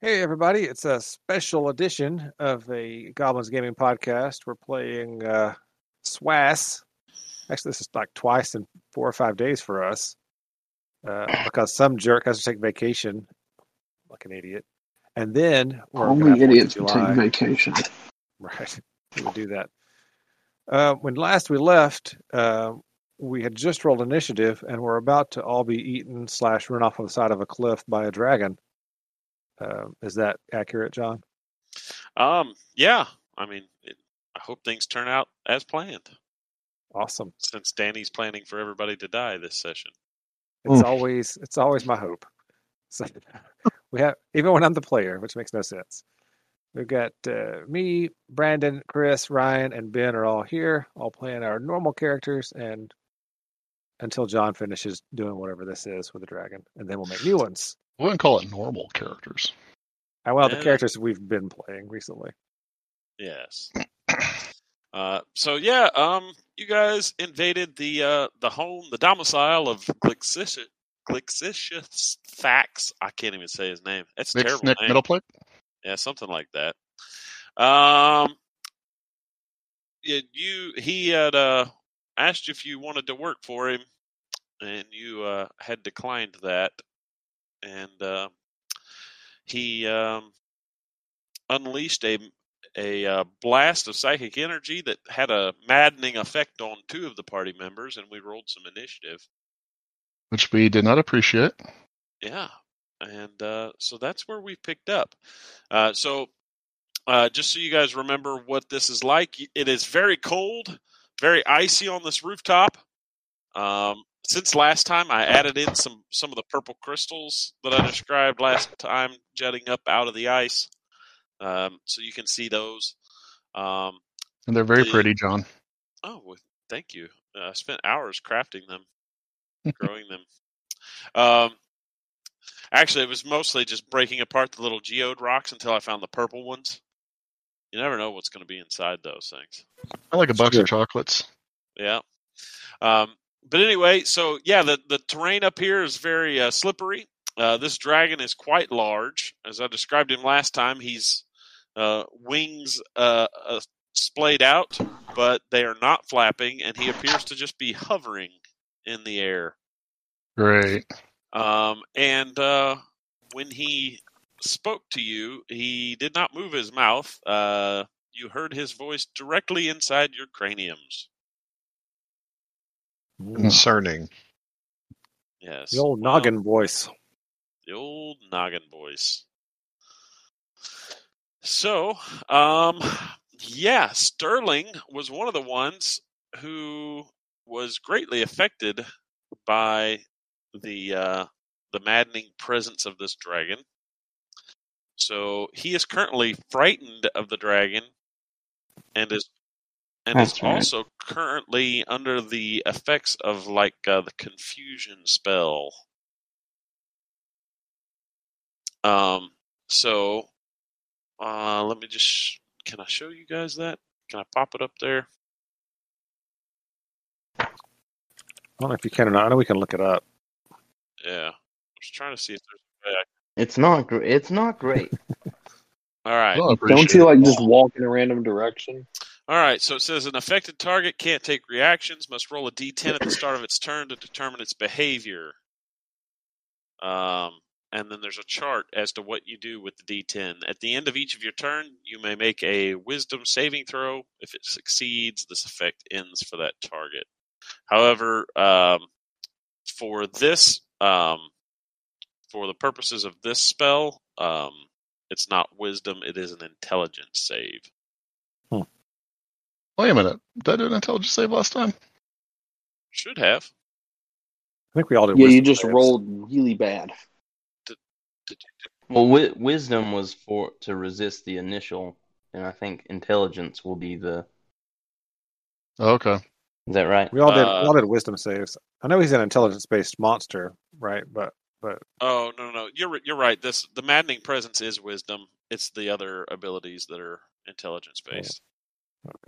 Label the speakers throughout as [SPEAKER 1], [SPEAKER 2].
[SPEAKER 1] Hey, everybody. It's a special edition of the Goblins Gaming Podcast. We're playing uh, SWAS. Actually, this is like twice in four or five days for us uh, because some jerk has to take vacation like an idiot. And then we're
[SPEAKER 2] Only
[SPEAKER 1] gonna have Fourth of
[SPEAKER 2] idiots will
[SPEAKER 1] July.
[SPEAKER 2] take vacation.
[SPEAKER 1] Right. We would do that. Uh, when last we left, uh, we had just rolled initiative and were about to all be eaten slash run off of the side of a cliff by a dragon. Uh, is that accurate, John?
[SPEAKER 3] Um, yeah, I mean, it, I hope things turn out as planned
[SPEAKER 1] Awesome.
[SPEAKER 3] since Danny's planning for everybody to die this session.
[SPEAKER 1] It's
[SPEAKER 2] Mm.
[SPEAKER 1] always it's always my hope. So we have even when I'm the player, which makes no sense. We've got uh, me, Brandon, Chris, Ryan, and Ben are all here, all playing our normal characters, and until John finishes doing whatever this is with the dragon, and then we'll make new ones.
[SPEAKER 4] I wouldn't call it normal characters.
[SPEAKER 1] Uh, Well, the
[SPEAKER 3] Yeah.
[SPEAKER 1] characters we've been playing recently.
[SPEAKER 3] Yes. Uh, so yeah, um, you guys invaded the uh, the home, the domicile of Glixicious Glixicious Facts. I can't even say his name. That's a
[SPEAKER 4] Nick,
[SPEAKER 3] terrible
[SPEAKER 4] Nick
[SPEAKER 3] name.
[SPEAKER 4] Middleplick?
[SPEAKER 3] Yeah, something like that. Um, yeah, you he had uh, asked if you wanted to work for him, and you uh, had declined that, and uh, he um, unleashed a a uh, blast of psychic energy that had a maddening effect on two of the party members, and we rolled some initiative.
[SPEAKER 4] Which we did not appreciate.
[SPEAKER 3] Yeah. And uh, so that's where we picked up. Uh, so uh, just so you guys remember what this is like, y- it is very cold, very icy on this rooftop. Um, since last time, I added in some some of the purple crystals that I described last time, jutting up out of the ice. Um, so you can see those. Um,
[SPEAKER 4] And they're very
[SPEAKER 3] The-
[SPEAKER 4] pretty, John.
[SPEAKER 3] Oh, well, thank you. Uh, I spent hours crafting them, growing them. Um, actually, it was mostly just breaking apart the little geode rocks until I found the purple ones. You never know what's going to be inside those things.
[SPEAKER 4] I like a box
[SPEAKER 2] Sure.
[SPEAKER 4] of chocolates.
[SPEAKER 3] Yeah. Um, but anyway, so yeah, the, the terrain up here is very uh, slippery. Uh, this dragon is quite large. As I described him last time, he's uh, wings uh, uh, splayed out, but they are not flapping, and he appears to just be hovering in the air.
[SPEAKER 4] Great.
[SPEAKER 3] Um, and uh, when he spoke to you, he did not move his mouth. Uh, you heard his voice directly inside your craniums.
[SPEAKER 4] Concerning.
[SPEAKER 3] Yes.
[SPEAKER 1] The old
[SPEAKER 3] Well,
[SPEAKER 1] noggin voice.
[SPEAKER 3] the old noggin voice. So, um, yeah, Sterling was one of the ones who was greatly affected by the uh, the maddening presence of this dragon. So he is currently frightened of the dragon, and is and is
[SPEAKER 2] That's right.
[SPEAKER 3] also currently under the effects of like uh, the confusion spell. Um, so uh, let me just can I show you guys that? Can I pop it up there?
[SPEAKER 1] I don't know if you can or not. I know we can look it up.
[SPEAKER 3] Yeah, I was trying to see if there's.
[SPEAKER 5] It's not. Gr- it's not great.
[SPEAKER 3] All right,
[SPEAKER 4] Well, I appreciate
[SPEAKER 2] Don't you
[SPEAKER 4] it.
[SPEAKER 2] like just walk in a random direction?
[SPEAKER 3] all right. So it says an affected target can't take reactions. Must roll a d10 at the start of its turn to determine its behavior. Um, and then there's a chart as to what you do with the d10. At the end of each of your turn, you may make a Wisdom saving throw. If it succeeds, this effect ends for that target. However, um, for this, um, for the purposes of this spell, um, it's not wisdom; it is an intelligence save.
[SPEAKER 4] Wait a minute. Did I do an intelligence save last time?
[SPEAKER 3] Should have.
[SPEAKER 1] I think we all did.
[SPEAKER 2] yeah, you
[SPEAKER 1] wisdom
[SPEAKER 2] just
[SPEAKER 1] saves.
[SPEAKER 2] rolled really bad.
[SPEAKER 5] Well, wi- wisdom was for to resist the initial, and I think intelligence will be the.
[SPEAKER 4] Oh, okay.
[SPEAKER 5] Is that right?
[SPEAKER 1] We all did.
[SPEAKER 3] Uh,
[SPEAKER 1] we all did wisdom saves. I know he's an intelligence-based monster, right? But
[SPEAKER 3] Oh no, no, no. You're ri- you're right. This the maddening presence is wisdom. It's the other abilities that are intelligence based.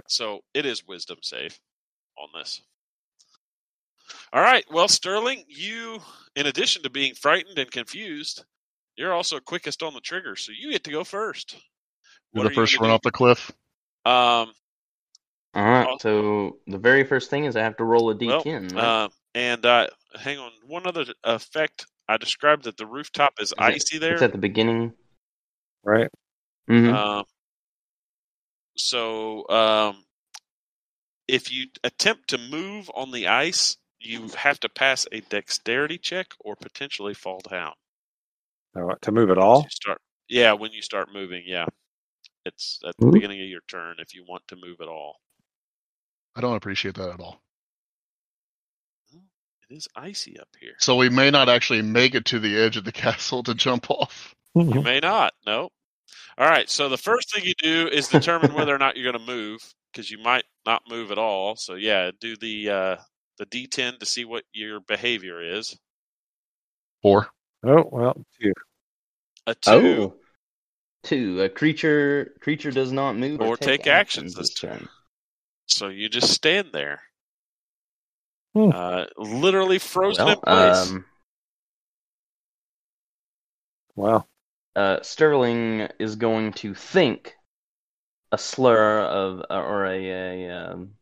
[SPEAKER 3] So it is wisdom save on this. All right. Well, Sterling, you, in addition to being frightened and confused, You're also quickest on the trigger, so you get to go first.
[SPEAKER 4] You're
[SPEAKER 3] What
[SPEAKER 4] the
[SPEAKER 3] are you
[SPEAKER 4] first
[SPEAKER 3] gonna
[SPEAKER 4] one off the cliff.
[SPEAKER 3] do? Um,
[SPEAKER 5] All right.
[SPEAKER 3] Awesome.
[SPEAKER 5] So the very first thing is I have to roll a
[SPEAKER 3] Well,
[SPEAKER 5] d10. right?
[SPEAKER 3] uh, and uh, hang on, one other effect. I described that the rooftop is,
[SPEAKER 5] it-
[SPEAKER 3] icy
[SPEAKER 5] it's
[SPEAKER 3] there.
[SPEAKER 5] at the beginning.
[SPEAKER 1] Right.
[SPEAKER 5] hmm
[SPEAKER 3] Um, so um, if you attempt to move on the ice, you have to pass a dexterity check or potentially fall down.
[SPEAKER 1] All right, To move at
[SPEAKER 3] Once
[SPEAKER 1] all.
[SPEAKER 3] you start, yeah, when you start moving, yeah, it's at the
[SPEAKER 5] Mhm.
[SPEAKER 3] beginning of your turn if you want to move at all.
[SPEAKER 4] I don't appreciate that at all.
[SPEAKER 3] It is icy up here.
[SPEAKER 4] So we may not actually make it to the edge of the castle to jump off.
[SPEAKER 3] You may not. No. All right. So the first thing you do is determine whether or not you're going to move because you might not move at all. So yeah, do the uh, the D10 to see what your behavior is.
[SPEAKER 4] Four.
[SPEAKER 1] Oh well, two.
[SPEAKER 3] A two
[SPEAKER 5] Oh. Two. A creature creature does not move or,
[SPEAKER 3] Or take actions
[SPEAKER 5] this
[SPEAKER 3] this turn.
[SPEAKER 5] turn.
[SPEAKER 3] So you just stand there,
[SPEAKER 1] Hmm.
[SPEAKER 3] uh, literally frozen in
[SPEAKER 5] Well,
[SPEAKER 3] place.
[SPEAKER 5] um,
[SPEAKER 1] Wow.
[SPEAKER 5] uh, Sterling is going to think a slur of or a, a um,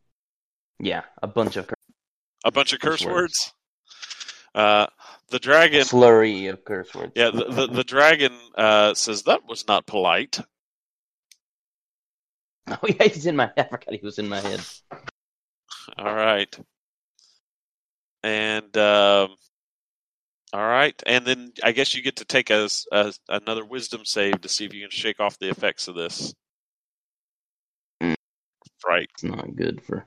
[SPEAKER 5] yeah, a bunch of cur-
[SPEAKER 3] a bunch of
[SPEAKER 5] curse
[SPEAKER 3] curse words.
[SPEAKER 5] words.
[SPEAKER 3] Uh, the dragon.
[SPEAKER 5] slurry of curse words.
[SPEAKER 3] Yeah, the, the, the dragon uh, says that was not polite.
[SPEAKER 5] Oh yeah, he's in my head. I forgot he was in my head.
[SPEAKER 3] All right. And um, all right, and then I guess you get to take a, s- a- another wisdom save to see if you can shake off the effects of this.
[SPEAKER 5] Mm.
[SPEAKER 3] Right.
[SPEAKER 5] It's not good for.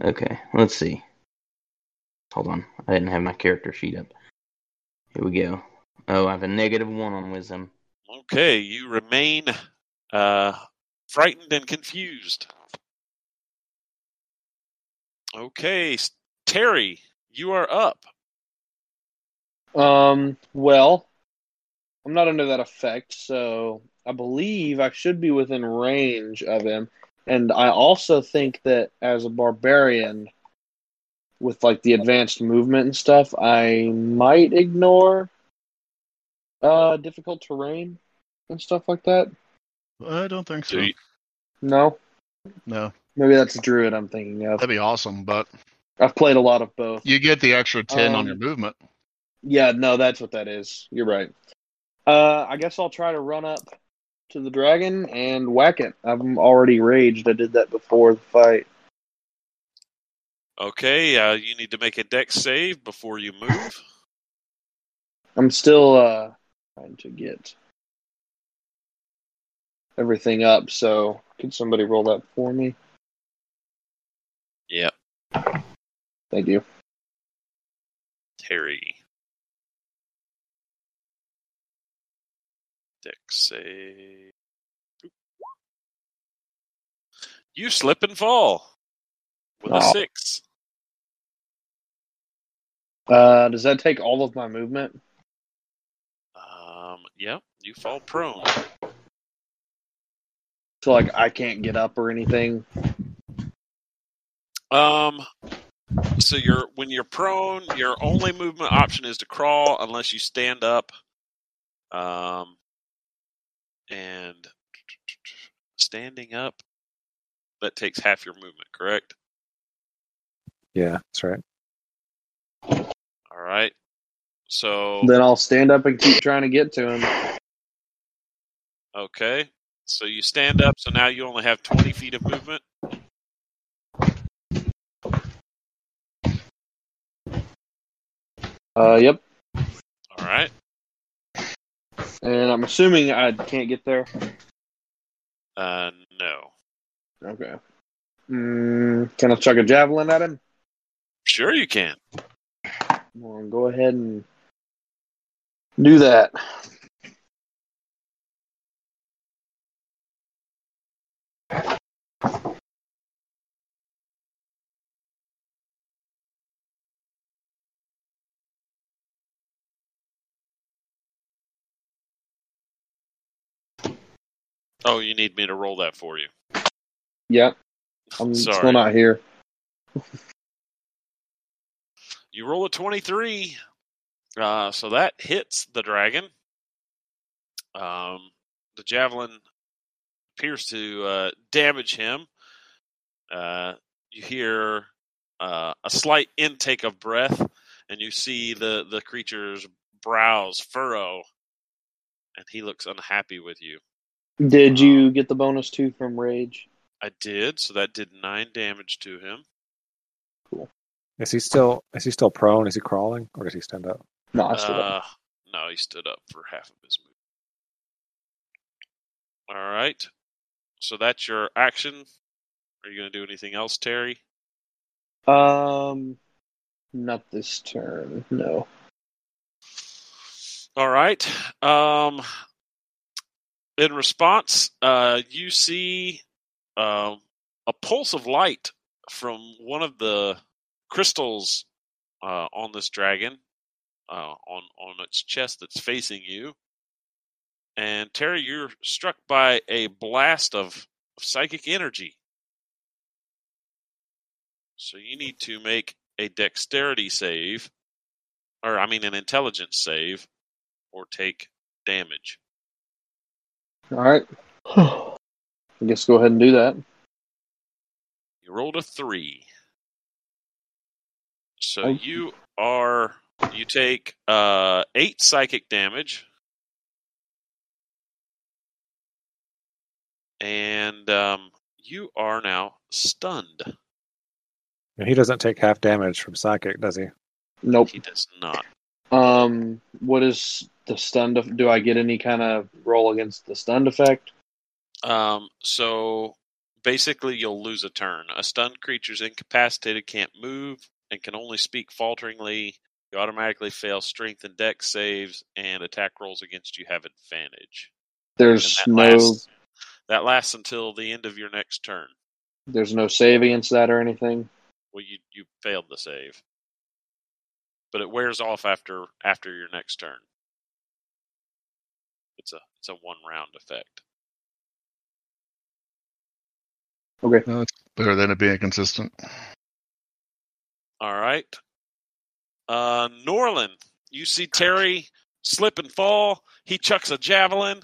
[SPEAKER 5] Okay, let's see. Hold on, I didn't have my character sheet up. Here we go. Oh, I have a negative one on wisdom.
[SPEAKER 3] Okay, you remain uh, frightened and confused. Okay, S- Terry, you are up.
[SPEAKER 6] Um, well, I'm not under that effect, so I believe I should be within range of him. And I also think that as a barbarian, with like the advanced movement and stuff, I might ignore uh difficult terrain and stuff like that.
[SPEAKER 4] I don't think so.
[SPEAKER 3] Do you-
[SPEAKER 6] No,
[SPEAKER 4] No,
[SPEAKER 6] maybe that's druid I'm thinking of.
[SPEAKER 4] that'd be awesome, but
[SPEAKER 6] I've played a lot of both.
[SPEAKER 4] you get the extra ten on
[SPEAKER 6] Um,
[SPEAKER 4] your movement.
[SPEAKER 6] Yeah, no, that's what that is. You're right. Uh, I guess I'll try to run up to the dragon and whack it. I'm already raged. I did that before the fight.
[SPEAKER 3] Okay, uh, you need to make a deck save before you move.
[SPEAKER 6] I'm still uh, trying to get everything up. So, could somebody roll that for me?
[SPEAKER 3] Yep,
[SPEAKER 6] Thank you.
[SPEAKER 3] Terry. Deck save. You slip and fall with a
[SPEAKER 6] Aw.
[SPEAKER 3] six.
[SPEAKER 6] Uh, does that take all of my movement?
[SPEAKER 3] Um, yep, you fall prone.
[SPEAKER 6] So, like, I can't get up or anything.
[SPEAKER 3] Um, so you're when you're prone, your only movement option is to crawl unless you stand up. Um, and standing up that takes half your movement, correct?
[SPEAKER 1] Yeah, that's right.
[SPEAKER 3] All right. So
[SPEAKER 6] Then I'll stand up and keep trying to get to him.
[SPEAKER 3] okay, so you stand up. So now you only have twenty feet of movement.
[SPEAKER 6] Uh, yep.
[SPEAKER 3] All right.
[SPEAKER 6] And I'm assuming I can't get there.
[SPEAKER 3] Uh, no.
[SPEAKER 6] Okay. Mm, can I chuck a javelin at him?
[SPEAKER 3] Sure, you can.
[SPEAKER 6] Well, go ahead and do that.
[SPEAKER 3] Oh, you need me to roll that for you.
[SPEAKER 6] Yep. I'm
[SPEAKER 3] Sorry.
[SPEAKER 6] still not here.
[SPEAKER 3] You roll a twenty-three. Uh, so that hits the dragon. Um, the javelin appears to uh, damage him. Uh, you hear uh, a slight intake of breath, and you see the, the creature's brows furrow, and he looks unhappy with you.
[SPEAKER 2] Did you get the bonus two from Rage?
[SPEAKER 3] I did, so that did nine damage to him.
[SPEAKER 1] Is he still is he still prone? Is he crawling or does he stand up?
[SPEAKER 2] No, I still don't.
[SPEAKER 3] Uh, No, he stood up for half of his move. All right. So that's your action. Are you going to do anything else, Terry?
[SPEAKER 2] Um, not this turn. No.
[SPEAKER 3] All right. Um, in response, uh, you see um, a pulse of light from one of the crystals uh, on this dragon, uh, on on its chest that's facing you. And Terry, you're struck by a blast of psychic energy. So you need to make a dexterity save or I mean an intelligence save, or take damage.
[SPEAKER 2] All right. I guess go ahead and do that.
[SPEAKER 3] You rolled a three, so
[SPEAKER 2] Oh.
[SPEAKER 3] you are you take uh, eight psychic damage, and um, you are now stunned.
[SPEAKER 1] And he doesn't take half damage from psychic, does he?
[SPEAKER 2] Nope.
[SPEAKER 3] He does not.
[SPEAKER 2] Um, what is the stun? def- do I get any kind of roll against the stun effect?
[SPEAKER 3] Um, so basically, you'll lose a turn. A stunned creature's incapacitated, can't move, and can only speak falteringly. You automatically fail strength and dex saves, and attack rolls against you have advantage. And
[SPEAKER 2] There's
[SPEAKER 3] that,
[SPEAKER 2] no,
[SPEAKER 3] lasts, that lasts until the end of your next turn.
[SPEAKER 2] there's no save against that or anything.
[SPEAKER 3] Well, you you failed the save, but it wears off after after your next turn. It's a it's a one round effect.
[SPEAKER 2] Okay.
[SPEAKER 4] No, it's better than it being consistent.
[SPEAKER 3] All right. Uh, Norlin, you see Terry slip and fall. He chucks a javelin.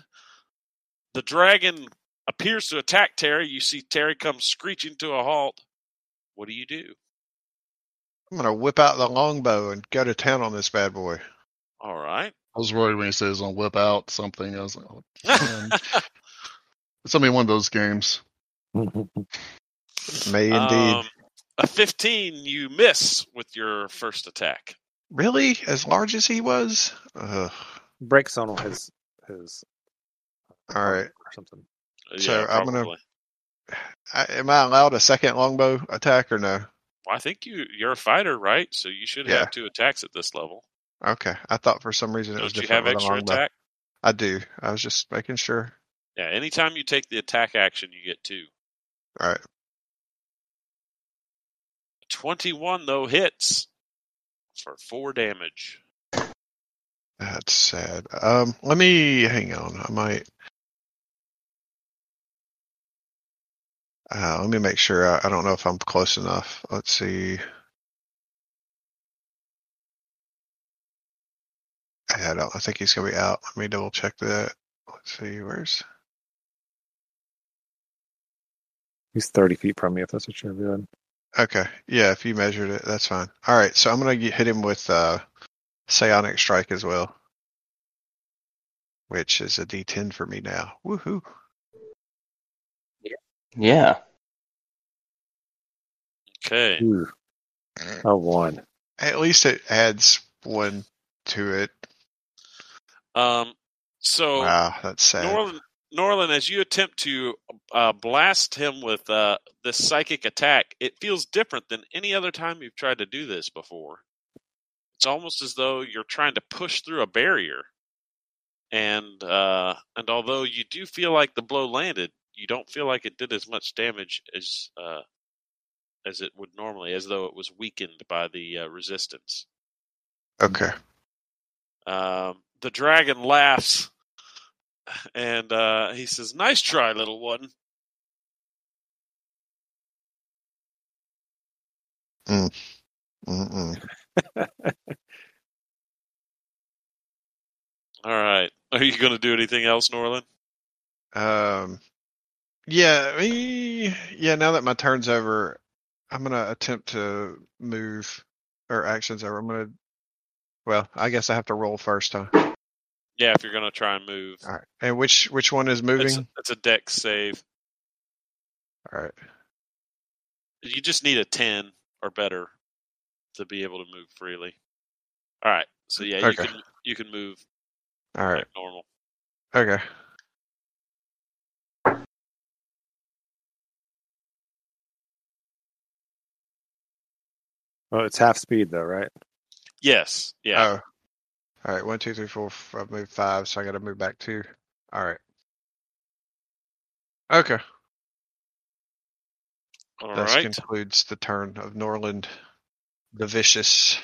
[SPEAKER 3] The dragon appears to attack Terry. You see Terry come screeching to a halt. What do you do?
[SPEAKER 7] I'm gonna whip out the longbow and go to town on this bad boy.
[SPEAKER 3] All right.
[SPEAKER 4] I was worried when he said he's gonna whip out something. I was like, oh, damn. it's gonna be one of those games.
[SPEAKER 7] May indeed.
[SPEAKER 3] Um, a 15, you miss with your first attack.
[SPEAKER 7] really? As large as he was? Ugh.
[SPEAKER 1] Breaks on his his uh,
[SPEAKER 7] All right.
[SPEAKER 1] or something.
[SPEAKER 7] So,
[SPEAKER 3] yeah,
[SPEAKER 7] I'm gonna-
[SPEAKER 3] probably.
[SPEAKER 7] I, am I allowed a second longbow attack or no?
[SPEAKER 3] Well, I think you, you're a fighter, right? So you should
[SPEAKER 7] Yeah.
[SPEAKER 3] have two attacks at this level.
[SPEAKER 7] Okay. I thought for some reason it was
[SPEAKER 3] Don't you
[SPEAKER 7] different
[SPEAKER 3] have
[SPEAKER 7] with a
[SPEAKER 3] extra
[SPEAKER 7] longbow.
[SPEAKER 3] attack?
[SPEAKER 7] I do. I was just making sure.
[SPEAKER 3] Yeah, anytime you take the attack action, you get two.
[SPEAKER 7] All right.
[SPEAKER 3] 21 though hits for four damage.
[SPEAKER 7] That's sad. Um, let me hang on. I might. Uh, let me make sure. I, I don't know if I'm close enough. Let's see. I don't. I think he's gonna be out. Let me double check that. Let's see. Where's?
[SPEAKER 1] He's thirty feet from me if that's what you're doing.
[SPEAKER 7] Okay. Yeah. If you measured it, that's fine. All right. So I'm gonna get, hit him with uh, psionic strike as well, which is a D10 for me now. Woohoo!
[SPEAKER 5] Yeah.
[SPEAKER 3] Okay.
[SPEAKER 1] Ooh, a oh, one.
[SPEAKER 7] At least it adds one to it.
[SPEAKER 3] Um so
[SPEAKER 7] wow, that's sad.
[SPEAKER 3] Norlin Norlin as you attempt to uh, blast him with uh, this psychic attack, it feels different than any other time you've tried to do this before. It's almost as though you're trying to push through a barrier. And uh, and although you do feel like the blow landed, you don't feel like it did as much damage as uh, as it would normally, as though it was weakened by the uh, resistance.
[SPEAKER 7] okay.
[SPEAKER 3] Um, the dragon laughs and uh, he says, Nice try, little one.
[SPEAKER 7] Mm-mm.
[SPEAKER 3] All right. Are you going to do anything else, Norlin?
[SPEAKER 7] Um, yeah, eh, yeah. Now that my turn's over, I'm gonna attempt to move or actions over. I'm gonna. Well, I guess I have to roll first, huh?
[SPEAKER 3] Yeah, if you're going to try and move.
[SPEAKER 7] All right. And which which one is moving?
[SPEAKER 3] It's, it's a deck save.
[SPEAKER 7] All right.
[SPEAKER 3] You just need a 10 or better to be able to move freely. All right. So yeah, you
[SPEAKER 7] Okay.
[SPEAKER 3] can you can move
[SPEAKER 7] All right.
[SPEAKER 3] like normal.
[SPEAKER 7] Okay.
[SPEAKER 1] Well, it's half speed though, right?
[SPEAKER 3] Yes. Yeah.
[SPEAKER 7] Oh. All right. One, two, three, four. f- I've moved five, so I got to move back two. All right. Okay.
[SPEAKER 3] All
[SPEAKER 7] that
[SPEAKER 3] right.
[SPEAKER 7] concludes the turn of Norland the Vicious.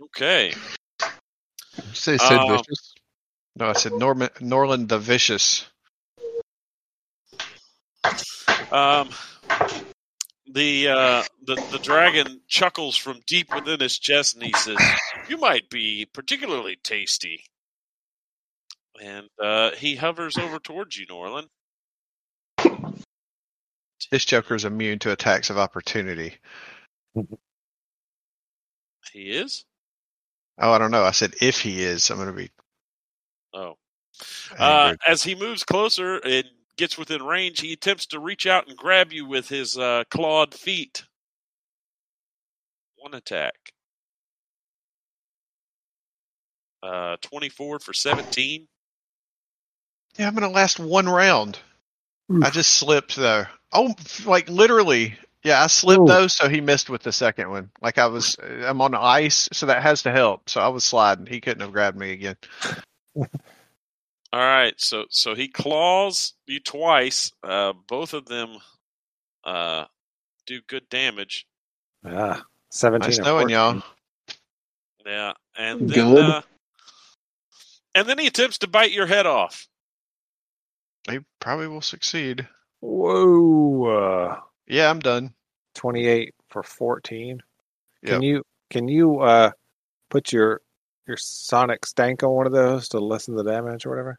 [SPEAKER 3] Okay.
[SPEAKER 4] Did you say Sid
[SPEAKER 3] Um,
[SPEAKER 4] Vicious?
[SPEAKER 7] No, I said Norman Norland the Vicious.
[SPEAKER 3] Um, the uh, the the dragon chuckles from deep within his chest and he says, "You might be particularly tasty." And uh, he hovers over towards you, Norlin.
[SPEAKER 7] This Joker is immune to attacks of opportunity.
[SPEAKER 3] He is.
[SPEAKER 7] Oh, I don't know. I said if he is, I'm going to be.
[SPEAKER 3] Oh. Uh,
[SPEAKER 7] Angry.
[SPEAKER 3] as he moves closer and gets within range, he attempts to reach out and grab you with his uh, clawed feet. One attack. Uh, 24 for 17.
[SPEAKER 7] yeah, I'm going to last one round. I just slipped though. Oh, f- like literally. Yeah, I slipped
[SPEAKER 1] Ooh.
[SPEAKER 7] though, so he missed with the second one. Like I was, I'm on ice, so that has to help. So I was sliding. He couldn't have grabbed me again.
[SPEAKER 3] All right, so so he claws you twice. Uh, both of them uh, do good damage.
[SPEAKER 1] Yeah. Ah, Seventeen.
[SPEAKER 7] Nice
[SPEAKER 1] and
[SPEAKER 7] knowing
[SPEAKER 1] 14.
[SPEAKER 7] y'all.
[SPEAKER 3] Yeah, and then
[SPEAKER 2] Good.
[SPEAKER 3] Uh, and then he attempts to bite your head off.
[SPEAKER 7] He probably will succeed.
[SPEAKER 1] Whoa. Uh,
[SPEAKER 7] Yeah, I'm done.
[SPEAKER 1] Twenty-eight for fourteen.
[SPEAKER 7] Yep.
[SPEAKER 1] Can you can you uh put your your sonic stank on one of those to lessen the damage or whatever?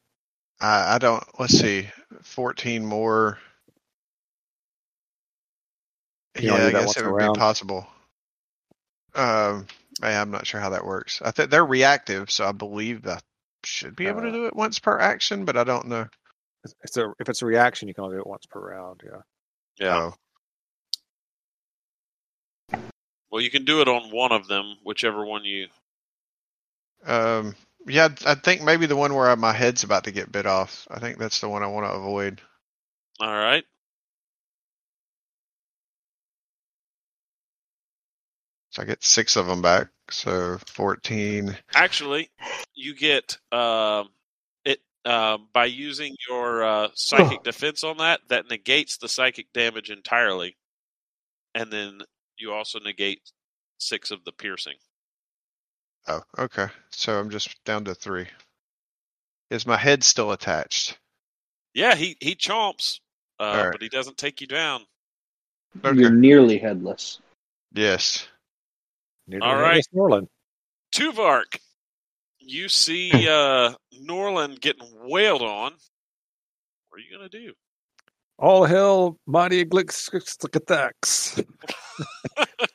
[SPEAKER 7] I, I don't. Let's see. 14 more.
[SPEAKER 1] You
[SPEAKER 7] yeah,
[SPEAKER 1] only do
[SPEAKER 7] I
[SPEAKER 1] that
[SPEAKER 7] guess
[SPEAKER 1] once
[SPEAKER 7] it
[SPEAKER 1] a
[SPEAKER 7] would
[SPEAKER 1] round.
[SPEAKER 7] be possible. Um, yeah, I'm not sure how that works. I think they're reactive, so I believe I should be able
[SPEAKER 1] Uh,
[SPEAKER 7] to do it once per action, but I don't know.
[SPEAKER 1] It's- It's a if it's a reaction, you can only do it once per round. Yeah.
[SPEAKER 7] Oh,
[SPEAKER 3] Well, you can do it on one of them, whichever one you.
[SPEAKER 7] Um, yeah, I I think maybe the one where my head's about to get bit off. I think that's the one I want to avoid.
[SPEAKER 3] All right.
[SPEAKER 7] So I get six of them back. So 14.
[SPEAKER 3] Actually, you get um it uh, by using your uh, psychic defense on that. That negates the psychic damage entirely, and then you also negate six of the piercing.
[SPEAKER 7] Oh, okay. So I'm just down to three. Is my head still attached?
[SPEAKER 3] Yeah, he he chomps, uh,
[SPEAKER 7] All right.
[SPEAKER 3] but he doesn't take you down.
[SPEAKER 7] Okay.
[SPEAKER 2] You're nearly headless.
[SPEAKER 7] Yes.
[SPEAKER 1] Neither
[SPEAKER 3] All
[SPEAKER 1] here
[SPEAKER 3] right.
[SPEAKER 1] is Norland.
[SPEAKER 3] Tuvark, you see uh, Norland getting wailed on. What are you gonna do?
[SPEAKER 1] All hail mighty Glixkathax.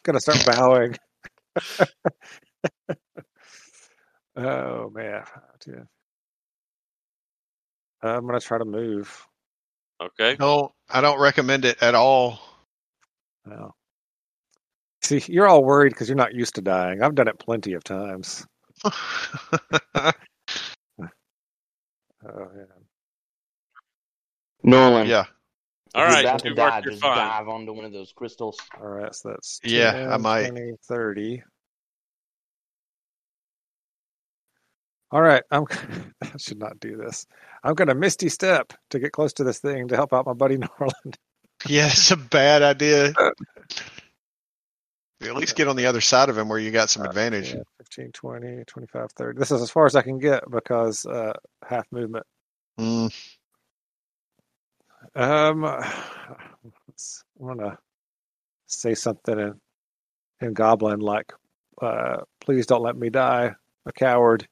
[SPEAKER 1] Gonna start bowing. oh man. Yeah. I'm gonna try to move.
[SPEAKER 3] Okay,
[SPEAKER 7] No, I don't recommend it at all.
[SPEAKER 1] Wow. See, you're all worried because you're not used to dying. I've done it plenty of times. Oh, yeah.
[SPEAKER 5] Norlin.
[SPEAKER 7] yeah.
[SPEAKER 3] all
[SPEAKER 5] if
[SPEAKER 3] right,
[SPEAKER 5] you're about to die,
[SPEAKER 3] Tuvark, you're
[SPEAKER 5] just
[SPEAKER 3] fine.
[SPEAKER 5] dive onto one of those crystals.
[SPEAKER 1] All right, so that's
[SPEAKER 7] Yeah, I might.
[SPEAKER 1] 20, 30. All right, I'm I should not do this. I'm going to misty step to get close to this thing to help out my buddy Norland.
[SPEAKER 7] Yeah, it's a bad idea. At least get on the other side of him where you got some
[SPEAKER 1] Uh,
[SPEAKER 7] advantage.
[SPEAKER 1] Yeah, 15, 20, 25, 30. This is as far as I can get because uh half movement.
[SPEAKER 7] Mm,
[SPEAKER 1] Um let's- I'm going to say something in in goblin like uh please don't let me die, a coward.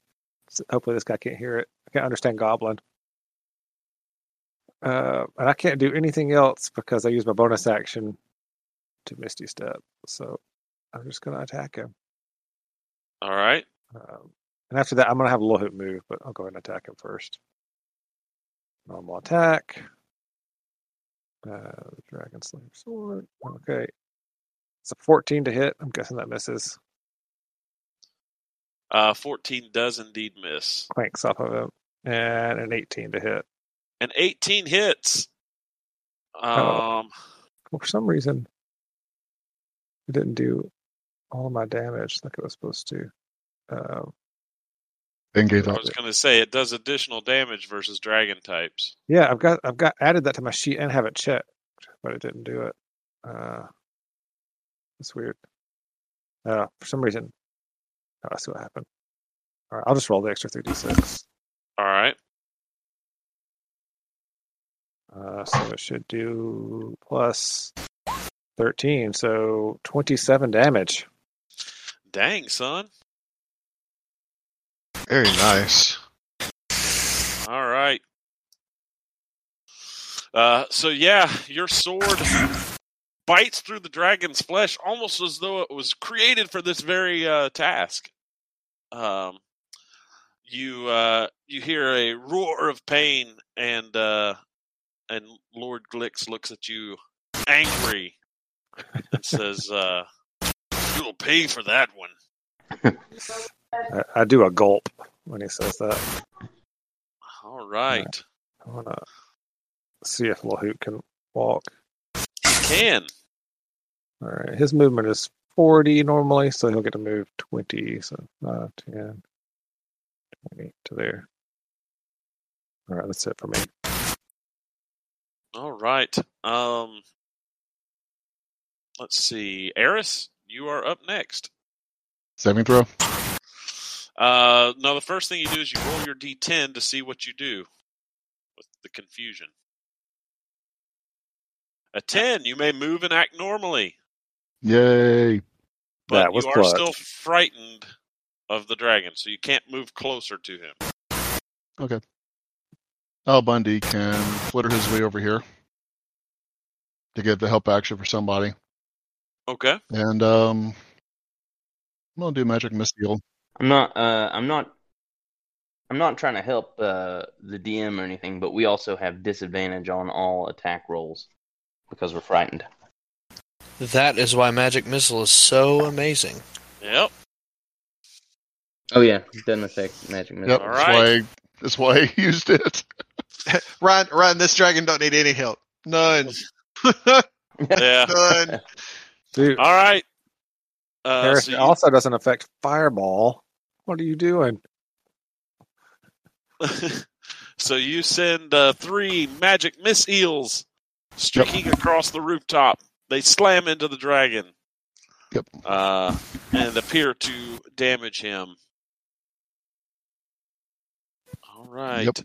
[SPEAKER 1] So hopefully, this guy can't hear it. I can't understand Goblin. Uh, and I can't do anything else because I use my bonus action to Misty Step. So I'm just going to attack him.
[SPEAKER 3] All right.
[SPEAKER 1] Um, and after that, I'm going to have Lohut move, but I'll go ahead and attack him first. Normal attack. Uh, Dragon Slayer Sword. Okay. It's a 14 to hit. I'm guessing that misses.
[SPEAKER 3] Uh, 14 does indeed miss.
[SPEAKER 1] Clanks off of him. And an 18 to hit.
[SPEAKER 3] And 18 hits.
[SPEAKER 1] Oh.
[SPEAKER 3] Um,
[SPEAKER 1] Well, for some reason, it didn't do all my damage like it was supposed to. Uh,
[SPEAKER 4] Then gave
[SPEAKER 3] I
[SPEAKER 4] up.
[SPEAKER 3] was going to say it does additional damage versus dragon types.
[SPEAKER 1] yeah, I've got I've got added that to my sheet and have it checked, but it didn't do it. Uh, that's weird. Uh, for some reason, oh, I see what happened. All right, I'll just roll the extra three d six.
[SPEAKER 3] All right.
[SPEAKER 1] Uh, so it should do plus thirteen, so twenty seven damage.
[SPEAKER 3] Dang, son.
[SPEAKER 7] Very nice.
[SPEAKER 3] All right. Uh, so yeah, your sword bites through the dragon's flesh almost as though it was created for this very uh, task. Um, you uh, you hear a roar of pain, and uh, and Lord Glix looks at you angry and says, uh, "You'll pay for that one."
[SPEAKER 1] I, I do a gulp when he says that.
[SPEAKER 3] All right,
[SPEAKER 1] I want to see if Lahoot can walk.
[SPEAKER 3] can
[SPEAKER 1] All right, his movement is 40 normally, so he'll get to move 20. So uh, 10, 20 to there. All right, that's it for me.
[SPEAKER 3] All right. Um, let's see. Eris, you are up next.
[SPEAKER 4] Saving throw.
[SPEAKER 3] Uh, now the first thing you do is you roll your d10 to see what you do with the confusion. A 10, you may move and act normally,
[SPEAKER 4] Yay.
[SPEAKER 3] but
[SPEAKER 1] That was
[SPEAKER 3] you are
[SPEAKER 1] clutch.
[SPEAKER 3] still frightened of the dragon, so you can't move closer to him.
[SPEAKER 4] Al Bundy can flitter his way over here to get the help action for somebody.
[SPEAKER 3] Okay.
[SPEAKER 4] And um I'm gonna do magic mist heal.
[SPEAKER 5] I'm not. Uh, I'm not. I'm not trying to help uh, the DM or anything, but we also have disadvantage on all attack rolls because we're frightened.
[SPEAKER 6] That is why Magic Missile is so amazing.
[SPEAKER 3] Yep.
[SPEAKER 5] Oh yeah, it doesn't affect magic missile.
[SPEAKER 4] Yep,
[SPEAKER 3] All
[SPEAKER 4] that's
[SPEAKER 3] right.
[SPEAKER 4] why I, that's why I used it.
[SPEAKER 7] Ryan, Ryan, this dragon don't need any help. None.
[SPEAKER 3] Yeah.
[SPEAKER 7] None.
[SPEAKER 1] Dude,
[SPEAKER 3] All right. Uh,
[SPEAKER 1] Harris,
[SPEAKER 3] so
[SPEAKER 1] it
[SPEAKER 3] you-
[SPEAKER 1] also doesn't affect Fireball. What are you doing?
[SPEAKER 3] so you send uh, three magic miss eels streaking across the rooftop. They slam into the dragon
[SPEAKER 4] Yep.
[SPEAKER 3] uh, and appear to damage him. All right.
[SPEAKER 4] Yep.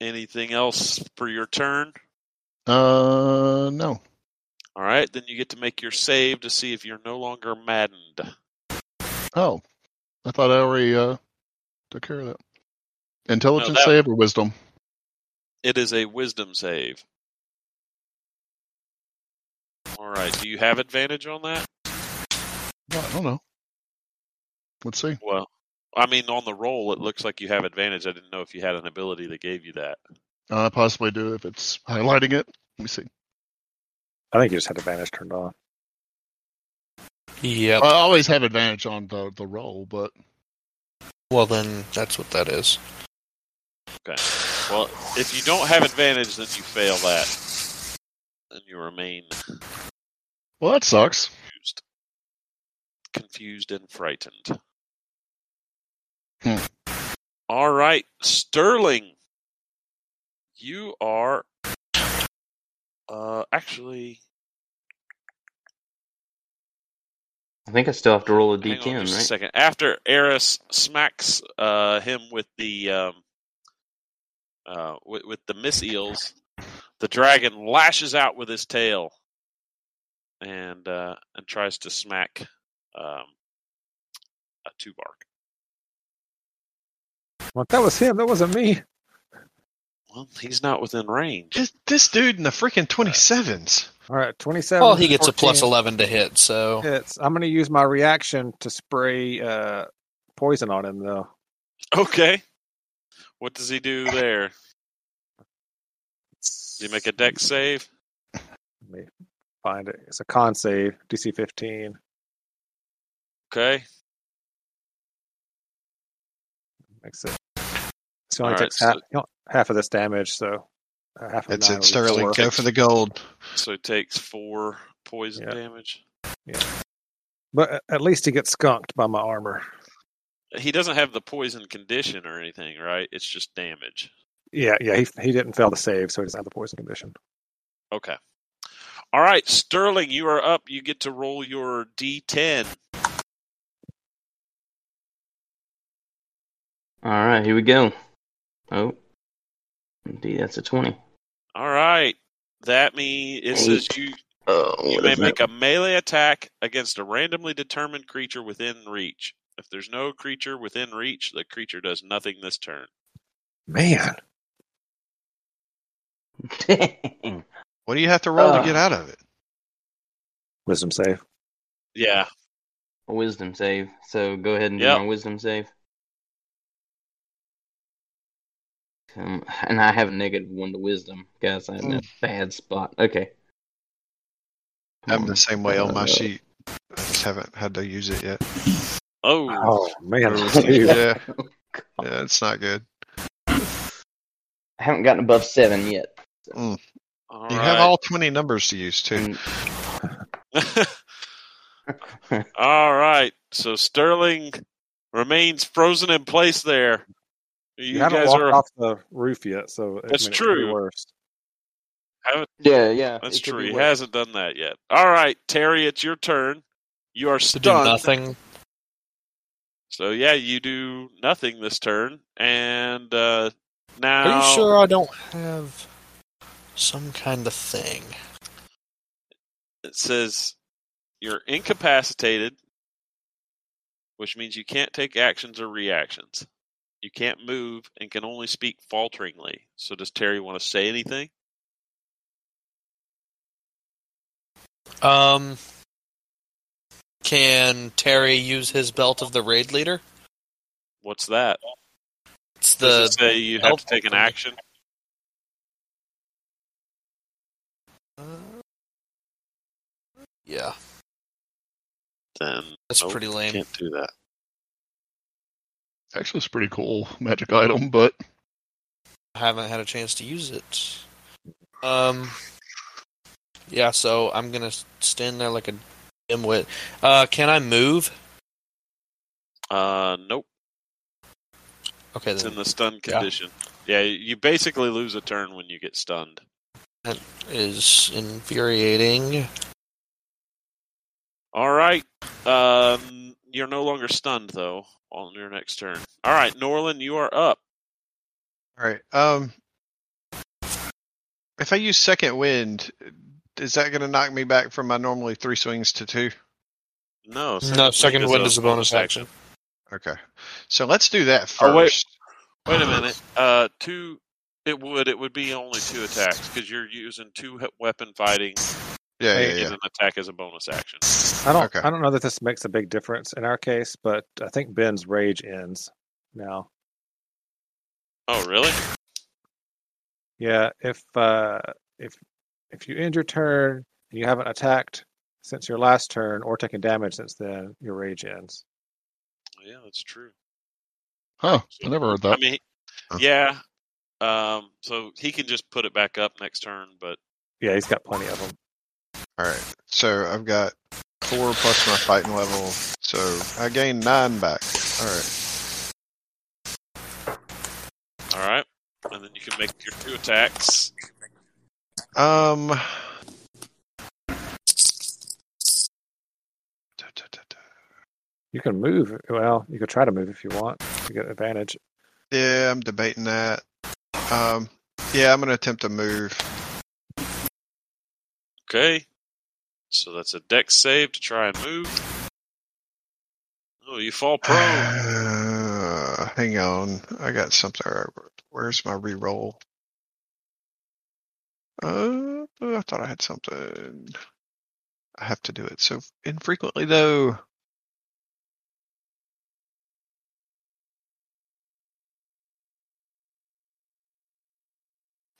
[SPEAKER 3] Anything else for your turn?
[SPEAKER 4] Uh no.
[SPEAKER 3] All right. Then you get to make your save to see if you're no longer maddened.
[SPEAKER 4] Oh. I thought I already uh took care of that. Intelligence
[SPEAKER 3] that-
[SPEAKER 4] save or wisdom?
[SPEAKER 3] It is a wisdom save. All right. Do you have advantage on that?
[SPEAKER 4] Well, I don't know. Let's see.
[SPEAKER 3] Well, I mean, on the roll, it looks like you have advantage. I didn't know if you had an ability that gave you that.
[SPEAKER 4] I possibly do if it's highlighting it. Let me see.
[SPEAKER 1] I think you just had advantage turned on.
[SPEAKER 6] Yep.
[SPEAKER 4] I always have advantage on the the roll, but
[SPEAKER 6] Well, then that's what that is.
[SPEAKER 3] Okay. Well, if you don't have advantage, then you fail that, and you remain
[SPEAKER 4] well, that sucks.
[SPEAKER 3] confused, confused and frightened.
[SPEAKER 4] Hmm.
[SPEAKER 3] All right, Sterling, you are uh, actually.
[SPEAKER 5] I think I still have to roll a
[SPEAKER 3] Hang on
[SPEAKER 5] d10,
[SPEAKER 3] just a
[SPEAKER 5] right?
[SPEAKER 3] second. After Eris smacks uh, him with the um, uh, with, with the miss eels, the dragon lashes out with his tail and uh, and tries to smack um, a two bark.
[SPEAKER 1] Well, that was him. That wasn't me.
[SPEAKER 3] Well, he's not within range.
[SPEAKER 7] This, this dude in the freaking 27s.
[SPEAKER 1] All right, 27.
[SPEAKER 6] Well, he gets a plus
[SPEAKER 1] 14
[SPEAKER 6] 11 to hit, so.
[SPEAKER 1] hits. I'm going to use my reaction to spray uh, poison on him, though.
[SPEAKER 3] Okay. What does he do there? Do you make a deck save?
[SPEAKER 1] Let me find it. It's a con save, DC 15.
[SPEAKER 3] Okay.
[SPEAKER 1] Makes it. So he only
[SPEAKER 3] All right,
[SPEAKER 1] takes half, you know, half of this damage, so uh, half of
[SPEAKER 7] That's
[SPEAKER 1] nine would be
[SPEAKER 7] it, Sterling.
[SPEAKER 1] four.
[SPEAKER 7] Go for the gold.
[SPEAKER 3] So he takes four poison
[SPEAKER 1] Yeah.
[SPEAKER 3] damage.
[SPEAKER 1] But a- at least he gets skunked by my armor.
[SPEAKER 3] He doesn't have the poison condition or anything, right? It's just damage.
[SPEAKER 1] Yeah, yeah, he, he didn't fail to save, so he doesn't have the poison condition.
[SPEAKER 3] Okay. All right, Sterling, you are up. You get to roll your D10.
[SPEAKER 5] Alright, here we go. Oh. D, that's a 20.
[SPEAKER 3] All right. That means it says
[SPEAKER 5] Eight.
[SPEAKER 3] you
[SPEAKER 5] Oh,
[SPEAKER 3] You
[SPEAKER 5] what
[SPEAKER 3] may
[SPEAKER 5] is
[SPEAKER 3] make
[SPEAKER 5] that?
[SPEAKER 3] a melee attack against a randomly determined creature within reach. If there's no creature within reach, the creature does nothing this turn.
[SPEAKER 1] Man,
[SPEAKER 5] Dang.
[SPEAKER 7] What do you have to roll
[SPEAKER 5] Uh.
[SPEAKER 7] to get out of it?
[SPEAKER 1] wisdom save.
[SPEAKER 3] Yeah.
[SPEAKER 5] A wisdom save. So go ahead and do
[SPEAKER 3] Yep.
[SPEAKER 5] my wisdom save. Um, and I have a negative one to wisdom, guys. I'm in a bad spot. Okay.
[SPEAKER 7] I'm the same way on my
[SPEAKER 5] Uh,
[SPEAKER 7] sheet. I just haven't had to use it yet.
[SPEAKER 3] Oh,
[SPEAKER 1] Oh, man.
[SPEAKER 5] Yeah.
[SPEAKER 1] dude.
[SPEAKER 7] Yeah, yeah, it's not good.
[SPEAKER 5] I haven't gotten above seven yet.
[SPEAKER 3] all
[SPEAKER 7] You
[SPEAKER 3] right.
[SPEAKER 7] have all 20 numbers to use too.
[SPEAKER 5] And-
[SPEAKER 3] all right. So Sterling remains frozen in place there.
[SPEAKER 1] You,
[SPEAKER 3] You
[SPEAKER 1] haven't
[SPEAKER 3] guys
[SPEAKER 1] walked
[SPEAKER 3] are
[SPEAKER 1] off the roof yet, so I
[SPEAKER 3] That's
[SPEAKER 1] mean, it could be
[SPEAKER 3] true.
[SPEAKER 1] Worse.
[SPEAKER 5] yeah, yeah.
[SPEAKER 3] that's
[SPEAKER 5] it could
[SPEAKER 3] true.
[SPEAKER 5] be
[SPEAKER 3] He
[SPEAKER 5] worse.
[SPEAKER 3] hasn't done that yet. All right, Terry, it's your turn. You are
[SPEAKER 6] To do
[SPEAKER 3] stunned.
[SPEAKER 6] nothing.
[SPEAKER 3] So yeah, you do nothing this turn, and uh, now
[SPEAKER 6] Are you sure I don't have some kind of thing?
[SPEAKER 3] it says you're incapacitated, which means you can't take actions or reactions. You can't move and can only speak falteringly. So, does Terry want to say anything?
[SPEAKER 6] Um. Can Terry use his belt of the raid leader?
[SPEAKER 3] What's that?
[SPEAKER 6] It's the
[SPEAKER 3] Does it say you have to take an action?
[SPEAKER 6] Uh, yeah,
[SPEAKER 3] Then
[SPEAKER 6] that's
[SPEAKER 3] Nope,
[SPEAKER 6] pretty lame.
[SPEAKER 3] can't do that.
[SPEAKER 4] Actually, it's a pretty cool magic item, but
[SPEAKER 6] I haven't had a chance to use it. Um. Yeah, so I'm gonna s- stand there like a dimwit. Uh, can I move?
[SPEAKER 3] Uh, nope.
[SPEAKER 6] Okay,
[SPEAKER 3] It's in
[SPEAKER 6] then.
[SPEAKER 3] the stun condition. Yeah, you basically lose a turn when you get stunned.
[SPEAKER 6] Is infuriating.
[SPEAKER 3] All right. Um, you're no longer stunned though on your next turn. All right, Norlin, you are up.
[SPEAKER 7] All right. Um, if I use second wind, is that going to knock me back from my normally three swings to two?
[SPEAKER 3] No,
[SPEAKER 6] no,
[SPEAKER 3] wind
[SPEAKER 6] second wind
[SPEAKER 3] a
[SPEAKER 6] is a bonus action.
[SPEAKER 7] Okay. So let's do that first.
[SPEAKER 3] Oh, wait. Wait a minute. Uh, two. It would. It would be only two attacks because you're using two he- weapon fighting,
[SPEAKER 7] Yeah,
[SPEAKER 1] Hey,
[SPEAKER 7] yeah,
[SPEAKER 3] and
[SPEAKER 7] yeah.
[SPEAKER 3] an attack as a bonus action.
[SPEAKER 1] I don't.
[SPEAKER 7] Okay.
[SPEAKER 1] I don't know that this makes a big difference in our case, but I think Ben's rage ends now.
[SPEAKER 3] Oh, really?
[SPEAKER 1] Yeah, if uh, if if you end your turn and you haven't attacked since your last turn or taken damage since then, your rage ends.
[SPEAKER 3] Yeah, that's true.
[SPEAKER 4] huh? I never heard
[SPEAKER 3] I
[SPEAKER 4] that.
[SPEAKER 3] mean, yeah. Um, so he can just put it back up next turn, but
[SPEAKER 1] Yeah, he's got plenty of them.
[SPEAKER 7] All right. So I've got four plus my fighting level. So I gain nine back. All right.
[SPEAKER 3] all right. And then you can make your two attacks.
[SPEAKER 7] Um. um,
[SPEAKER 1] You can move. Well, you could try to move if you want. You get advantage.
[SPEAKER 7] Yeah, I'm debating that. Um. Yeah, I'm gonna attempt to move.
[SPEAKER 3] Okay. So that's a dex save to try and move. Oh, you fall prone.
[SPEAKER 7] Uh, Hang on, I got something. Where's my reroll? Uh, I thought I had something. I have to do it so infrequently, though.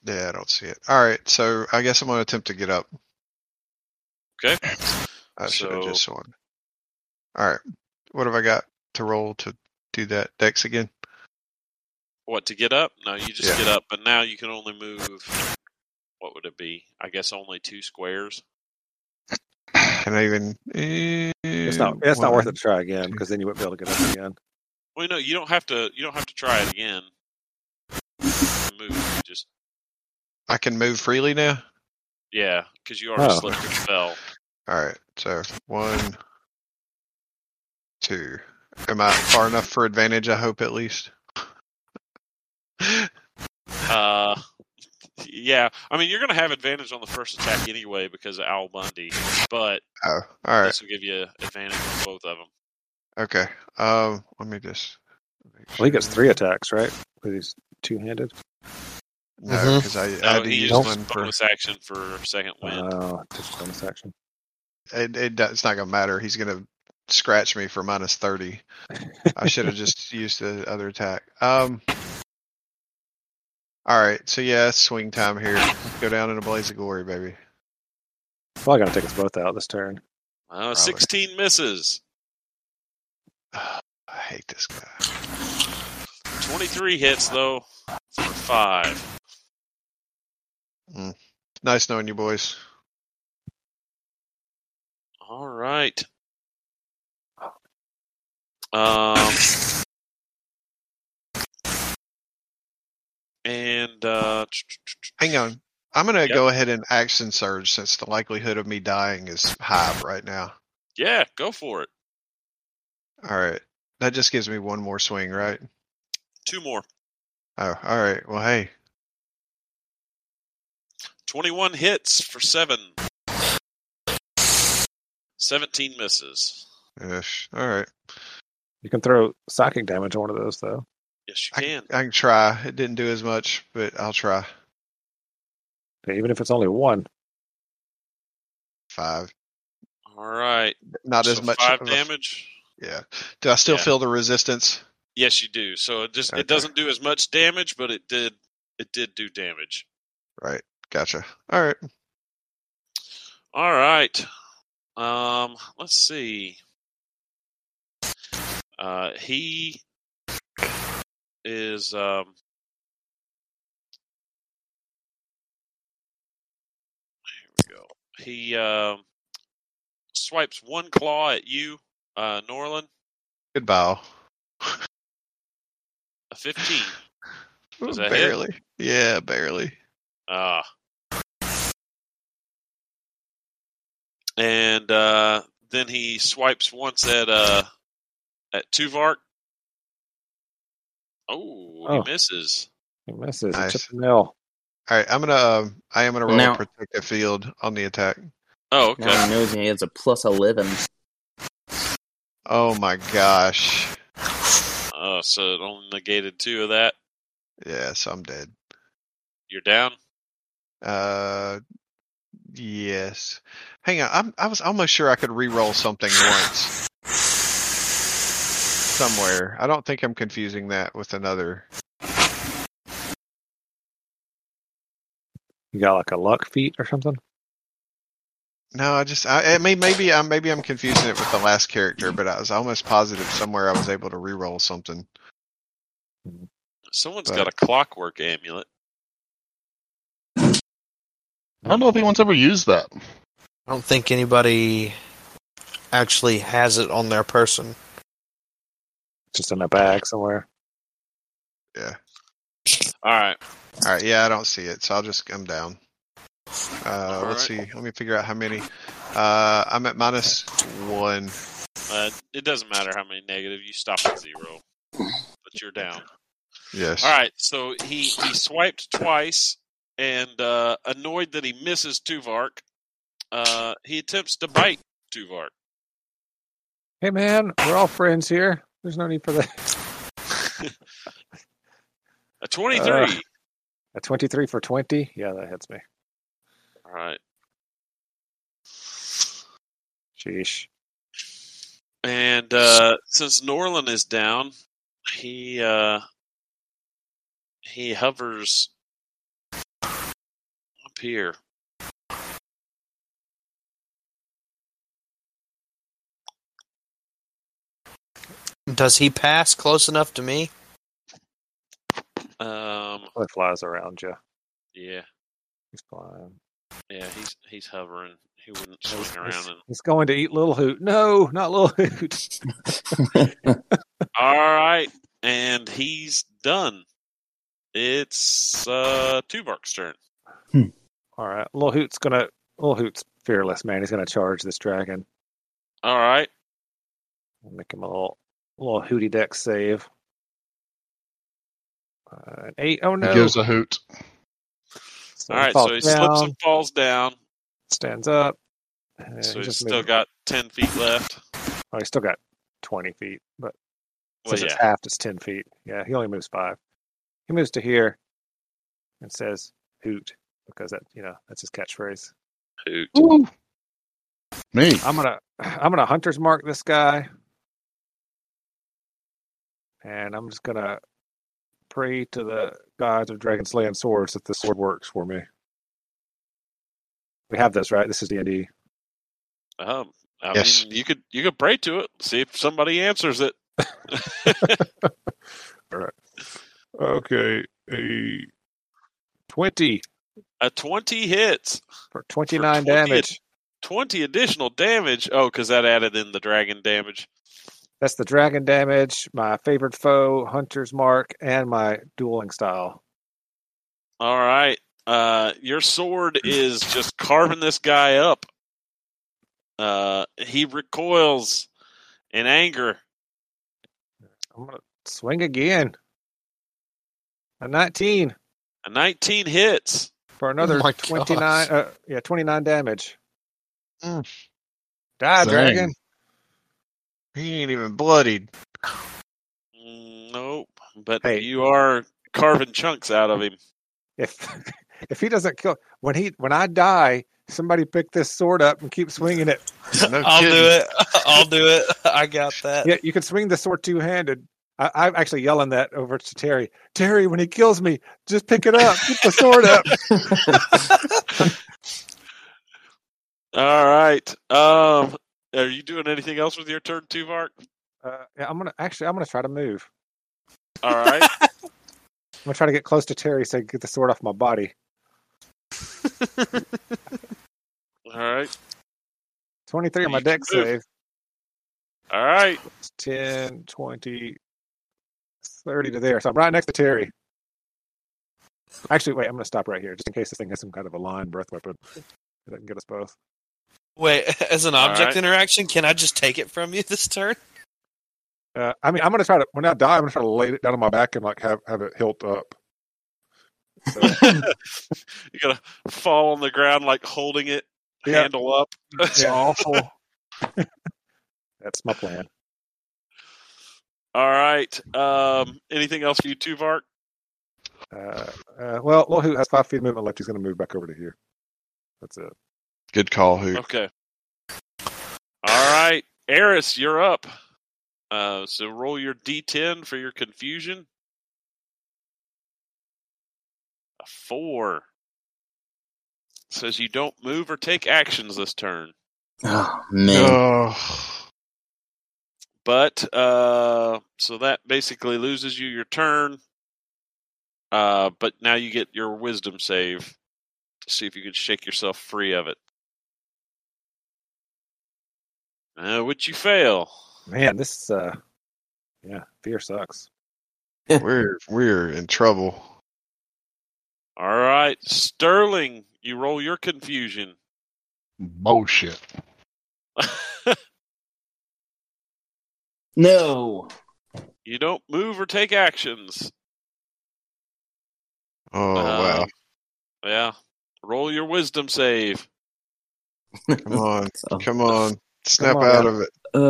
[SPEAKER 7] Yeah, I don't see it. All right, so I guess I'm gonna attempt to get up.
[SPEAKER 3] Okay.
[SPEAKER 7] I should have
[SPEAKER 3] So-
[SPEAKER 7] just one. All right, what have I got to roll to do that dex again?
[SPEAKER 3] What to get up? No, you just
[SPEAKER 7] Yeah.
[SPEAKER 3] get up, but now you can only move. What would it be? I guess only two squares.
[SPEAKER 7] Can I even?
[SPEAKER 1] It's not. It's not worth it to try again because then you wouldn't be able to get up again.
[SPEAKER 3] Well, no, you don't have to. You don't have to try it again. Move. You Just
[SPEAKER 7] I can move freely now.
[SPEAKER 3] yeah, because you already
[SPEAKER 1] Oh.
[SPEAKER 3] slipped and fell.
[SPEAKER 7] All right, so one, two. Am I far enough for advantage? I hope at least.
[SPEAKER 3] Uh, yeah. I mean, you're going to have advantage on the first attack anyway because of Owl Bundy, but
[SPEAKER 7] Oh, all right,
[SPEAKER 3] this will give you advantage on both of them.
[SPEAKER 7] okay. Um, let me just. make
[SPEAKER 1] Well, he gets
[SPEAKER 7] sure.
[SPEAKER 1] three attacks, right? Because he's two-handed.
[SPEAKER 7] No,
[SPEAKER 6] Mhm.
[SPEAKER 7] because I, I
[SPEAKER 3] No,
[SPEAKER 7] had to
[SPEAKER 3] he
[SPEAKER 7] use
[SPEAKER 3] used his
[SPEAKER 7] one for. Uh,
[SPEAKER 3] bonus action for second win. Uh,
[SPEAKER 1] Oh, just bonus action.
[SPEAKER 7] It, it do- it's not gonna matter. He's gonna scratch me for minus thirty. I should have just used the other attack. Um. All right, so yeah, it's swing time here. Go down in a blaze of glory, baby.
[SPEAKER 1] Probably gonna take us both out this turn.
[SPEAKER 3] uh, 16 misses,
[SPEAKER 7] I hate this guy.
[SPEAKER 3] 23 hits though for five.
[SPEAKER 7] Nice knowing you boys.
[SPEAKER 3] All right. Um. And uh,
[SPEAKER 7] Hang on. I'm gonna
[SPEAKER 3] Yep.
[SPEAKER 7] go ahead and action surge since the likelihood of me dying is high right now.
[SPEAKER 3] yeah, go for it.
[SPEAKER 7] All right. That just gives me one more swing, right?
[SPEAKER 3] Two more.
[SPEAKER 7] Oh, all right. Well, hey,
[SPEAKER 3] 21 hits for 7. 17 misses.
[SPEAKER 7] ish. All right.
[SPEAKER 1] You can throw psychic damage on one of those, though.
[SPEAKER 3] Yes, you
[SPEAKER 7] I
[SPEAKER 3] can.
[SPEAKER 7] I can try. It didn't do as much, but I'll try.
[SPEAKER 1] Okay, even if it's only one.
[SPEAKER 7] Five.
[SPEAKER 3] All right.
[SPEAKER 7] Not
[SPEAKER 3] so
[SPEAKER 7] as much.
[SPEAKER 3] 5
[SPEAKER 7] of a-
[SPEAKER 3] damage.
[SPEAKER 7] Yeah. Do I still
[SPEAKER 3] Yeah.
[SPEAKER 7] feel the resistance?
[SPEAKER 3] Yes, you do. So it just
[SPEAKER 7] Okay.
[SPEAKER 3] it doesn't do as much damage, but it did it did do damage.
[SPEAKER 7] Right. Gotcha. All right.
[SPEAKER 3] All right. Um, let's see. Uh, he is um. Here we go. He um swipes one claw at you, uh, Norlin.
[SPEAKER 7] Goodbye.
[SPEAKER 3] A fifteen. Was that hit?
[SPEAKER 7] barely. Yeah, barely.
[SPEAKER 3] Ah. And uh, then he swipes once at uh, at Tuvark. Oh,
[SPEAKER 1] Oh.
[SPEAKER 3] he misses.
[SPEAKER 1] He misses. He
[SPEAKER 7] Nice.
[SPEAKER 1] chipped the nail.
[SPEAKER 7] All right. I'm gonna. Um, I am gonna
[SPEAKER 5] Well,
[SPEAKER 7] roll
[SPEAKER 5] now-
[SPEAKER 7] a protective field on the attack.
[SPEAKER 3] Oh,
[SPEAKER 5] Now
[SPEAKER 3] okay.
[SPEAKER 5] I know he has a plus 11.
[SPEAKER 7] Oh my gosh.
[SPEAKER 3] Oh, so it only negated two of that.
[SPEAKER 7] Yeah. So I'm dead.
[SPEAKER 3] You're down.
[SPEAKER 7] Uh, yes. Hang on. I'm, I was almost sure I could re-roll something once somewhere. I don't think I'm confusing that with another.
[SPEAKER 1] You got like a luck feat or something.
[SPEAKER 7] No, I just I, I mean maybe I maybe I'm confusing it with the last character, but I was almost positive somewhere I was able to re-roll something.
[SPEAKER 3] Someone's
[SPEAKER 7] But-
[SPEAKER 3] got a clockwork amulet.
[SPEAKER 4] I don't know if anyone's ever used that.
[SPEAKER 6] I don't think anybody actually has it on their person.
[SPEAKER 1] Just in a bag somewhere.
[SPEAKER 3] All right.
[SPEAKER 7] All right, yeah, I don't see it, so I'll just I'm down. Uh,
[SPEAKER 3] All
[SPEAKER 7] let's
[SPEAKER 3] right.
[SPEAKER 7] see. Let me figure out how many. Uh, I'm at minus one.
[SPEAKER 3] Uh, it doesn't matter how many negative. You stop at zero, but you're down.
[SPEAKER 7] Yes.
[SPEAKER 3] All right. So he he swiped twice and uh, annoyed that he misses Tuvark. Uh, he attempts to bite Tuvark.
[SPEAKER 1] Hey, man, we're all friends here. There's no need for that.
[SPEAKER 3] 23.
[SPEAKER 1] Ugh. A 23 for 20? Yeah, that hits me.
[SPEAKER 3] All right.
[SPEAKER 1] Sheesh.
[SPEAKER 3] And uh, since Norlin is down, he uh, he hovers up here.
[SPEAKER 6] Does he pass close enough to me?
[SPEAKER 3] Um,
[SPEAKER 1] It flies around you.
[SPEAKER 3] yeah,
[SPEAKER 1] He's flying.
[SPEAKER 3] yeah, he's he's hovering. He wouldn't swing around. And...
[SPEAKER 1] He's going to eat Little Hoot. No, not Little Hoot.
[SPEAKER 3] All right, and he's done. It's uh, Tubark's turn.
[SPEAKER 1] All right. Little Hoot's going to. Little Hoot's fearless, man. He's going to charge this dragon.
[SPEAKER 3] All right,
[SPEAKER 1] We'll make him a little, little Hootie deck save. Uh, an eight. Oh, no.
[SPEAKER 4] He gives a hoot.
[SPEAKER 1] So
[SPEAKER 3] all
[SPEAKER 1] he
[SPEAKER 3] right.
[SPEAKER 1] falls
[SPEAKER 3] So he slips
[SPEAKER 1] down,
[SPEAKER 3] and falls down.
[SPEAKER 1] stands up. and
[SPEAKER 3] So
[SPEAKER 1] he
[SPEAKER 3] he's
[SPEAKER 1] just
[SPEAKER 3] still
[SPEAKER 1] moved-
[SPEAKER 3] got ten feet left.
[SPEAKER 1] Oh, he's still got 20 feet, but
[SPEAKER 3] Well,
[SPEAKER 1] Since
[SPEAKER 3] yeah.
[SPEAKER 1] it's half, it's ten feet. Yeah, he only moves five. He moves to here and says "hoot" because that you know that's his catchphrase.
[SPEAKER 3] Hoot.
[SPEAKER 4] Ooh. Me.
[SPEAKER 1] I'm gonna I'm gonna hunter's mark this guy, and I'm just gonna pray to the gods of dragon slaying swords that the sword works for me. We have this right. This is D and D.
[SPEAKER 3] Um, I
[SPEAKER 4] Yes.
[SPEAKER 3] mean, you could you could pray to it, see if somebody answers it.
[SPEAKER 1] Okay, a twenty
[SPEAKER 3] A twenty hits,
[SPEAKER 1] for twenty nine
[SPEAKER 3] 20
[SPEAKER 1] damage.
[SPEAKER 3] twenty additional damage. Oh, because that added in the dragon damage.
[SPEAKER 1] That's the dragon damage, my favored foe, hunter's mark, and my dueling style.
[SPEAKER 3] All right, uh, your sword is just carving this guy up. Uh, he recoils in anger.
[SPEAKER 1] I'm gonna swing again. A 19
[SPEAKER 3] A nineteen hits.
[SPEAKER 1] for another
[SPEAKER 6] Oh my
[SPEAKER 1] 29.
[SPEAKER 6] gosh.
[SPEAKER 1] Uh, yeah, 29 damage.
[SPEAKER 7] Mm.
[SPEAKER 1] Die,
[SPEAKER 4] Dang.
[SPEAKER 1] dragon.
[SPEAKER 7] He ain't even bloodied.
[SPEAKER 3] Mm, Nope, but
[SPEAKER 1] Hey.
[SPEAKER 3] you are carving chunks out of him.
[SPEAKER 1] If if he doesn't kill when he when I die, somebody pick this sword up and keep swinging it.
[SPEAKER 7] No
[SPEAKER 6] I'll
[SPEAKER 7] kidding.
[SPEAKER 6] do it. I'll do it. I got that.
[SPEAKER 1] Yeah, you can swing the sword two handed. I'm actually yelling that over to Terry. Terry, when he kills me, just pick it up. Pick the sword up.
[SPEAKER 3] All right. Um, are you doing anything else with your turn, Tuvark?
[SPEAKER 1] Uh, yeah, I'm gonna actually. I'm gonna try to move.
[SPEAKER 3] All right.
[SPEAKER 1] I'm gonna try to get close to Terry so I can get the sword off my body.
[SPEAKER 3] All right.
[SPEAKER 1] 23 on
[SPEAKER 3] You
[SPEAKER 1] my
[SPEAKER 3] can
[SPEAKER 1] deck
[SPEAKER 3] move.
[SPEAKER 1] save.
[SPEAKER 3] All right.
[SPEAKER 1] It's 10, 20, 30 to there. So I'm right next to Terry. Actually, wait, I'm gonna stop right here just in case this thing has some kind of a line breath weapon that can get us both.
[SPEAKER 6] Wait, as an
[SPEAKER 3] All
[SPEAKER 6] object
[SPEAKER 3] right.
[SPEAKER 6] interaction, can I just take it from you this turn?
[SPEAKER 1] Uh, I mean, I'm gonna try to when I die, I'm gonna try to lay it down on my back and like have have it hilt up. So,
[SPEAKER 3] you gotta fall on the ground like holding it,
[SPEAKER 1] Yeah.
[SPEAKER 3] handle up.
[SPEAKER 1] it's awful. That's my plan.
[SPEAKER 3] All right. Um, anything else for you, Tuvark?
[SPEAKER 1] Uh, uh, well, well, who has five feet of movement left? He's gonna move back over to here. That's it.
[SPEAKER 4] Good call, hoot.
[SPEAKER 3] Okay. All right, Eris, you're up. Uh, so roll your D10 for your confusion. A four says you don't move or take actions this turn,
[SPEAKER 5] oh man.
[SPEAKER 4] Oh.
[SPEAKER 3] but uh, so that basically loses you your turn. Uh, but now you get your wisdom save to see if you can shake yourself free of it. Uh, which you fail.
[SPEAKER 1] Man, this uh, yeah, fear sucks.
[SPEAKER 7] We're we're in trouble.
[SPEAKER 3] All right, Sterling, you roll your confusion.
[SPEAKER 4] Bullshit.
[SPEAKER 5] No.
[SPEAKER 3] you don't move or take actions.
[SPEAKER 7] Oh
[SPEAKER 3] Um, Yeah. Roll your wisdom save.
[SPEAKER 7] wow! Come on,
[SPEAKER 5] So,
[SPEAKER 7] come on, snap
[SPEAKER 1] on,
[SPEAKER 7] out
[SPEAKER 1] man.
[SPEAKER 7] of it.
[SPEAKER 5] ugh.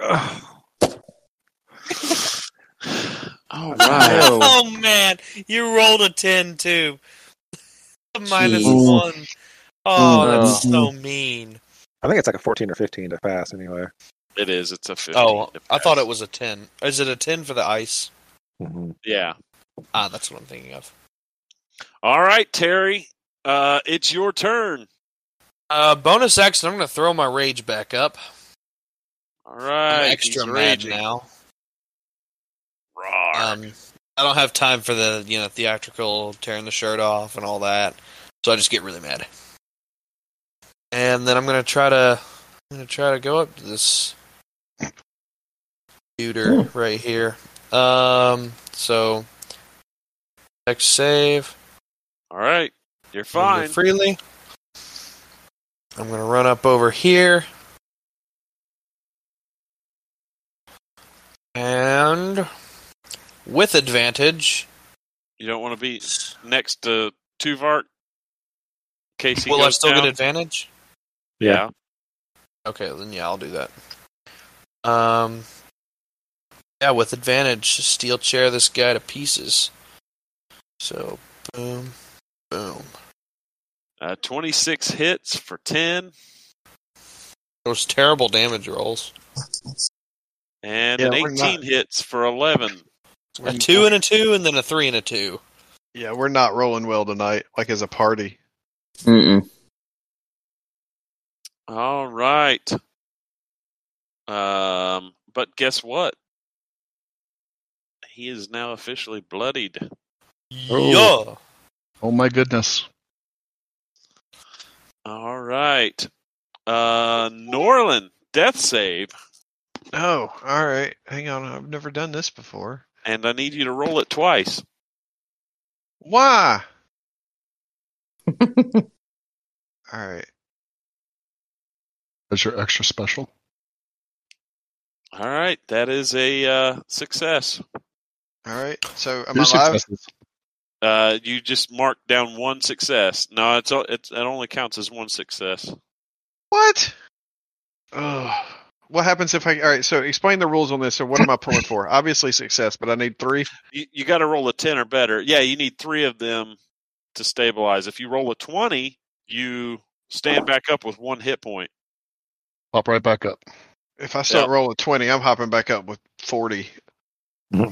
[SPEAKER 3] All
[SPEAKER 1] right.
[SPEAKER 3] right.
[SPEAKER 1] Oh.
[SPEAKER 6] Oh man, you rolled a ten too. Minus
[SPEAKER 5] Jeez.
[SPEAKER 6] one. Oh, that's
[SPEAKER 5] Oh.
[SPEAKER 6] so mean.
[SPEAKER 1] I think it's like a 14 or 15 to pass anyway.
[SPEAKER 3] It is. It's a 15.
[SPEAKER 6] Oh,
[SPEAKER 3] to
[SPEAKER 6] I thought
[SPEAKER 3] pass.
[SPEAKER 6] it was a ten. Is it a ten for the ice?
[SPEAKER 1] Mm-hmm.
[SPEAKER 3] Yeah.
[SPEAKER 6] Ah, that's what I'm thinking of.
[SPEAKER 3] All right, Terry. Uh, it's your turn.
[SPEAKER 6] Uh, bonus action. I'm gonna throw my rage back up.
[SPEAKER 3] All
[SPEAKER 6] I'm Uh,
[SPEAKER 3] right.
[SPEAKER 6] extra
[SPEAKER 3] he's
[SPEAKER 6] mad
[SPEAKER 3] raging.
[SPEAKER 6] now.
[SPEAKER 3] Roar.
[SPEAKER 6] Um, I don't have time for the you know theatrical tearing the shirt off and all that, so I just get really mad. And then I'm gonna try to, I'm gonna try to go up to this shooter right here. Um, so next save
[SPEAKER 3] All right. You're
[SPEAKER 6] Move
[SPEAKER 3] fine.
[SPEAKER 6] freely. I'm gonna run up over here. And with advantage,
[SPEAKER 3] You don't want to be next to Tuvart. Casey
[SPEAKER 6] Will I
[SPEAKER 3] goes
[SPEAKER 6] still
[SPEAKER 3] down.
[SPEAKER 6] get advantage?
[SPEAKER 3] Yeah.
[SPEAKER 6] Okay, then yeah, I'll do that. Um, yeah, with advantage, steel chair this guy to pieces. So boom, boom.
[SPEAKER 3] Uh, 26 hits for 10,
[SPEAKER 6] Those terrible damage rolls.
[SPEAKER 3] and
[SPEAKER 7] Yeah,
[SPEAKER 3] an
[SPEAKER 7] we're
[SPEAKER 3] 18
[SPEAKER 7] not-
[SPEAKER 3] hits for 11.
[SPEAKER 6] A two and a two, and then a three and a two.
[SPEAKER 7] Yeah, we're not rolling well tonight, like as a party.
[SPEAKER 5] Mm-mm.
[SPEAKER 3] All right. Um, but guess what? He is now officially bloodied.
[SPEAKER 6] Yeah.
[SPEAKER 4] Oh my goodness.
[SPEAKER 3] All right. Uh, Norlin, death save,
[SPEAKER 7] Oh, all right. Hang on. I've never done this before.
[SPEAKER 3] and I need you to roll it twice.
[SPEAKER 7] Why? All right.
[SPEAKER 4] That's your extra special.
[SPEAKER 3] All right, that is a uh, success.
[SPEAKER 7] All right. So
[SPEAKER 4] Two
[SPEAKER 7] am I live?
[SPEAKER 4] successes.
[SPEAKER 3] Uh, you just mark down one success. No, it's, o- it's it only counts as one success.
[SPEAKER 7] What? Ugh. What happens if I? All right. So explain the rules on this. So what am I pulling for? Obviously success, but I need three.
[SPEAKER 3] You, you got to roll a ten or better. Yeah, you need three of them to stabilize. If you roll a twenty, you stand back up with one hit point.
[SPEAKER 4] Pop right back up.
[SPEAKER 7] If I start
[SPEAKER 3] Yeah.
[SPEAKER 7] rolling twenty, I'm hopping back up with forty.
[SPEAKER 3] All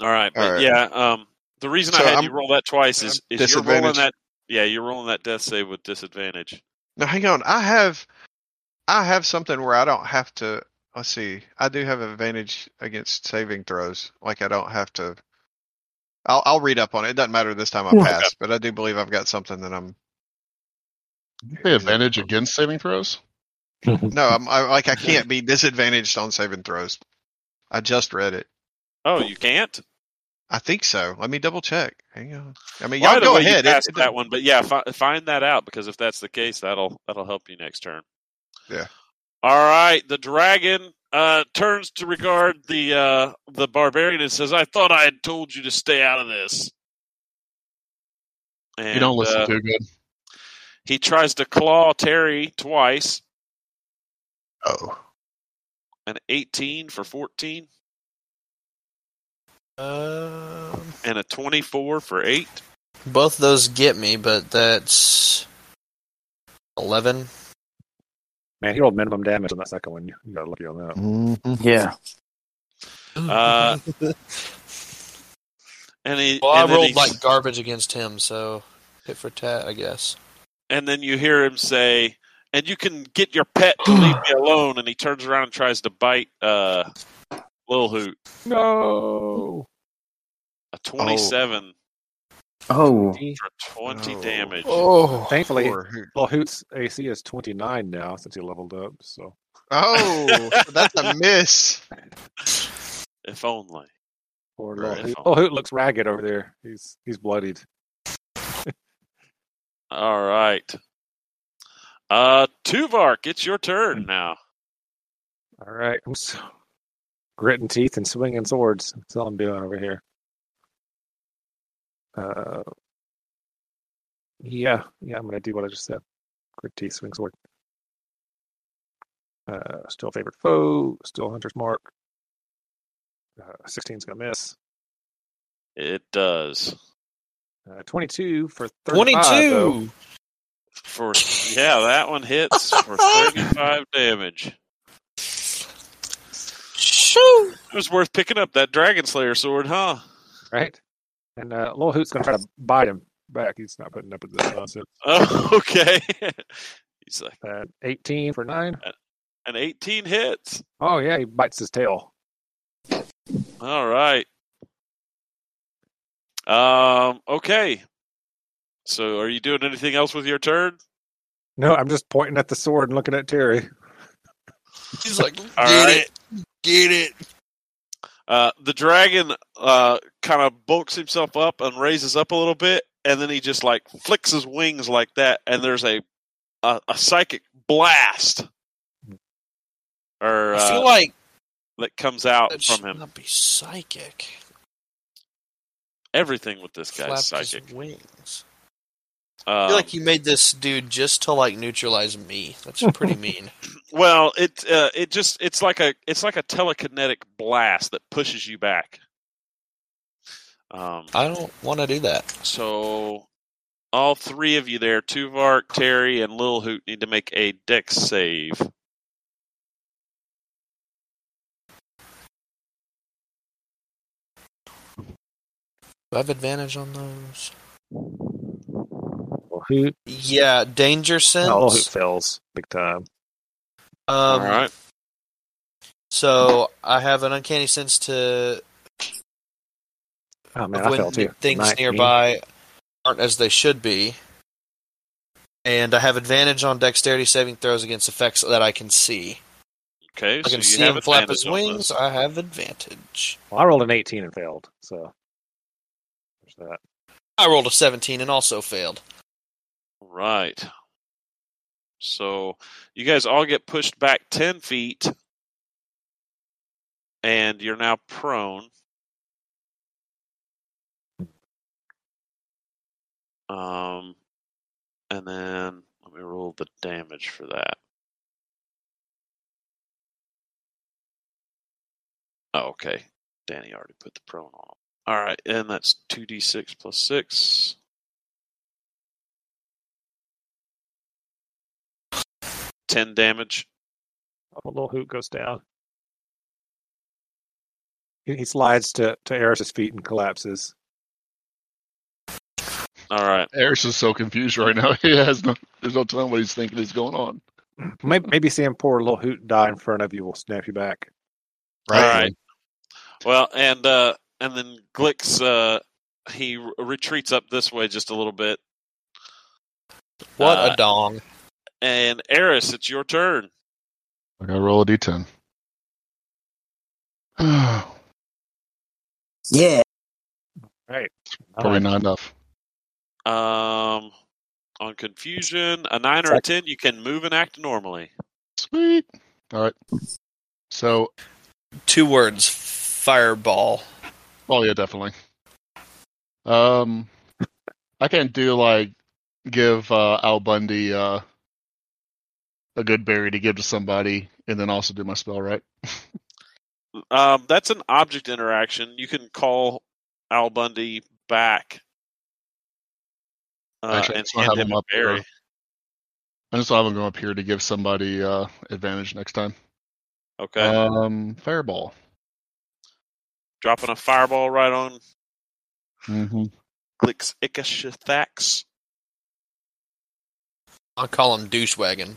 [SPEAKER 3] right, but
[SPEAKER 7] All right.
[SPEAKER 3] yeah, um, the reason
[SPEAKER 7] So
[SPEAKER 3] I had
[SPEAKER 7] I'm-
[SPEAKER 3] you roll that twice is, is you're rolling
[SPEAKER 7] Disadvantage.
[SPEAKER 3] that. Yeah, you're rolling that death save with disadvantage.
[SPEAKER 7] Now hang on. I have, I have something where I don't have to. Let's see. I do have advantage against saving throws. Like I don't have to. I'll I'll read up on it. It doesn't matter this time I
[SPEAKER 3] Okay.
[SPEAKER 7] pass, but I do believe I've got something that I'm.
[SPEAKER 4] The advantage against saving throws.
[SPEAKER 7] No, I'm I, like I can't be disadvantaged on saving throws. I just read it.
[SPEAKER 3] Oh, you can't.
[SPEAKER 7] I think so. Let me double check. Hang on. I mean,
[SPEAKER 3] Well,
[SPEAKER 7] y'all
[SPEAKER 3] either
[SPEAKER 7] go
[SPEAKER 3] way, you
[SPEAKER 7] ahead. It-
[SPEAKER 3] passed
[SPEAKER 7] it-
[SPEAKER 3] that one, but yeah, fi- find that out because if that's the case, that'll that'll help you next turn.
[SPEAKER 7] Yeah.
[SPEAKER 3] All right. The dragon uh, turns to regard the uh, the barbarian and says, "I thought I had told you to stay out of this." And,
[SPEAKER 4] you don't listen
[SPEAKER 3] uh,
[SPEAKER 4] too good.
[SPEAKER 3] He tries to claw Terry twice.
[SPEAKER 7] Oh,
[SPEAKER 3] An 18 for 14
[SPEAKER 6] Um,
[SPEAKER 3] and a 24 for 8.
[SPEAKER 6] both those get me, but that's eleven.
[SPEAKER 1] Man, he rolled minimum damage on that second one. You got lucky on that.
[SPEAKER 5] Yeah.
[SPEAKER 3] Uh, And he,
[SPEAKER 6] well, I
[SPEAKER 3] and then
[SPEAKER 6] rolled
[SPEAKER 3] he-
[SPEAKER 6] like garbage against him, so hit for tat, I guess.
[SPEAKER 3] and then you hear him say, "And you can get your pet to leave me alone." And he turns around and tries to bite uh, Lil Hoot.
[SPEAKER 1] No.
[SPEAKER 3] A twenty-seven
[SPEAKER 5] Oh.
[SPEAKER 3] for twenty
[SPEAKER 7] Oh.
[SPEAKER 3] damage.
[SPEAKER 6] Oh,
[SPEAKER 1] Thankfully,
[SPEAKER 7] poor Hoot.
[SPEAKER 1] well, Hoot's AC is 29 now since he leveled up. So
[SPEAKER 7] oh, that's a miss.
[SPEAKER 3] If only.
[SPEAKER 1] poor little
[SPEAKER 3] Right.
[SPEAKER 1] Hoot. Oh, Hoot looks ragged over there. He's he's bloodied.
[SPEAKER 3] All right. Uh, Tuvark, it's your turn now.
[SPEAKER 1] All right. I'm so gritting teeth and swinging swords. That's all I'm doing over here. Uh, yeah, yeah, I'm gonna do what I just said. Grit teeth, swing sword. Uh, still favorite foe, still hunter's mark. Uh, 16's going to miss.
[SPEAKER 3] It does.
[SPEAKER 1] Uh, 22 for 35. though.
[SPEAKER 6] 22!
[SPEAKER 3] For yeah, that one hits for thirty-five damage.
[SPEAKER 6] Shoo!
[SPEAKER 3] It was worth picking up that Dragon Slayer sword, huh?
[SPEAKER 1] right? And uh, Lil Hoot's going to try to bite him back. He's not putting up with this nonsense.
[SPEAKER 3] Oh, okay. He's like
[SPEAKER 1] Uh, 18 for 9.
[SPEAKER 3] an eighteen hits.
[SPEAKER 1] Oh, yeah, he bites his tail.
[SPEAKER 3] All right. Um. Okay. So, are you doing anything else with your turn?
[SPEAKER 1] No, I'm just pointing at the sword and looking at Terry.
[SPEAKER 6] He's like, get
[SPEAKER 3] All right.
[SPEAKER 6] it, get it.
[SPEAKER 3] Uh, the dragon uh, kind of bulks himself up and raises up a little bit, and then he just like flicks his wings like that, and there's a a, a psychic blast, or
[SPEAKER 6] I
[SPEAKER 3] uh,
[SPEAKER 6] feel like
[SPEAKER 3] that comes out
[SPEAKER 6] that
[SPEAKER 3] from
[SPEAKER 6] should
[SPEAKER 3] him.
[SPEAKER 6] not be psychic.
[SPEAKER 3] Everything with this guy is
[SPEAKER 6] Flapped
[SPEAKER 3] psychic.
[SPEAKER 6] His wings. I
[SPEAKER 3] Um,
[SPEAKER 6] feel like you made this dude just to like neutralize me. That's pretty mean.
[SPEAKER 3] well, it uh, it just it's like a it's like a telekinetic blast that pushes you back. Um,
[SPEAKER 6] I don't want to do that.
[SPEAKER 3] So all three of you there, Tuvark, Terry, and Lil Hoot need to make a dex save.
[SPEAKER 6] Um, Do I have advantage on those?
[SPEAKER 1] Lil Hoot,
[SPEAKER 6] Yeah, danger
[SPEAKER 1] no, Lil Hoot
[SPEAKER 6] sense.
[SPEAKER 1] oh, fails big time.
[SPEAKER 6] um,
[SPEAKER 3] all right.
[SPEAKER 6] So I have an uncanny sense to
[SPEAKER 1] Oh, man,
[SPEAKER 6] of
[SPEAKER 1] I fell
[SPEAKER 6] when
[SPEAKER 1] too.
[SPEAKER 6] things
[SPEAKER 1] 19.
[SPEAKER 6] nearby aren't as they should be. And I have advantage on dexterity saving throws against effects that I can see.
[SPEAKER 3] Okay,
[SPEAKER 6] I
[SPEAKER 3] so
[SPEAKER 6] can
[SPEAKER 3] you
[SPEAKER 6] see
[SPEAKER 3] have
[SPEAKER 6] him flap his
[SPEAKER 3] advantage on
[SPEAKER 6] wings. I have advantage.
[SPEAKER 1] Well, I rolled an 18 and failed, so. There's that.
[SPEAKER 6] I rolled a 17 and also failed.
[SPEAKER 3] this. Right. So you guys all get pushed back ten feet, and you're now prone. Um, and then let me roll the damage for that. Oh, okay. Danny already put the prone on. All right, and that's 2d6 plus 6. Ten damage.
[SPEAKER 1] Oh, Lil Hoot goes down. He, he slides to, to Eris's feet and collapses.
[SPEAKER 3] All right.
[SPEAKER 4] Eris is so confused right now. He has no, there's no telling what he's thinking is going on.
[SPEAKER 1] Maybe, maybe seeing poor Lil Hoot die in front of you will snap you back.
[SPEAKER 3] All right. Well, and uh, and then Glix, uh, he r- retreats up this way just a little bit.
[SPEAKER 6] What
[SPEAKER 3] Uh,
[SPEAKER 6] a dong.
[SPEAKER 3] And Eris, it's your turn.
[SPEAKER 4] I gotta roll a d10. Probably
[SPEAKER 8] Yeah.
[SPEAKER 4] not enough.
[SPEAKER 3] Um, on confusion, a nine or a ten, you can move and act normally.
[SPEAKER 4] Sweet. All right. So,
[SPEAKER 6] Two words fireball.
[SPEAKER 4] oh yeah, definitely. Um, I can do like give uh, Al Bundy uh, a good berry to give to somebody, and then also do my spell right.
[SPEAKER 3] Um, that's an object interaction. You can call Al Bundy back uh,
[SPEAKER 4] Actually, I
[SPEAKER 3] and
[SPEAKER 4] just wanna
[SPEAKER 3] hand
[SPEAKER 4] have
[SPEAKER 3] him
[SPEAKER 4] him
[SPEAKER 3] a
[SPEAKER 4] up
[SPEAKER 3] berry.
[SPEAKER 4] here. I just want to go up here to give somebody uh, advantage next time.
[SPEAKER 3] Okay,
[SPEAKER 4] Um, fireball.
[SPEAKER 3] dropping a fireball right on
[SPEAKER 4] Mm-hmm.
[SPEAKER 3] Glix Ikashathax.
[SPEAKER 6] I'll call him douche wagon.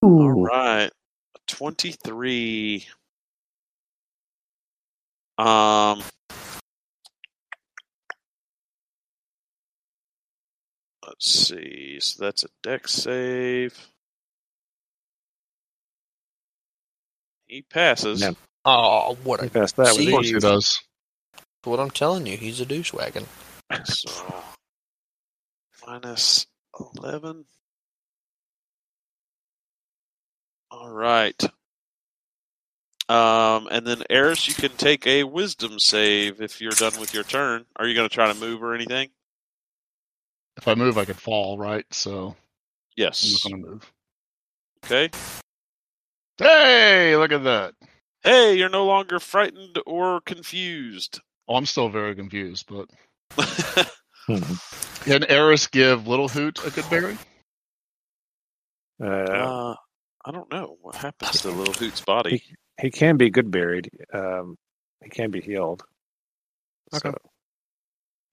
[SPEAKER 3] All
[SPEAKER 8] Ooh.
[SPEAKER 3] right, twenty-three. Um, let's see. So that's a deck save. He passes.
[SPEAKER 1] No.
[SPEAKER 6] Oh, what
[SPEAKER 1] He
[SPEAKER 6] a
[SPEAKER 1] passed that
[SPEAKER 6] See?
[SPEAKER 4] Of course
[SPEAKER 1] with
[SPEAKER 4] he
[SPEAKER 1] ease.
[SPEAKER 4] does.
[SPEAKER 6] what I'm telling you, he's a douche wagon.
[SPEAKER 3] So minus eleven. All right. Um, and then Eris, you can take a wisdom save if you're done with your turn. Are you going to try to move or anything?
[SPEAKER 4] If I move, I could fall, right? So I'm
[SPEAKER 3] Yes.
[SPEAKER 4] just gonna move.
[SPEAKER 3] Okay.
[SPEAKER 4] Hey, look at that.
[SPEAKER 3] Hey, you're no longer frightened or confused.
[SPEAKER 4] Oh, I'm still very confused, but can Eris give Little Hoot a good berry?
[SPEAKER 1] Uh,
[SPEAKER 3] Uh, I don't know what happens to little Hoot's body.
[SPEAKER 1] he can be good buried. Um, he can be healed.
[SPEAKER 4] Okay.
[SPEAKER 1] So,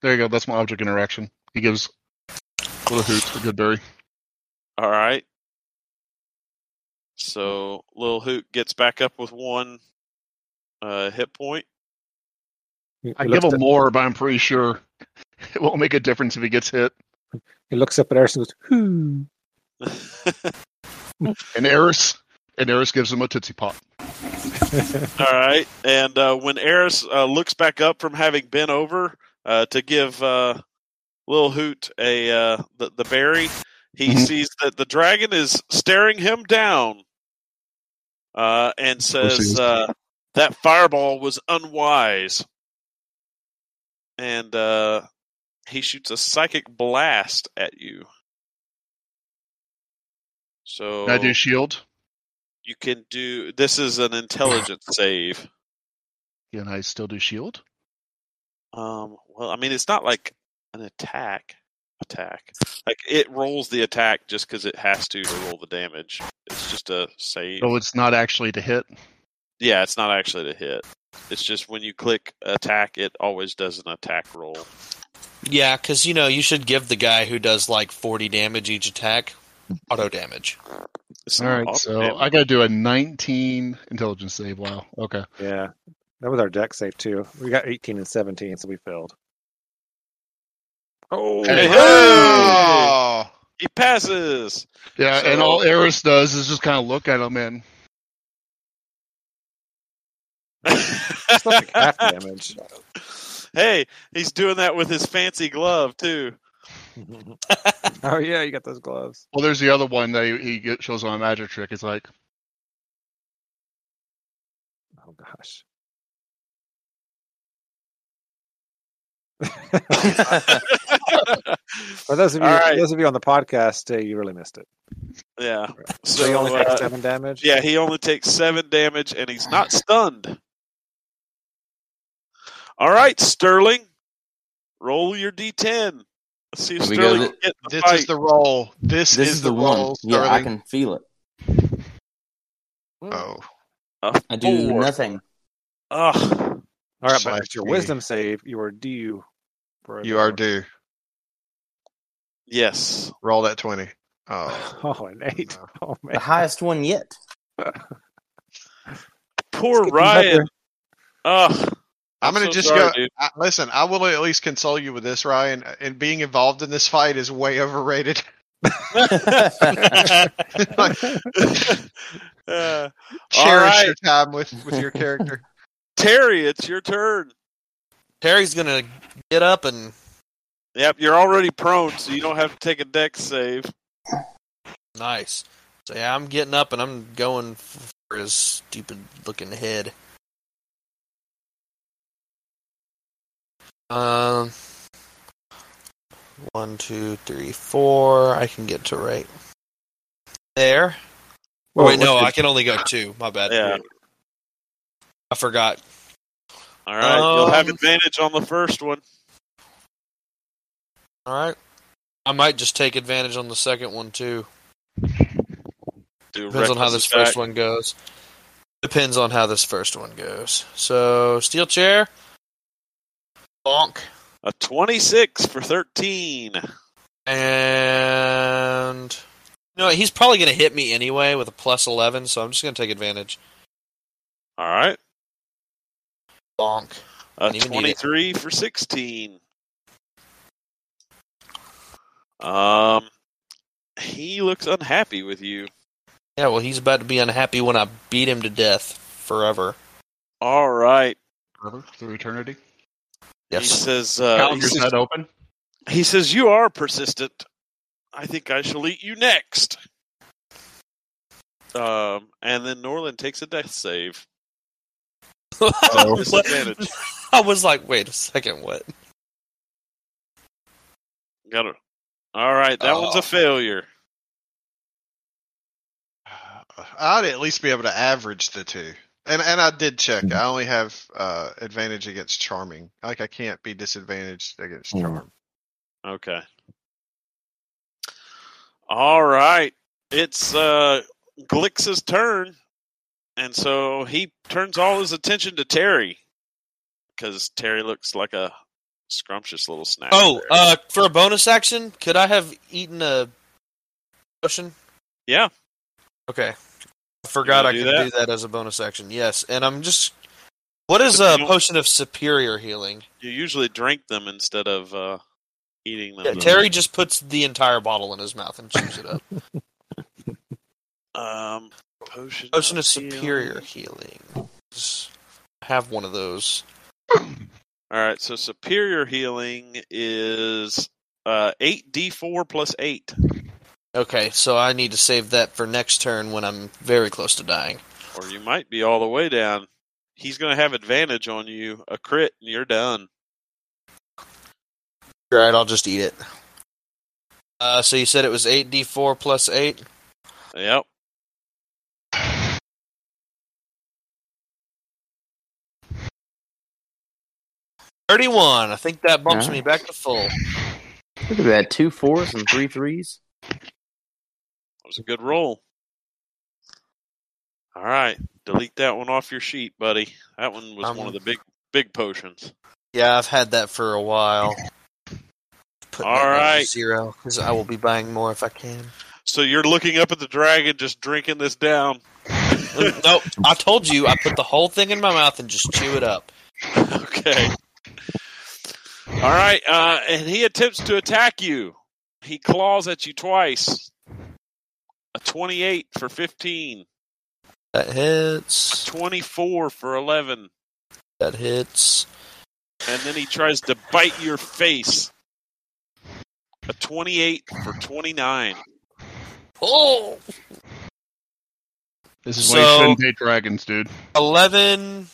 [SPEAKER 4] There you go. That's my object interaction. He gives Little Hoot a good berry.
[SPEAKER 3] All right. So little Hoot gets back up with one uh, hit point.
[SPEAKER 1] he, he
[SPEAKER 4] I
[SPEAKER 1] looks
[SPEAKER 4] give him
[SPEAKER 1] at-
[SPEAKER 4] more, but I'm pretty sure it won't make a difference if he gets hit.
[SPEAKER 1] He looks up at Eris and goes, "Whoo!"
[SPEAKER 4] And Eris, and Eris gives him a tootsie pop.
[SPEAKER 3] All right. And uh, when Eris uh, looks back up from having been over uh, to give uh, Lil Hoot a uh, the, the berry, he
[SPEAKER 4] Mhm.
[SPEAKER 3] sees that the dragon is staring him down uh, and
[SPEAKER 4] course he
[SPEAKER 3] says
[SPEAKER 4] is.
[SPEAKER 3] uh, that fireball was unwise. And uh, he shoots a psychic blast at you. So
[SPEAKER 4] Can I do shield?
[SPEAKER 3] you can do this is an intelligence save.
[SPEAKER 4] Can I still do shield?
[SPEAKER 3] Um, well, I mean, it's not like an attack. Attack. Like it rolls the attack just because it has to to roll the damage. It's just a save.
[SPEAKER 4] So Oh, it's not actually to hit.
[SPEAKER 3] Yeah, it's not actually to hit. It's just when you click attack, it always does an attack roll.
[SPEAKER 6] Yeah, because you know you should give the guy who does like forty damage each attack auto damage.
[SPEAKER 3] It's
[SPEAKER 4] All
[SPEAKER 3] not
[SPEAKER 4] right,
[SPEAKER 3] auto
[SPEAKER 4] so
[SPEAKER 3] damage.
[SPEAKER 4] I got to do a 19 intelligence save. Wow. Okay.
[SPEAKER 1] Yeah, that was our deck save too. We got 18 and 17, so we failed. Oh,
[SPEAKER 4] Hey,
[SPEAKER 7] Oh!
[SPEAKER 3] he passes.
[SPEAKER 4] Yeah, and
[SPEAKER 3] So-
[SPEAKER 4] all Eris does is just kind of look at him and
[SPEAKER 1] it's like half damage.
[SPEAKER 3] hey, he's doing that with his fancy glove too.
[SPEAKER 1] oh yeah, you got those gloves.
[SPEAKER 4] well, there's the other one that he, he get- shows on a magic trick. It's like
[SPEAKER 1] Oh gosh. For those of you,
[SPEAKER 3] All right.
[SPEAKER 1] those of you on the podcast, uh, you really missed it.
[SPEAKER 3] Yeah.
[SPEAKER 1] So, you only
[SPEAKER 3] So,
[SPEAKER 1] take
[SPEAKER 3] uh,
[SPEAKER 1] seven damage.
[SPEAKER 3] Yeah, he only takes seven damage and he's not stunned. All right, Sterling, roll your d10. Let's see if
[SPEAKER 5] Here we go.
[SPEAKER 3] Sterling
[SPEAKER 5] Th-
[SPEAKER 3] can get the
[SPEAKER 7] This
[SPEAKER 3] fight.
[SPEAKER 7] is the roll. This,
[SPEAKER 5] This is the
[SPEAKER 7] roll.
[SPEAKER 5] one. Yeah, I
[SPEAKER 7] Sterling.
[SPEAKER 5] can feel it.
[SPEAKER 7] Oh,
[SPEAKER 5] I do
[SPEAKER 3] Four.
[SPEAKER 5] nothing.
[SPEAKER 3] Ugh.
[SPEAKER 1] All right, but
[SPEAKER 7] slash
[SPEAKER 1] with your
[SPEAKER 7] me.
[SPEAKER 1] wisdom save, you are due. For
[SPEAKER 7] you
[SPEAKER 1] the-
[SPEAKER 7] are due.
[SPEAKER 3] Yes.
[SPEAKER 7] Roll that 20. Oh.
[SPEAKER 1] Oh, an eight.
[SPEAKER 7] No.
[SPEAKER 1] Oh
[SPEAKER 5] The
[SPEAKER 1] man,
[SPEAKER 5] highest one yet.
[SPEAKER 3] Poor
[SPEAKER 1] It's getting
[SPEAKER 3] Ryan.
[SPEAKER 1] better.
[SPEAKER 3] Ugh.
[SPEAKER 7] I'm gonna
[SPEAKER 3] so
[SPEAKER 7] just
[SPEAKER 3] sorry,
[SPEAKER 7] go.
[SPEAKER 3] dude.
[SPEAKER 7] I, listen, I will at least console you with this, Ryan. And being involved in this fight is way overrated. like,
[SPEAKER 3] Uh, all
[SPEAKER 7] cherish
[SPEAKER 3] right,
[SPEAKER 7] your time with with your character.
[SPEAKER 3] Terry, it's your turn.
[SPEAKER 6] Terry's gonna get up and
[SPEAKER 3] Yep, you're already prone, so you don't have to take a deck save.
[SPEAKER 6] nice. So yeah, I'm getting up and I'm going for his stupid looking head. Um, one, two, three, four. I can get to right there.
[SPEAKER 1] Whoa,
[SPEAKER 6] Wait, no,
[SPEAKER 1] what's
[SPEAKER 6] I can only go two. My bad.
[SPEAKER 3] Yeah.
[SPEAKER 6] I forgot.
[SPEAKER 3] All right, you'll have
[SPEAKER 6] Um,
[SPEAKER 3] advantage on the first one.
[SPEAKER 6] All right. I might just take advantage on the second one too.
[SPEAKER 3] Do
[SPEAKER 6] Depends on how
[SPEAKER 3] reckless
[SPEAKER 6] this
[SPEAKER 3] attack.
[SPEAKER 6] first one goes. Depends on how this first one goes. So steel chair, bonk,
[SPEAKER 3] A 26 for 13.
[SPEAKER 6] and you know he's probably going to hit me anyway with a plus eleven. So I'm just going to take advantage.
[SPEAKER 3] All right.
[SPEAKER 6] Bonk.
[SPEAKER 3] A
[SPEAKER 6] Didn't even need it.
[SPEAKER 3] 23 for 16. Um, he looks unhappy with you.
[SPEAKER 6] Yeah, well, he's about to be unhappy when I beat him to death forever.
[SPEAKER 3] All right.
[SPEAKER 4] forever through eternity.
[SPEAKER 3] He
[SPEAKER 6] Yes.
[SPEAKER 3] says, uh, he,
[SPEAKER 4] Calendar's
[SPEAKER 3] says
[SPEAKER 4] not open.
[SPEAKER 3] he says, You are persistent. I think I shall eat you next. Um, and then Norland takes a death save. Disadvantage.
[SPEAKER 6] I was like, wait a second, what?
[SPEAKER 3] Got it. All right. That
[SPEAKER 6] Oh.
[SPEAKER 3] one's a failure.
[SPEAKER 7] I'd at least be able to average the two. And and I did check.
[SPEAKER 5] Hmm.
[SPEAKER 7] I only have uh advantage against charming. Like I can't be disadvantaged against
[SPEAKER 5] Hmm.
[SPEAKER 8] Yeah.
[SPEAKER 7] charm.
[SPEAKER 3] Okay. All right. It's uh Glix's turn. And so he turns all his attention to Terry. Because Terry looks like a scrumptious little snack.
[SPEAKER 6] Oh,
[SPEAKER 3] there.
[SPEAKER 6] uh, for a bonus action, could I have eaten a potion?
[SPEAKER 3] Yeah.
[SPEAKER 6] Okay. I forgot I
[SPEAKER 3] do
[SPEAKER 6] could
[SPEAKER 3] that?
[SPEAKER 6] do that as a bonus action. Yes, and I'm just. What is a
[SPEAKER 3] Supreme-
[SPEAKER 6] potion of superior healing?
[SPEAKER 3] You usually drink them instead of uh eating them.
[SPEAKER 6] Yeah, Terry just puts the entire bottle in his mouth and chews it up.
[SPEAKER 3] um potion,
[SPEAKER 6] Potion of
[SPEAKER 3] healing.
[SPEAKER 6] superior healing. I have one of those.
[SPEAKER 3] All right, so superior healing is uh 8d4 plus 8.
[SPEAKER 6] Okay, so I need to save that for next turn when I'm very close to dying.
[SPEAKER 3] or you might be all the way down. He's going to have advantage on you, a crit, and you're done.
[SPEAKER 6] All right, I'll just eat it. Uh, so you said it was 8d4 plus 8?
[SPEAKER 3] Yep.
[SPEAKER 6] Thirty-one. I think that bumps me back to full.
[SPEAKER 5] Look at that. Two fours and three threes.
[SPEAKER 3] That was a good roll. All right, delete that one off your sheet, buddy. That one was
[SPEAKER 6] Um,
[SPEAKER 3] one of the big big potions.
[SPEAKER 6] Yeah, I've had that for a while. Put
[SPEAKER 3] All
[SPEAKER 6] that down to
[SPEAKER 3] right.
[SPEAKER 6] zero because I will be buying more if I can.
[SPEAKER 3] So you're looking up at the dragon, just drinking this down.
[SPEAKER 6] no, I told you I put the whole thing in my mouth and just chew it up.
[SPEAKER 3] okay. All right, uh, and he attempts to attack you. He claws at you twice. A 28 for 15,
[SPEAKER 6] That hits.
[SPEAKER 3] 24 for 11,
[SPEAKER 6] That hits.
[SPEAKER 3] and then he tries to bite your face. A 28 for 29.
[SPEAKER 6] Oh,
[SPEAKER 4] This is why you
[SPEAKER 6] So-
[SPEAKER 4] shouldn't date dragons, dude.
[SPEAKER 6] 11,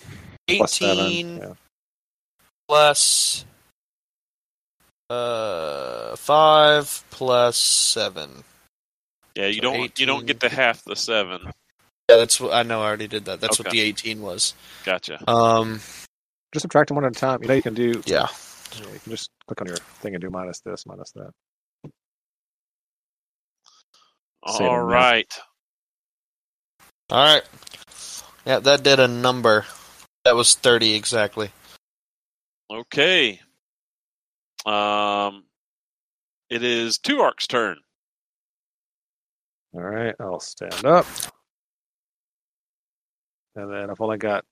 [SPEAKER 1] Plus seven,
[SPEAKER 6] 18
[SPEAKER 1] yeah.
[SPEAKER 6] plus, uh, 5 plus 7.
[SPEAKER 3] Yeah, you
[SPEAKER 6] So
[SPEAKER 3] don't you don't
[SPEAKER 6] 18.
[SPEAKER 3] get to half the seven.
[SPEAKER 6] Yeah, that's what I know. I already did that. That's what
[SPEAKER 3] Okay.
[SPEAKER 6] the 18 was.
[SPEAKER 3] Gotcha.
[SPEAKER 6] Um,
[SPEAKER 1] Just subtract them one at a time. You know you can do.
[SPEAKER 6] yeah.
[SPEAKER 1] You, know, you can just click on your thing and do minus this, minus that. Save
[SPEAKER 3] All
[SPEAKER 1] them, yeah.
[SPEAKER 3] right.
[SPEAKER 6] All right. Yeah, that did a number. That was 30 exactly.
[SPEAKER 3] Okay. Um, it is two arcs turn.
[SPEAKER 1] All right, I'll stand up. And then I've only got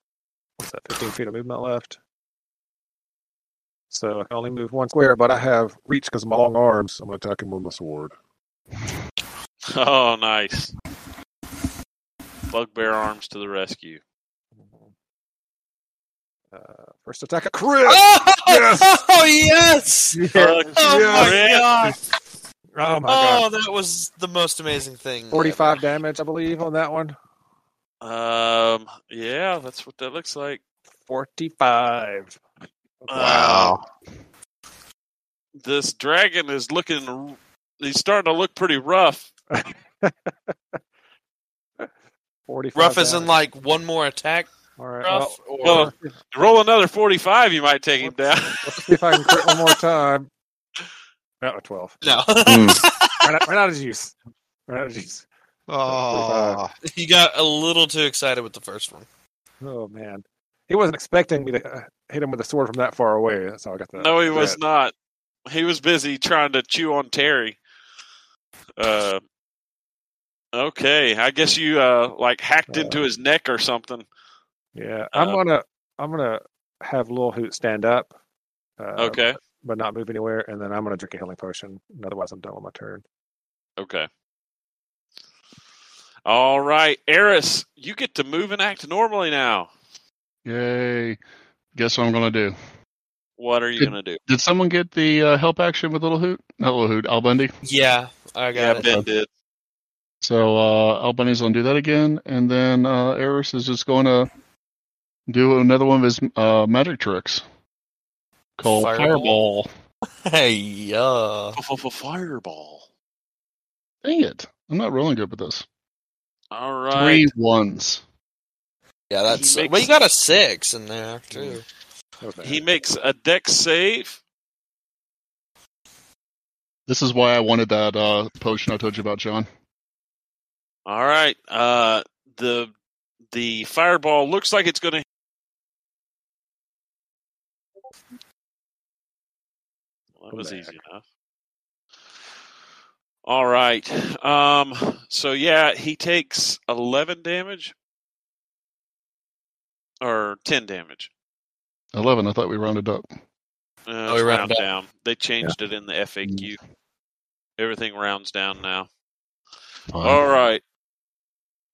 [SPEAKER 1] what's that, 15 feet of movement left. So I can only move one square, but I have reach because of my long arms. I'm going to attack him with my sword.
[SPEAKER 3] Oh, nice. Bugbear arms to the rescue.
[SPEAKER 1] Uh, first attack, a crit!
[SPEAKER 6] Oh
[SPEAKER 1] Yes!
[SPEAKER 6] oh, yes!
[SPEAKER 3] Uh,
[SPEAKER 6] Oh my
[SPEAKER 3] Crit.
[SPEAKER 6] god!
[SPEAKER 1] Oh, my God.
[SPEAKER 6] Oh, that was the most amazing thing. ever.
[SPEAKER 1] 45 damage, I believe, on that one.
[SPEAKER 3] Um, yeah, that's what that looks like.
[SPEAKER 1] 45.
[SPEAKER 3] Wow. Um, this dragon is looking. r- He's starting to look pretty rough.
[SPEAKER 1] 45
[SPEAKER 6] Rough as in
[SPEAKER 1] damage.
[SPEAKER 6] like one more attack.
[SPEAKER 1] All right, well,
[SPEAKER 6] Rough. or...
[SPEAKER 3] Well, roll another forty-five. You might take him down.
[SPEAKER 1] let's see if I can crit one more time. Not a 12.
[SPEAKER 6] no,
[SPEAKER 5] Hmm.
[SPEAKER 1] Ran out, ran out of juice. Ran out of juice.
[SPEAKER 7] Oh,
[SPEAKER 6] you got a little too excited with the first one.
[SPEAKER 1] Oh man, he wasn't expecting me to uh, hit him with a sword from that far away. That's how I got that.
[SPEAKER 3] No, he was
[SPEAKER 1] that.
[SPEAKER 3] not. He was busy trying to chew on Terry. Uh, okay, I guess you uh like hacked
[SPEAKER 1] Uh,
[SPEAKER 3] into his neck or something.
[SPEAKER 1] Yeah, I'm
[SPEAKER 3] Uh,
[SPEAKER 1] gonna I'm gonna have Lil Hoot stand up. Uh,
[SPEAKER 3] Okay,
[SPEAKER 1] but not move anywhere, and then I'm gonna drink a healing potion. and Otherwise, I'm done with my turn.
[SPEAKER 3] okay. All right, Eris, you get to move and act normally now.
[SPEAKER 4] Yay. Guess what I'm gonna do?
[SPEAKER 3] What are you
[SPEAKER 4] Good.
[SPEAKER 3] gonna do?
[SPEAKER 4] Did someone get the uh, help action with Little Hoot? Not Little Hoot, Al Bundy.
[SPEAKER 6] Yeah, I
[SPEAKER 3] Yeah,
[SPEAKER 6] got it.
[SPEAKER 3] Ben did.
[SPEAKER 4] So uh, Al Bundy's gonna do that again, and then uh, Eris is just gonna do another one of his uh, magic tricks called
[SPEAKER 6] Fireball.
[SPEAKER 4] Fireball.
[SPEAKER 6] Hey, yeah.
[SPEAKER 3] Fireball.
[SPEAKER 4] Dang it! I'm not rolling good with this.
[SPEAKER 3] All right.
[SPEAKER 4] Three ones.
[SPEAKER 6] Yeah, that's
[SPEAKER 3] He makes-
[SPEAKER 6] well. You got a six in there too.
[SPEAKER 1] That was bad.
[SPEAKER 3] He makes a deck save.
[SPEAKER 4] This is why I wanted that uh, potion I told you about, John.
[SPEAKER 3] All right. Uh, the the fireball looks like it's going to. Well, that was
[SPEAKER 1] Back.
[SPEAKER 3] easy enough. All right. Um, so yeah, he takes eleven damage or ten damage.
[SPEAKER 4] Eleven. I thought we rounded up.
[SPEAKER 3] Uh,
[SPEAKER 6] we
[SPEAKER 3] it's
[SPEAKER 6] round
[SPEAKER 3] round
[SPEAKER 6] down.
[SPEAKER 3] down. They changed it in the FAQ. Everything rounds down now. All right.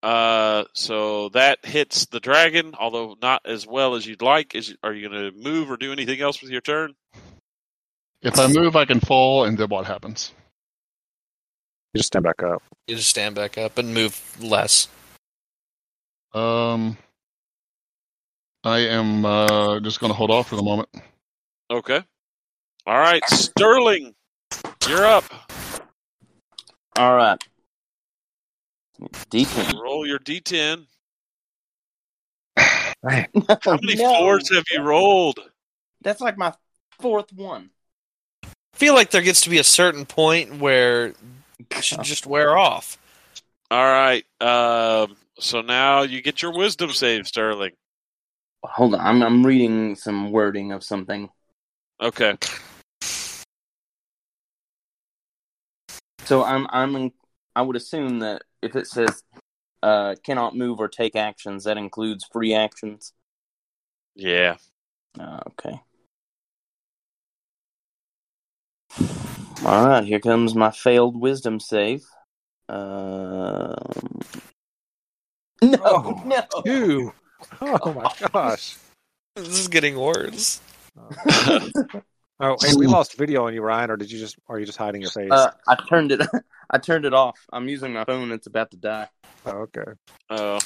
[SPEAKER 3] Uh, so that hits the dragon, although not as well as you'd like. Is are you going to move or do anything else with your turn?
[SPEAKER 4] If I move, I can fall, and then what happens?
[SPEAKER 1] You just stand back up.
[SPEAKER 6] You just stand back up and move less.
[SPEAKER 4] Um, I am uh, just going to hold off for the moment.
[SPEAKER 3] Okay. All right, Sterling, you're up.
[SPEAKER 5] All right. D10.
[SPEAKER 3] Roll your d10.
[SPEAKER 5] How
[SPEAKER 3] How many fours have you rolled?
[SPEAKER 5] That's like my fourth one.
[SPEAKER 6] I feel like there gets to be a certain point where it
[SPEAKER 1] Uh.
[SPEAKER 6] should just wear off.
[SPEAKER 3] All right. Um. So now you get your wisdom save, Sterling.
[SPEAKER 5] Hold on, I'm I'm reading some wording of something.
[SPEAKER 3] Okay.
[SPEAKER 5] So I'm I'm in, I would assume that if it says uh, cannot move or take actions, that includes free actions.
[SPEAKER 3] Yeah.
[SPEAKER 5] Uh, okay. All right, here comes my failed wisdom save. Um no,
[SPEAKER 1] Oh,
[SPEAKER 5] no.
[SPEAKER 1] Ew. Oh my gosh.
[SPEAKER 6] This is getting worse.
[SPEAKER 1] Oh, hey, we lost video on you, Ryan, or did you just are you just hiding your face?
[SPEAKER 5] Uh, I turned it. I turned it off. I'm using my phone. It's about to die.
[SPEAKER 1] oh, okay.
[SPEAKER 3] Oh.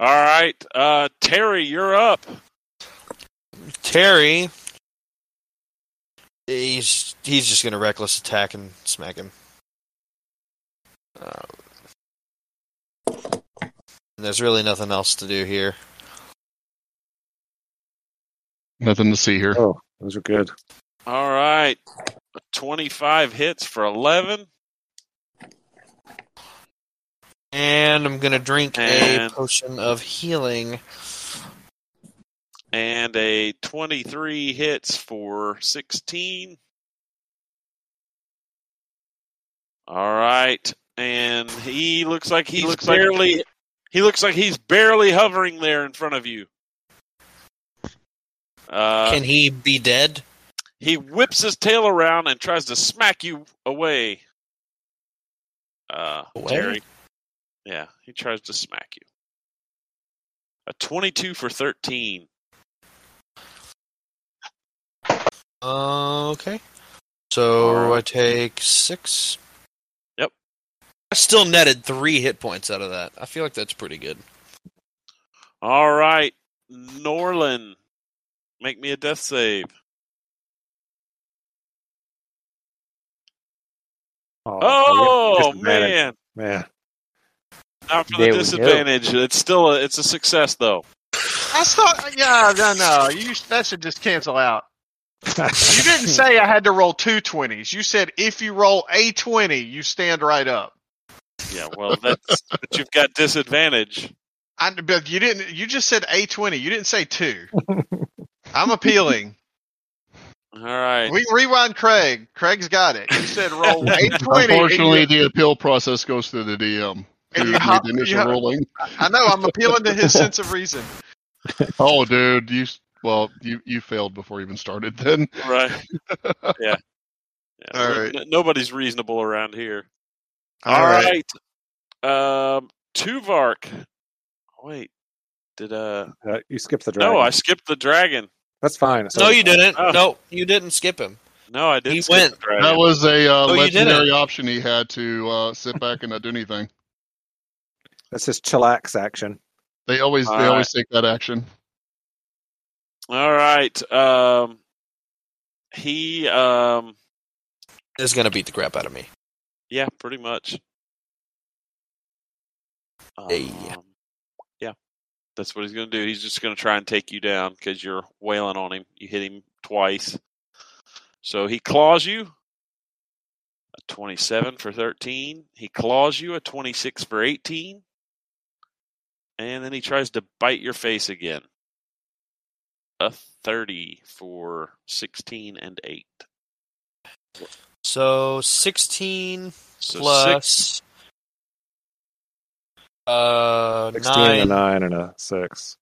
[SPEAKER 3] All right. Uh, Terry, you're up.
[SPEAKER 6] Terry, he's he's just gonna reckless attack and smack him. Uh, there's really nothing else to do here.
[SPEAKER 4] Nothing to see here.
[SPEAKER 1] Oh, those are good.
[SPEAKER 3] All right. 25 hits for 11.
[SPEAKER 6] And I'm gonna drink
[SPEAKER 3] And-
[SPEAKER 6] a potion of healing.
[SPEAKER 3] And a 23 hits for 16. All right. And he looks like he's
[SPEAKER 4] looks like-
[SPEAKER 3] barely he looks like he's barely hovering there in front of you. Uh,
[SPEAKER 6] Can he be dead?
[SPEAKER 3] he whips his tail around and tries to smack you away. Uh,
[SPEAKER 6] Away?
[SPEAKER 3] Terry. Yeah, he tries to smack you. A 22 for 13.
[SPEAKER 6] Uh, okay. So I take six.
[SPEAKER 3] Yep.
[SPEAKER 6] I still netted three hit points out of that. I feel like that's pretty good.
[SPEAKER 3] All right, Norlin, make me a death save. Oh,
[SPEAKER 1] disadvantage.
[SPEAKER 3] man,
[SPEAKER 1] man.
[SPEAKER 3] not for
[SPEAKER 5] There
[SPEAKER 3] the
[SPEAKER 5] we go.
[SPEAKER 3] disadvantage. It's still a, it's a success though.
[SPEAKER 7] I thought, yeah, no, no. You that should just cancel out. You didn't say I had to roll two 20s. You said if you roll a 20, you stand right up.
[SPEAKER 3] Yeah, well, that's but you've got disadvantage.
[SPEAKER 7] I, but you didn't. You just said a 20. You didn't say two. I'm appealing.
[SPEAKER 3] All right,
[SPEAKER 7] We rewind Craig. Craig's got it. You said roll a 20.
[SPEAKER 4] Unfortunately,
[SPEAKER 7] and you,
[SPEAKER 4] the appeal process goes through the DM. who
[SPEAKER 7] and you
[SPEAKER 4] made
[SPEAKER 7] hop-
[SPEAKER 4] the initial
[SPEAKER 7] you hop-
[SPEAKER 4] ruling.
[SPEAKER 7] I know. I'm appealing to his sense of reason.
[SPEAKER 4] Oh, dude, you s- well, you you failed before you even started. Then
[SPEAKER 3] right, yeah. yeah.
[SPEAKER 7] All right.
[SPEAKER 3] N- nobody's reasonable around here.
[SPEAKER 7] All right.
[SPEAKER 3] right. Um, Tuvark. Wait, did uh?
[SPEAKER 1] Uh, you skipped the dragon.
[SPEAKER 3] No, I skipped the dragon.
[SPEAKER 1] That's fine.
[SPEAKER 6] no, you didn't.
[SPEAKER 3] Oh.
[SPEAKER 6] No, you didn't skip him.
[SPEAKER 3] No, I didn't.
[SPEAKER 6] He
[SPEAKER 3] skip
[SPEAKER 6] went.
[SPEAKER 3] The dragon.
[SPEAKER 4] that was a uh,
[SPEAKER 6] Oh, you did
[SPEAKER 4] legendary option he had to uh, sit back and not do anything.
[SPEAKER 1] That's his chillax action.
[SPEAKER 4] They always they
[SPEAKER 3] Alright.
[SPEAKER 4] always take that action.
[SPEAKER 3] All right. Um, he. Um,
[SPEAKER 6] Is gonna beat the crap out of me.
[SPEAKER 3] yeah, pretty much. Um,
[SPEAKER 6] Hey.
[SPEAKER 3] Yeah. That's what he's going to do. He's just going to try and take you down because you're wailing on him. You hit him twice. So he claws you a 27 for 13. He claws you a 26 for 18. And then he tries to bite your face again. A 30 for 16 and 8.
[SPEAKER 6] So
[SPEAKER 3] So
[SPEAKER 6] 16
[SPEAKER 3] six,
[SPEAKER 6] plus uh,
[SPEAKER 1] 16
[SPEAKER 6] nine.
[SPEAKER 1] and a 9 and a 6.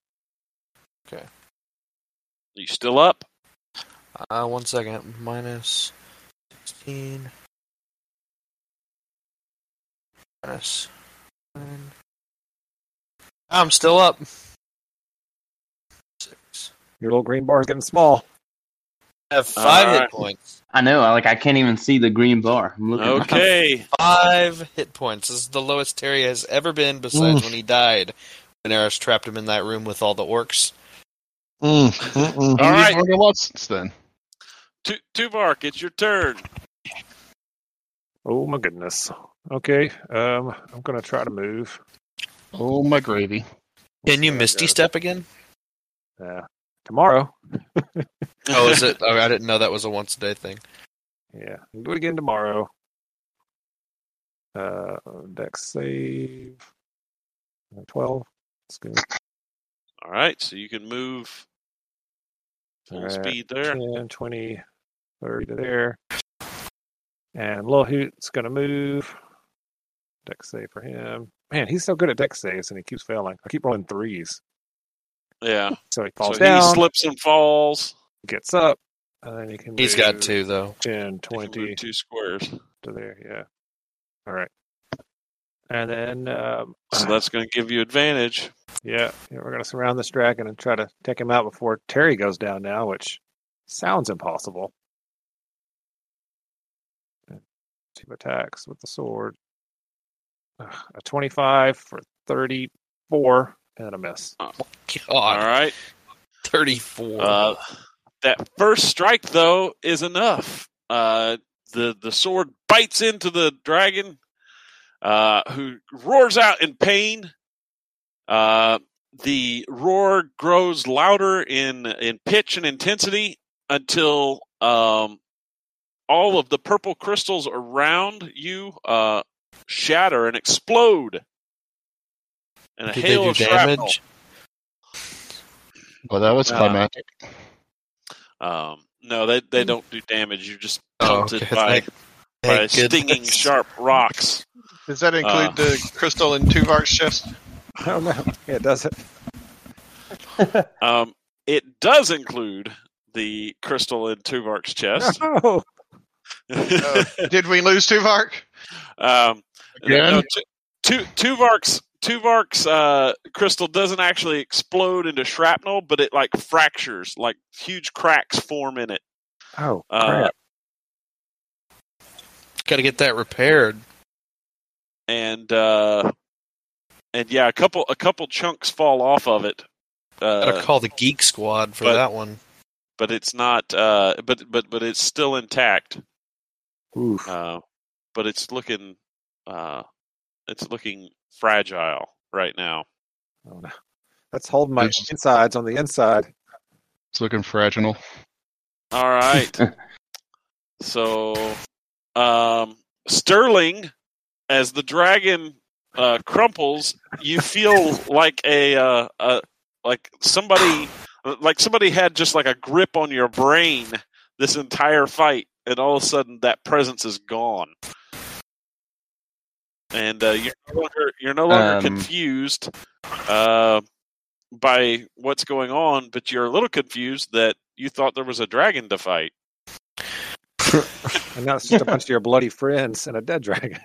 [SPEAKER 3] you still up?
[SPEAKER 6] Uh, one second. Minus 16. Minus 9. I'm still up. 6.
[SPEAKER 1] Your little green bar is getting small.
[SPEAKER 6] I have 5 hit
[SPEAKER 3] Alright.
[SPEAKER 6] points.
[SPEAKER 5] I know. I like. I can't even see the green bar. I'm looking. up.
[SPEAKER 3] Okay.
[SPEAKER 6] 5 hit points. This is the lowest Terry has ever been besides when he died. When Eris trapped him in that room with all the orcs.
[SPEAKER 7] Mm, mm-mm.
[SPEAKER 3] All
[SPEAKER 4] All right.
[SPEAKER 3] right.
[SPEAKER 4] Learned a lot since then.
[SPEAKER 3] Tu- Tuvark, it's your turn.
[SPEAKER 1] Oh my goodness. Okay, um, I'm gonna try to move.
[SPEAKER 4] Oh my gravy.
[SPEAKER 6] Can you
[SPEAKER 1] There I
[SPEAKER 6] Misty
[SPEAKER 1] go.
[SPEAKER 6] Step again?
[SPEAKER 1] Uh, tomorrow.
[SPEAKER 6] Oh, is it? Oh, I didn't know that was a once a day thing.
[SPEAKER 1] Yeah, I'll do it again tomorrow. Uh, dex save. Uh, 12. That's good.
[SPEAKER 3] All right, so you can move full
[SPEAKER 1] Alright,
[SPEAKER 3] speed there.
[SPEAKER 1] 10, 20, 30 to there. And Lil Hoot's gonna move. Dex save for him. Man, he's so good at dex saves and he keeps failing. I keep rolling threes.
[SPEAKER 3] Yeah.
[SPEAKER 1] So he
[SPEAKER 3] So
[SPEAKER 1] falls
[SPEAKER 3] he
[SPEAKER 1] down,
[SPEAKER 3] slips and falls.
[SPEAKER 1] gets up, and then he can
[SPEAKER 6] He's
[SPEAKER 1] move
[SPEAKER 6] got two, though.
[SPEAKER 1] 10,
[SPEAKER 3] He can
[SPEAKER 1] 20,
[SPEAKER 3] move two squares.
[SPEAKER 1] to there. Yeah. All right. And then, um,
[SPEAKER 3] So that's going to give you advantage.
[SPEAKER 1] yeah, yeah, we're gonna surround this dragon and try to take him out before Terry goes down now, which sounds impossible. Two attacks with the sword. Ugh, a twenty-five for thirty-four and a miss.
[SPEAKER 6] God,
[SPEAKER 3] All right.
[SPEAKER 6] 34.
[SPEAKER 3] Uh, that first strike though is enough. Uh, the the sword bites into the dragon, uh, who roars out in pain. Uh, the roar grows louder in in pitch and intensity until um, all of the purple crystals around you uh, shatter and explode. And a
[SPEAKER 6] Did
[SPEAKER 3] hail
[SPEAKER 6] they do
[SPEAKER 3] of shrapnel.
[SPEAKER 6] damage?
[SPEAKER 4] Well, that was
[SPEAKER 3] Uh,
[SPEAKER 4] climactic.
[SPEAKER 3] Um, no, they they don't do damage. You're just
[SPEAKER 6] Oh,
[SPEAKER 3] pelted
[SPEAKER 6] okay,
[SPEAKER 3] by
[SPEAKER 6] thank-
[SPEAKER 3] by
[SPEAKER 6] thank
[SPEAKER 3] stinging
[SPEAKER 6] goodness.
[SPEAKER 3] sharp rocks.
[SPEAKER 7] Does that include
[SPEAKER 3] Uh.
[SPEAKER 7] the crystal and two varks chest?
[SPEAKER 1] I don't know. Yeah, does Oh, it?
[SPEAKER 3] Um, it does include the crystal in Tuvark's chest.
[SPEAKER 1] No.
[SPEAKER 7] Uh, did we lose two vark?
[SPEAKER 3] um,
[SPEAKER 4] Again?
[SPEAKER 3] no, Tu- Tu- Tuvark's Tuvark's uh, crystal doesn't actually explode into shrapnel, but it like fractures, like huge cracks form in it.
[SPEAKER 1] Oh,
[SPEAKER 3] Uh,
[SPEAKER 1] crap.
[SPEAKER 6] Got to get that repaired.
[SPEAKER 3] and uh, and yeah, a couple a couple chunks fall off of it.
[SPEAKER 6] Got
[SPEAKER 3] Uh,
[SPEAKER 6] to call the Geek Squad for
[SPEAKER 3] but-
[SPEAKER 6] that one.
[SPEAKER 3] but it's not uh but but but it's still intact
[SPEAKER 1] Oof.
[SPEAKER 3] uh but it's looking uh it's looking fragile right now
[SPEAKER 1] Oh, no. That's holding my
[SPEAKER 4] It's-
[SPEAKER 1] insides on the inside.
[SPEAKER 4] It's looking fragile.
[SPEAKER 3] all right so um sterling as the dragon uh crumples you feel like a uh a, like somebody like somebody had just like a grip on your brain this entire fight and all of a sudden that presence is gone and uh, you're no longer you're no longer
[SPEAKER 5] Um.
[SPEAKER 3] confused uh, by what's going on but you're a little confused that you thought there was a dragon to fight
[SPEAKER 1] And now it's just a bunch of your bloody friends and a dead dragon.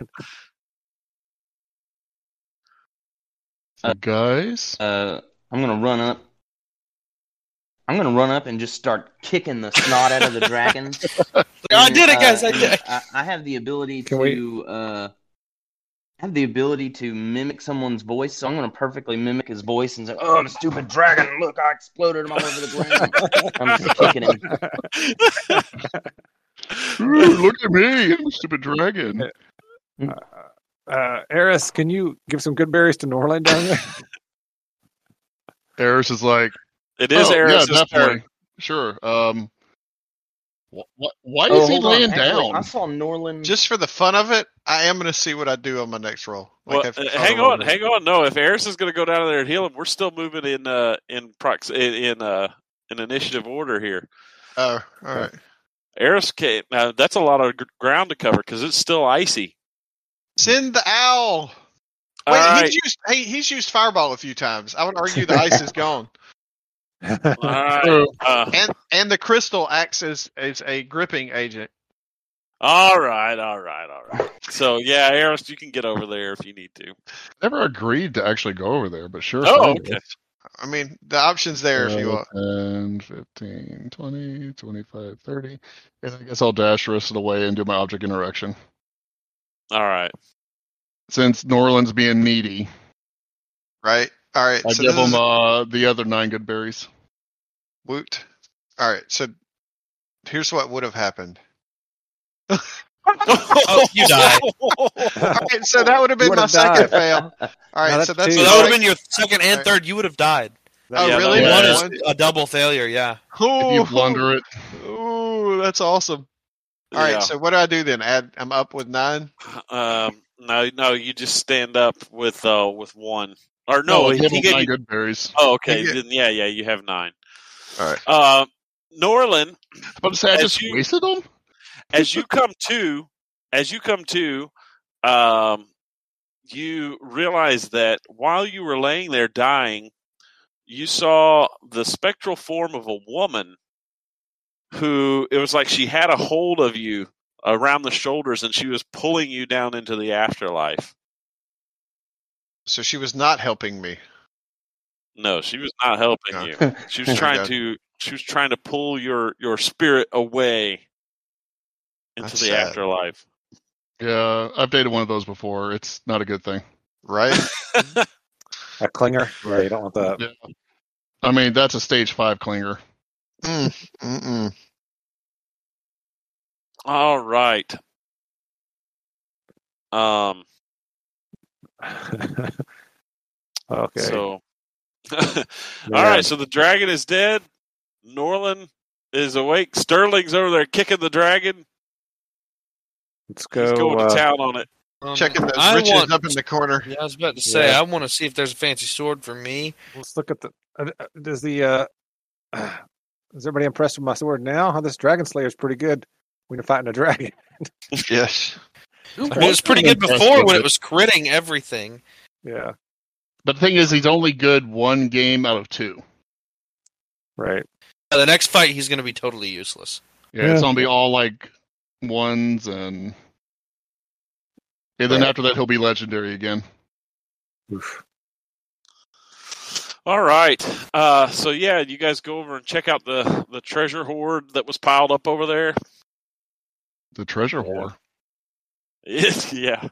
[SPEAKER 4] So
[SPEAKER 5] Uh,
[SPEAKER 4] guys,
[SPEAKER 5] Uh, I'm gonna run up. I'm gonna run up and just start kicking the snot out of the dragon.
[SPEAKER 6] I
[SPEAKER 5] And,
[SPEAKER 6] did it,
[SPEAKER 5] uh,
[SPEAKER 6] guys! I
[SPEAKER 5] and
[SPEAKER 6] did it!
[SPEAKER 5] I, I have the ability
[SPEAKER 1] Can we-
[SPEAKER 5] to. Uh, I have the ability to mimic someone's voice, so I'm going to perfectly mimic his voice and say, "Oh, the stupid dragon! Look, I exploded him all over the ground." I'm just kicking him.
[SPEAKER 4] Ooh, look at me, I'm a stupid dragon.
[SPEAKER 1] Uh, Eris, can you give some good berries to Norland down there?
[SPEAKER 4] Eris is like,
[SPEAKER 3] It is
[SPEAKER 4] oh,
[SPEAKER 3] Eris'
[SPEAKER 4] yeah, definitely,
[SPEAKER 3] turn.
[SPEAKER 4] sure. Um, wh- wh- why is
[SPEAKER 5] Oh,
[SPEAKER 4] he laying down?
[SPEAKER 5] I saw Norland.
[SPEAKER 7] Just for the fun of it, I am going to see what I do on my next roll.
[SPEAKER 3] Well,
[SPEAKER 7] if-
[SPEAKER 3] uh,
[SPEAKER 7] if I
[SPEAKER 3] hang
[SPEAKER 7] roll
[SPEAKER 3] on,
[SPEAKER 7] it.
[SPEAKER 3] hang on. No, if Eris is going to go down there and heal him, we're still moving in uh, in prox in in, uh, in initiative order here.
[SPEAKER 7] Oh, all right.
[SPEAKER 3] Eris, can, now that's a lot of gr- ground to cover because it's still icy.
[SPEAKER 7] Send the owl. Wait,
[SPEAKER 3] All right,
[SPEAKER 7] he's used. Hey, he's used fireball a few times. I would argue the ice is gone,
[SPEAKER 3] all right.
[SPEAKER 4] True.
[SPEAKER 3] Uh,
[SPEAKER 7] and and the crystal acts as as a gripping agent.
[SPEAKER 3] all right, all right, all right. So yeah, Eris, you can get over there if you need to.
[SPEAKER 4] Never agreed to actually go over there, but sure.
[SPEAKER 3] Oh,
[SPEAKER 4] fine.
[SPEAKER 3] okay.
[SPEAKER 7] I mean, the options there
[SPEAKER 4] uh,
[SPEAKER 7] if you want.
[SPEAKER 4] 10, 15, 20, 25, 30. And I guess I'll dash the rest of the way and do my object interaction.
[SPEAKER 3] All right.
[SPEAKER 4] Since Norland's being needy,
[SPEAKER 7] Right. All right.
[SPEAKER 4] I
[SPEAKER 7] so
[SPEAKER 4] give
[SPEAKER 7] this
[SPEAKER 4] him
[SPEAKER 7] is
[SPEAKER 4] uh, the other nine good berries.
[SPEAKER 7] woot. All right. So here's what would have happened.
[SPEAKER 6] Oh, you die.
[SPEAKER 7] All right. So that would have been
[SPEAKER 1] would
[SPEAKER 7] my
[SPEAKER 1] have
[SPEAKER 7] second
[SPEAKER 1] died.
[SPEAKER 7] fail. All right.
[SPEAKER 1] No, that's
[SPEAKER 7] so that's
[SPEAKER 1] two.
[SPEAKER 6] So
[SPEAKER 1] Yeah,
[SPEAKER 6] that would have
[SPEAKER 7] like-
[SPEAKER 6] been your second and third. You would have died.
[SPEAKER 7] Oh,
[SPEAKER 3] Yeah,
[SPEAKER 7] really?
[SPEAKER 4] that
[SPEAKER 6] One
[SPEAKER 4] Yeah.
[SPEAKER 6] is a double failure. Yeah.
[SPEAKER 4] If
[SPEAKER 3] Oh,
[SPEAKER 4] you blunder it,
[SPEAKER 7] Ooh, that's awesome. All right.
[SPEAKER 3] Yeah.
[SPEAKER 7] So what do I do then? Add. I'm up with nine.
[SPEAKER 3] Um, no, no, you just stand up with uh with one. Or
[SPEAKER 4] no,
[SPEAKER 3] no,
[SPEAKER 4] I
[SPEAKER 3] he,
[SPEAKER 4] give
[SPEAKER 3] he
[SPEAKER 4] him
[SPEAKER 3] gave
[SPEAKER 4] nine
[SPEAKER 3] you.
[SPEAKER 4] good berries.
[SPEAKER 3] Oh, okay.
[SPEAKER 7] He get-
[SPEAKER 3] Then yeah, yeah, you have nine.
[SPEAKER 7] All right.
[SPEAKER 3] Uh, Norlin,
[SPEAKER 4] But say I
[SPEAKER 3] As
[SPEAKER 4] just
[SPEAKER 3] you-
[SPEAKER 4] wasted them.
[SPEAKER 3] as you come to, as you come to, um, you realize that while you were laying there dying, you saw the spectral form of a woman who it was like she had a hold of you around the shoulders and she was pulling you down into the afterlife.
[SPEAKER 7] So she was not helping me.
[SPEAKER 3] No, she was not helping
[SPEAKER 7] Yeah.
[SPEAKER 3] you. She was trying
[SPEAKER 7] Okay.
[SPEAKER 3] to she was trying to pull your your spirit away into
[SPEAKER 7] That's
[SPEAKER 3] the
[SPEAKER 7] sad.
[SPEAKER 3] afterlife.
[SPEAKER 4] Yeah, I've dated one of those before. It's not a good thing.
[SPEAKER 7] Right.
[SPEAKER 1] A clinger? Yeah, you don't want that.
[SPEAKER 4] Yeah. I mean, that's a stage five clinger.
[SPEAKER 7] Mm, mm-mm.
[SPEAKER 3] All right. Um
[SPEAKER 1] okay.
[SPEAKER 3] so All
[SPEAKER 1] Man.
[SPEAKER 3] right, so the dragon is dead. Norlin is awake. Sterling's over there kicking the dragon.
[SPEAKER 1] Let's go.
[SPEAKER 3] He's going
[SPEAKER 1] uh,
[SPEAKER 3] to town on it.
[SPEAKER 6] Um,
[SPEAKER 7] Checking those
[SPEAKER 6] I
[SPEAKER 7] riches
[SPEAKER 6] want-
[SPEAKER 7] up in the corner.
[SPEAKER 6] Yeah, I was about to say.
[SPEAKER 1] Yeah.
[SPEAKER 6] I want to see if there's a fancy sword for me.
[SPEAKER 1] Let's look at the. Uh, uh, does the. uh Is everybody impressed with my sword now? Huh, this dragon slayer's pretty good when you're fighting a dragon.
[SPEAKER 7] Yes.
[SPEAKER 6] I mean, it was pretty good
[SPEAKER 4] Impressed
[SPEAKER 6] before
[SPEAKER 4] with
[SPEAKER 6] when it
[SPEAKER 4] it.
[SPEAKER 6] was critting everything.
[SPEAKER 1] Yeah.
[SPEAKER 4] But the thing is, he's only good one game out of two.
[SPEAKER 1] Right.
[SPEAKER 6] Uh, the next fight, he's going to be totally useless.
[SPEAKER 4] Yeah, it's
[SPEAKER 1] Yeah.
[SPEAKER 4] gonna be all like ones and and then
[SPEAKER 1] Right.
[SPEAKER 4] after that he'll be legendary again.
[SPEAKER 1] Oof.
[SPEAKER 3] All right. Uh, so yeah, you guys go over and check out the the treasure hoard that was piled up over there.
[SPEAKER 4] The treasure
[SPEAKER 1] Yeah.
[SPEAKER 4] whore.
[SPEAKER 3] yeah.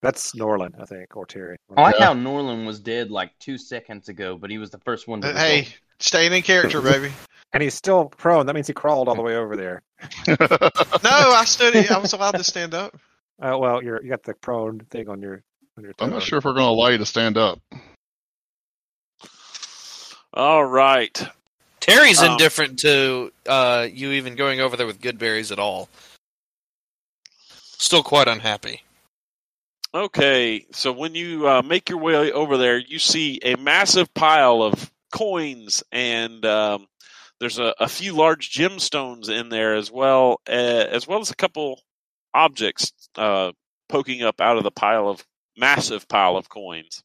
[SPEAKER 1] That's Norland, I think, or Terry.
[SPEAKER 5] I like
[SPEAKER 4] Yeah.
[SPEAKER 5] how Norland was dead like two seconds ago, but he was the first one to.
[SPEAKER 7] Uh, Hey,
[SPEAKER 5] result.
[SPEAKER 7] staying in character, baby.
[SPEAKER 1] And he's still prone. That means he crawled all the way over there.
[SPEAKER 7] No, I stood. I was allowed to stand up.
[SPEAKER 1] Uh, well, you're you got the prone thing on your on your.
[SPEAKER 4] I'm not
[SPEAKER 1] toe.
[SPEAKER 4] sure if we're gonna allow you to stand up.
[SPEAKER 3] All right.
[SPEAKER 6] Terry's
[SPEAKER 3] Um,
[SPEAKER 6] indifferent to uh, you even going over there with good berries at all. Still quite unhappy.
[SPEAKER 3] Okay. So when you uh, make your way over there, you see a massive pile of coins and um, there's a, a few large gemstones in there as well, uh, as well as a couple objects uh, poking up out of the pile of massive pile of coins.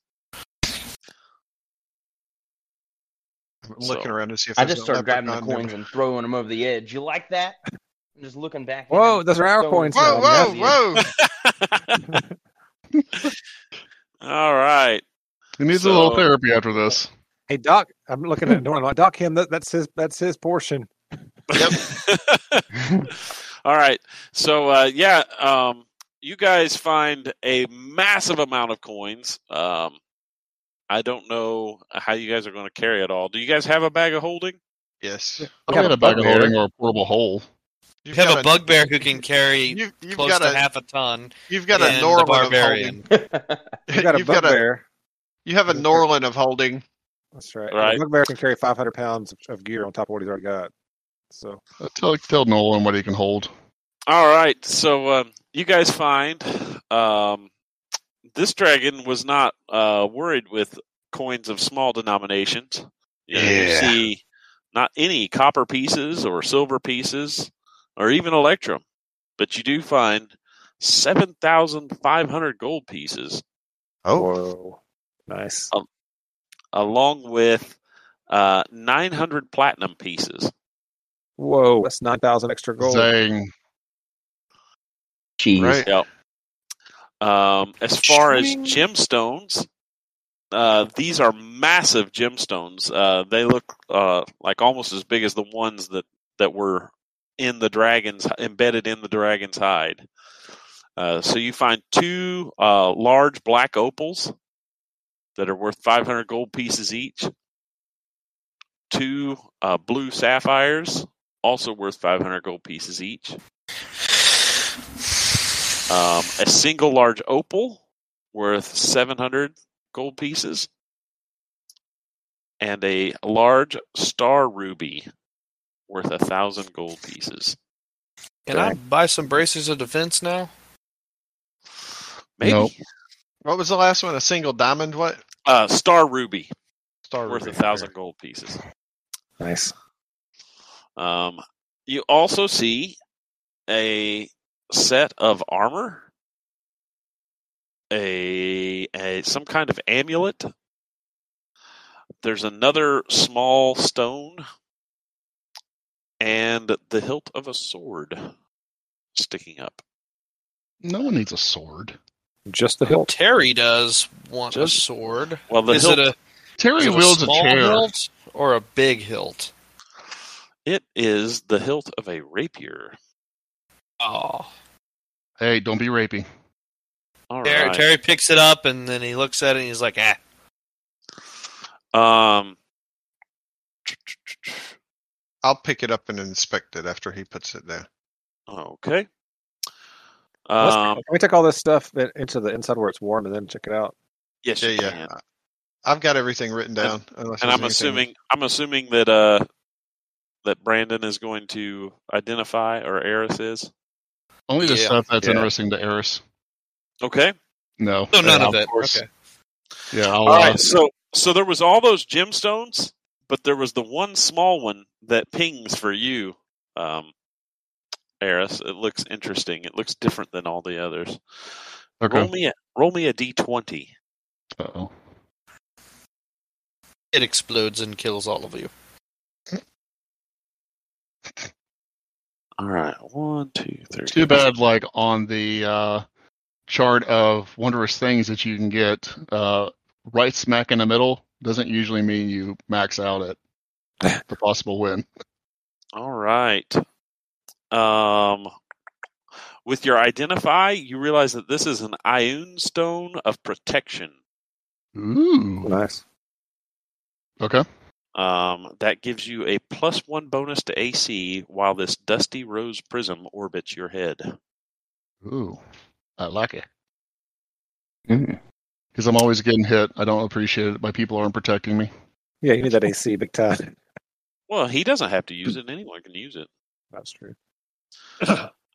[SPEAKER 7] I'm looking
[SPEAKER 3] So-
[SPEAKER 7] around to see if
[SPEAKER 5] I
[SPEAKER 7] there's
[SPEAKER 5] just
[SPEAKER 7] a
[SPEAKER 5] started grabbing the
[SPEAKER 7] leprechaun near
[SPEAKER 5] coins and throwing them over the edge. You like that? I'm just looking back. at
[SPEAKER 1] Whoa,
[SPEAKER 5] him,
[SPEAKER 1] those are our
[SPEAKER 5] throwing
[SPEAKER 1] coins
[SPEAKER 7] me. Whoa,
[SPEAKER 1] now,
[SPEAKER 5] stones
[SPEAKER 7] whoa,
[SPEAKER 5] at you.
[SPEAKER 7] whoa!
[SPEAKER 3] All right.
[SPEAKER 4] He needs a little
[SPEAKER 3] So-
[SPEAKER 4] therapy after this.
[SPEAKER 1] Hey Doc, I'm looking at Norland. Like, Doc, him. That, that's his. That's his portion.
[SPEAKER 3] All right. So uh, yeah, um, you guys find a massive amount of coins. Um, I don't know how you guys are going to carry it all. Do you guys have a bag of holding?
[SPEAKER 7] Yes.
[SPEAKER 4] I
[SPEAKER 1] We
[SPEAKER 4] had
[SPEAKER 1] have
[SPEAKER 4] a
[SPEAKER 1] a
[SPEAKER 4] bag of
[SPEAKER 1] bugbear.
[SPEAKER 4] holding or a portable hole.
[SPEAKER 7] You've
[SPEAKER 6] you have a
[SPEAKER 7] got
[SPEAKER 6] bugbear who can carry
[SPEAKER 7] You've, you've
[SPEAKER 6] close
[SPEAKER 7] got
[SPEAKER 6] to
[SPEAKER 7] a.
[SPEAKER 6] half a ton.
[SPEAKER 7] You've got a
[SPEAKER 6] and the
[SPEAKER 7] Norland of
[SPEAKER 6] barbarian.
[SPEAKER 7] holding.
[SPEAKER 1] You got a
[SPEAKER 7] You've got a.
[SPEAKER 1] bugbear.
[SPEAKER 7] You have a Norland of holding.
[SPEAKER 1] That's right.
[SPEAKER 3] Right.
[SPEAKER 1] The bugbear can carry 500 pounds of- of gear on top of what he's already got. So
[SPEAKER 4] Uh, Tell tell Nolan what he can hold.
[SPEAKER 3] All right, so um, you guys find um, this dragon was not uh, worried with coins of small denominations. You, know, you
[SPEAKER 4] Yeah.
[SPEAKER 3] see not any copper pieces or silver pieces or even electrum, but you do find 7,500 gold pieces
[SPEAKER 7] Oh,
[SPEAKER 1] whoa, nice.
[SPEAKER 3] along with uh, 900 platinum pieces.
[SPEAKER 1] Whoa, that's 9,000 extra gold.
[SPEAKER 4] Dang.
[SPEAKER 5] Jeez.
[SPEAKER 7] right.
[SPEAKER 3] Yep. Um, as far as gemstones, uh, these are massive gemstones. Uh, they look uh, like almost as big as the ones that, that were in the dragon's embedded in the dragon's hide. Uh, so you find two uh, large black opals that are worth 500 gold pieces each. Two uh, blue sapphires, also worth 500 gold pieces each um, a single large opal worth 700 gold pieces and a large star ruby worth a thousand gold pieces
[SPEAKER 6] Can I buy some bracers of defense now?
[SPEAKER 3] maybe
[SPEAKER 4] Nope.
[SPEAKER 7] What was the last one? A single diamond? What?
[SPEAKER 3] uh, star ruby
[SPEAKER 7] Star
[SPEAKER 3] worth a
[SPEAKER 7] Ruby.
[SPEAKER 3] thousand gold pieces
[SPEAKER 1] Nice.
[SPEAKER 3] um, you also see a set of armor a, a some kind of amulet there's another small stone and the hilt of a sword sticking up.
[SPEAKER 4] No one needs a sword.
[SPEAKER 1] Just the hilt.
[SPEAKER 6] Terry does want a
[SPEAKER 3] Just-
[SPEAKER 6] sword.
[SPEAKER 3] Well, the
[SPEAKER 6] is
[SPEAKER 3] hilt
[SPEAKER 6] it a,
[SPEAKER 4] Terry
[SPEAKER 6] is it a
[SPEAKER 4] wields a,
[SPEAKER 6] small
[SPEAKER 4] chair.
[SPEAKER 6] hilt or a big hilt?
[SPEAKER 3] it is the hilt of a rapier.
[SPEAKER 6] Oh.
[SPEAKER 4] Hey, don't be rapey.
[SPEAKER 3] All
[SPEAKER 6] Terry,
[SPEAKER 3] right.
[SPEAKER 6] Terry picks it up and then he looks at it and he's like, ah.
[SPEAKER 3] Um,
[SPEAKER 7] I'll pick it up and inspect it after he puts it down.
[SPEAKER 3] okay.
[SPEAKER 1] Let's-
[SPEAKER 3] Um,
[SPEAKER 1] can we take all this stuff in- into the inside where it's warm and then check it out?
[SPEAKER 3] yes,
[SPEAKER 7] Yeah,
[SPEAKER 3] you
[SPEAKER 7] yeah.
[SPEAKER 3] can.
[SPEAKER 7] I- I've got everything written down. unless
[SPEAKER 3] And
[SPEAKER 7] there's
[SPEAKER 3] I'm
[SPEAKER 7] anything-
[SPEAKER 3] assuming I'm assuming that uh that Brandon is going to identify or Eris is.
[SPEAKER 4] Only the
[SPEAKER 6] Yeah.
[SPEAKER 4] stuff that's
[SPEAKER 1] Yeah.
[SPEAKER 4] interesting to Eris.
[SPEAKER 3] Okay.
[SPEAKER 4] No.
[SPEAKER 6] No, none
[SPEAKER 4] Yeah,
[SPEAKER 6] of it.
[SPEAKER 4] course.
[SPEAKER 6] Okay.
[SPEAKER 4] Yeah, I'll,
[SPEAKER 3] All
[SPEAKER 4] uh,
[SPEAKER 3] right. So so there was all those gemstones, but there was the one small one that pings for you, um, Eris. It looks interesting. It looks different than all the others.
[SPEAKER 4] Okay.
[SPEAKER 3] Roll me a roll me a d twenty.
[SPEAKER 4] Uh-oh.
[SPEAKER 6] It explodes and kills all of you.
[SPEAKER 3] All right. One, two, three.
[SPEAKER 4] Too bad, like, on the uh, chart of wondrous things that you can get, uh, right smack in the middle doesn't usually mean you max out at the possible win.
[SPEAKER 3] All right. Um, with your identify, you realize that this is an Ion stone of protection.
[SPEAKER 4] Ooh.
[SPEAKER 1] Nice.
[SPEAKER 4] Okay.
[SPEAKER 3] Um, that gives you a plus one bonus to AC while this dusty rose prism orbits your head.
[SPEAKER 4] Ooh. I like it.
[SPEAKER 5] Mm.
[SPEAKER 4] Because I'm always getting hit. I don't appreciate it. My people aren't protecting me.
[SPEAKER 1] Yeah, you need that AC big time.
[SPEAKER 3] Well, he doesn't have to use it. Anyone can use it.
[SPEAKER 1] That's true.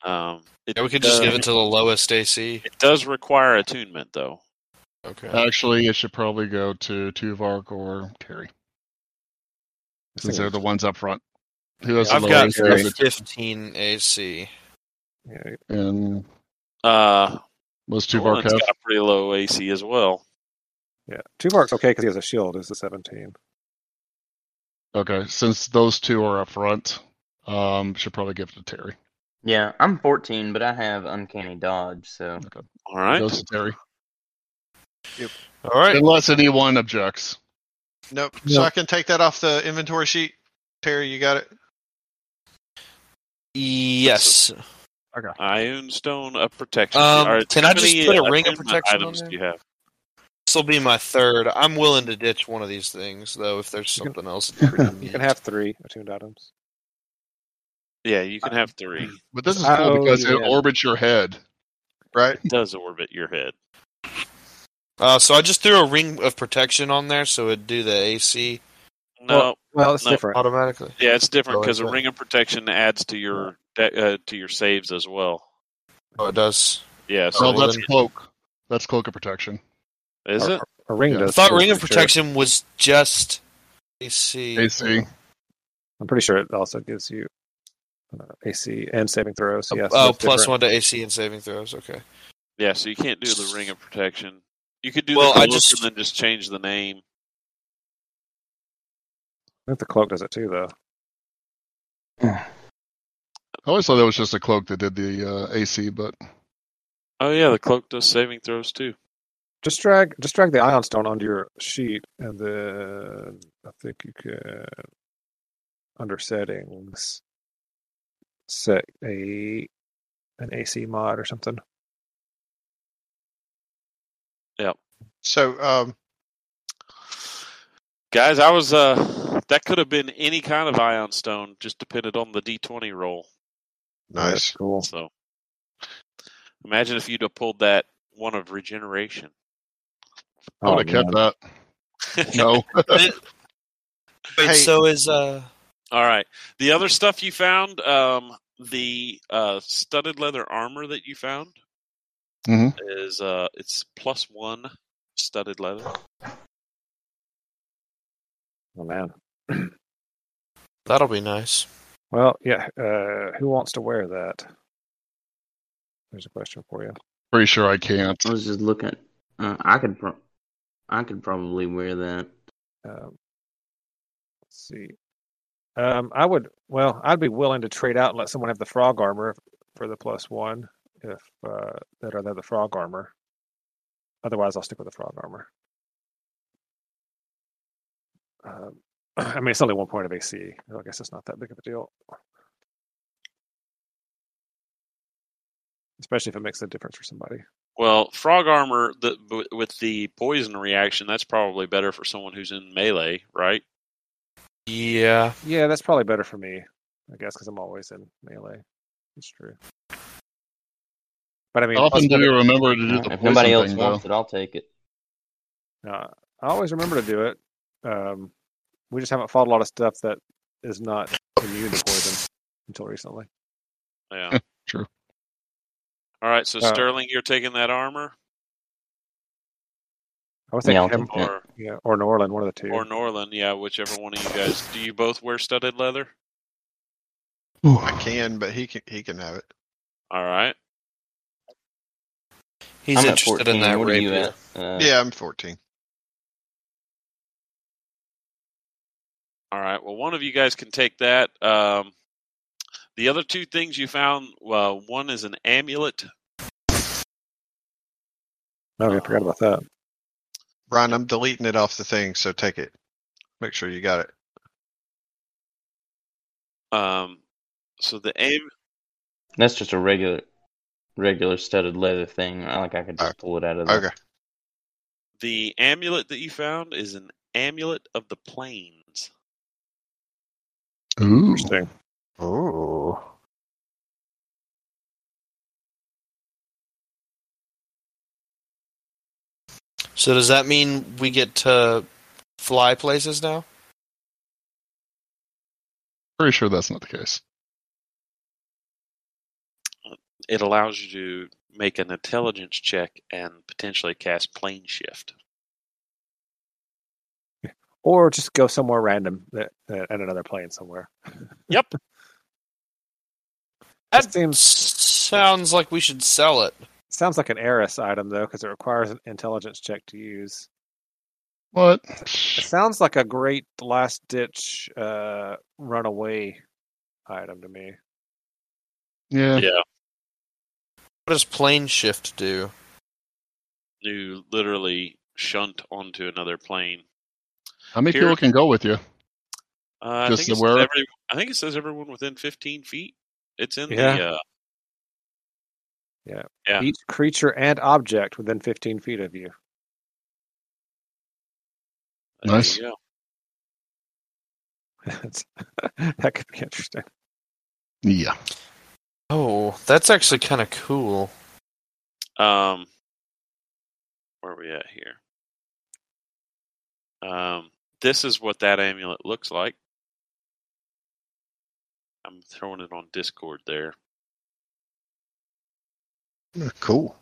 [SPEAKER 3] Um, it
[SPEAKER 6] Yeah, we could
[SPEAKER 3] does-
[SPEAKER 6] just
[SPEAKER 1] Uh,
[SPEAKER 6] give it to the lowest AC.
[SPEAKER 3] It does require attunement, though.
[SPEAKER 6] Okay.
[SPEAKER 4] Actually, it should probably go to Tuvark or Terry, since they're the ones up front. Who has
[SPEAKER 1] Yeah,
[SPEAKER 4] the
[SPEAKER 6] I've
[SPEAKER 1] low
[SPEAKER 6] got
[SPEAKER 4] lowest
[SPEAKER 1] AC.
[SPEAKER 4] percentage
[SPEAKER 6] 15 AC.
[SPEAKER 1] Yeah,
[SPEAKER 4] and
[SPEAKER 3] Uh,
[SPEAKER 4] was Tuvark
[SPEAKER 3] Nolan's
[SPEAKER 4] have?
[SPEAKER 3] got a pretty low AC as well.
[SPEAKER 1] yeah. Two marks okay because he has a shield. Is the 17?
[SPEAKER 4] Okay, since those two are up front, um, should probably give it to Terry.
[SPEAKER 5] Yeah, I'm 14, but I have uncanny dodge, so
[SPEAKER 3] All right.
[SPEAKER 4] Goes to Terry,
[SPEAKER 6] All right.
[SPEAKER 4] unless anyone objects.
[SPEAKER 7] Nope.
[SPEAKER 1] No.
[SPEAKER 7] So I can take that off the inventory sheet. Terry, you got it.
[SPEAKER 6] Yes.
[SPEAKER 3] Ion Stone of Protection.
[SPEAKER 6] Um,
[SPEAKER 3] All right,
[SPEAKER 6] can I
[SPEAKER 3] how
[SPEAKER 6] just
[SPEAKER 3] many uh,
[SPEAKER 6] put a ring of
[SPEAKER 3] attunement
[SPEAKER 6] protection on
[SPEAKER 3] items
[SPEAKER 6] there?
[SPEAKER 3] Do you have?
[SPEAKER 6] This will be my third. I'm willing to ditch one of these things, though, if there's
[SPEAKER 1] You can-
[SPEAKER 6] something else. that's pretty
[SPEAKER 1] You can
[SPEAKER 6] neat.
[SPEAKER 1] have three attuned items.
[SPEAKER 3] Yeah, you can have three.
[SPEAKER 4] But this is
[SPEAKER 1] I
[SPEAKER 4] cool
[SPEAKER 1] owe
[SPEAKER 4] because
[SPEAKER 1] you
[SPEAKER 4] it
[SPEAKER 1] that.
[SPEAKER 4] orbits your head.
[SPEAKER 7] Right?
[SPEAKER 3] It does orbit your head.
[SPEAKER 6] Uh, so I just threw a ring of protection on there, so it'd do the AC
[SPEAKER 3] No,
[SPEAKER 1] Well, it's
[SPEAKER 3] No.
[SPEAKER 1] different.
[SPEAKER 6] automatically.
[SPEAKER 3] yeah, it's different
[SPEAKER 6] Oh,
[SPEAKER 3] because a
[SPEAKER 6] okay.
[SPEAKER 3] ring of protection adds to your de- uh, to your saves as well.
[SPEAKER 6] Oh, it does.
[SPEAKER 3] Oh, Yeah,
[SPEAKER 4] No,
[SPEAKER 3] so
[SPEAKER 6] well
[SPEAKER 4] that's
[SPEAKER 6] then-
[SPEAKER 4] cloak. That's cloak of protection.
[SPEAKER 3] is it?
[SPEAKER 1] A ring
[SPEAKER 4] Yeah.
[SPEAKER 1] does.
[SPEAKER 4] I
[SPEAKER 6] I thought
[SPEAKER 1] too,
[SPEAKER 6] ring of
[SPEAKER 1] pretty sure.
[SPEAKER 6] protection was just AC.
[SPEAKER 4] AC.
[SPEAKER 1] I'm pretty sure it also gives you uh, AC and saving throws. Yes.
[SPEAKER 6] oh,
[SPEAKER 1] that's
[SPEAKER 6] plus
[SPEAKER 1] different.
[SPEAKER 6] one to AC and saving throws. Okay.
[SPEAKER 3] Yeah, so you can't do the ring of protection. You could do
[SPEAKER 6] Well,
[SPEAKER 3] the
[SPEAKER 6] I
[SPEAKER 3] cloak
[SPEAKER 6] just-
[SPEAKER 3] and then just change the name.
[SPEAKER 1] I think the cloak does it too, though.
[SPEAKER 4] I always thought that was just a cloak that did the uh, AC, but
[SPEAKER 3] Oh yeah, the cloak does saving throws too.
[SPEAKER 1] Just drag, just drag the ion stone onto your sheet, and then I think you can under settings set a an AC mod or something.
[SPEAKER 7] So, um,
[SPEAKER 3] Guys, I was uh that could have been any kind of ion stone, just depended on the D twenty roll.
[SPEAKER 1] That's
[SPEAKER 7] nice.
[SPEAKER 1] cool.
[SPEAKER 3] So imagine if you'd have pulled that one of regeneration.
[SPEAKER 4] I would have
[SPEAKER 1] Oh, man.
[SPEAKER 4] kept that. No.
[SPEAKER 6] Wait,
[SPEAKER 7] Hey.
[SPEAKER 6] so is uh
[SPEAKER 3] All right. The other stuff you found, um, the uh, studded leather armor that you found
[SPEAKER 4] Mhm.
[SPEAKER 3] is uh, it's plus one studded leather.
[SPEAKER 1] Oh, man.
[SPEAKER 6] that'll be nice.
[SPEAKER 1] Well, yeah. Uh, who wants to wear that? There's a question for you.
[SPEAKER 4] Pretty sure I can't.
[SPEAKER 5] I was just looking. Uh, I could pro- I could probably wear that.
[SPEAKER 1] Um, let's see. Um, I would. Well, I'd be willing to trade out and let someone have the frog armor for the plus one, if uh, that other the frog armor. Otherwise, I'll stick with the frog armor. Um, I mean, it's only one point of AC. so I guess it's not that big of a deal. Especially if it makes a difference for somebody.
[SPEAKER 3] Well, frog armor the, b- with the poison reaction, that's probably better for someone who's in melee, right?
[SPEAKER 6] Yeah.
[SPEAKER 1] Yeah, that's probably better for me, I guess, because I'm always in melee. It's true. But I mean,
[SPEAKER 4] I often
[SPEAKER 1] plus one-
[SPEAKER 4] do remember to do the
[SPEAKER 5] Uh, if
[SPEAKER 4] poison
[SPEAKER 5] nobody else
[SPEAKER 4] thing, though.
[SPEAKER 5] wants it, I'll take it.
[SPEAKER 1] Uh, I always remember to do it. Um, we just haven't fought a lot of stuff that is not immune to poison until recently.
[SPEAKER 3] Yeah.
[SPEAKER 4] True.
[SPEAKER 3] All right, so
[SPEAKER 1] Uh,
[SPEAKER 3] Sterling, you're taking that armor,
[SPEAKER 1] I was thinking
[SPEAKER 5] Yeah, I'll
[SPEAKER 1] him
[SPEAKER 5] take that.
[SPEAKER 3] or
[SPEAKER 1] yeah, or Norland, one of the two.
[SPEAKER 3] or Norlin, yeah, whichever one of you guys. Do you both wear studded leather?
[SPEAKER 7] I can, but he can. He can have it.
[SPEAKER 3] All right.
[SPEAKER 6] He's
[SPEAKER 5] I'm at
[SPEAKER 6] interested in
[SPEAKER 5] 14.
[SPEAKER 6] that
[SPEAKER 5] What are you
[SPEAKER 6] rapier.
[SPEAKER 5] at? Uh,
[SPEAKER 7] yeah, I'm 14.
[SPEAKER 3] All right. Well, one of you guys can take that. Um, the other two things you found, well, one is an amulet.
[SPEAKER 1] No, I forgot about that.
[SPEAKER 7] Ryan, I'm deleting it off the thing, so take it. Make sure you got it.
[SPEAKER 3] Um, so the aim,
[SPEAKER 5] That's just a regular, regular studded leather thing. I like I could just pull it out of the
[SPEAKER 7] Okay.
[SPEAKER 3] the amulet that you found is an amulet of the plains.
[SPEAKER 4] Ooh.
[SPEAKER 1] Interesting.
[SPEAKER 7] Oh.
[SPEAKER 6] So does that mean we get to fly places now?
[SPEAKER 4] Pretty sure that's not the case.
[SPEAKER 3] It allows you to make an intelligence check and potentially cast plane shift.
[SPEAKER 1] Or just go somewhere random that, uh, at another plane somewhere.
[SPEAKER 3] Yep.
[SPEAKER 1] That
[SPEAKER 6] That
[SPEAKER 1] seems-
[SPEAKER 6] sounds like we should sell it.
[SPEAKER 1] Sounds like an heiress item though, because it requires an intelligence check to use.
[SPEAKER 4] What?
[SPEAKER 1] It sounds like a great last ditch uh, runaway item to me.
[SPEAKER 4] Yeah.
[SPEAKER 3] Yeah.
[SPEAKER 6] What does plane shift do?
[SPEAKER 3] You literally shunt onto another plane.
[SPEAKER 4] How many
[SPEAKER 3] Here-
[SPEAKER 4] people can go with you?
[SPEAKER 3] Uh, I,
[SPEAKER 4] Just
[SPEAKER 3] think it
[SPEAKER 4] the
[SPEAKER 3] says
[SPEAKER 4] where?
[SPEAKER 3] every, I think it says everyone within 15 feet. It's in the.
[SPEAKER 1] Yeah.
[SPEAKER 3] Uh, Yeah.
[SPEAKER 1] Each creature and object within 15 feet of you.
[SPEAKER 3] there
[SPEAKER 4] Nice.
[SPEAKER 3] you go.
[SPEAKER 1] That's- that could be interesting.
[SPEAKER 4] Yeah.
[SPEAKER 6] Oh, that's actually kind of cool.
[SPEAKER 3] Um, where are we at here? Um, this is what that amulet looks like. I'm throwing it on Discord there.
[SPEAKER 7] Cool.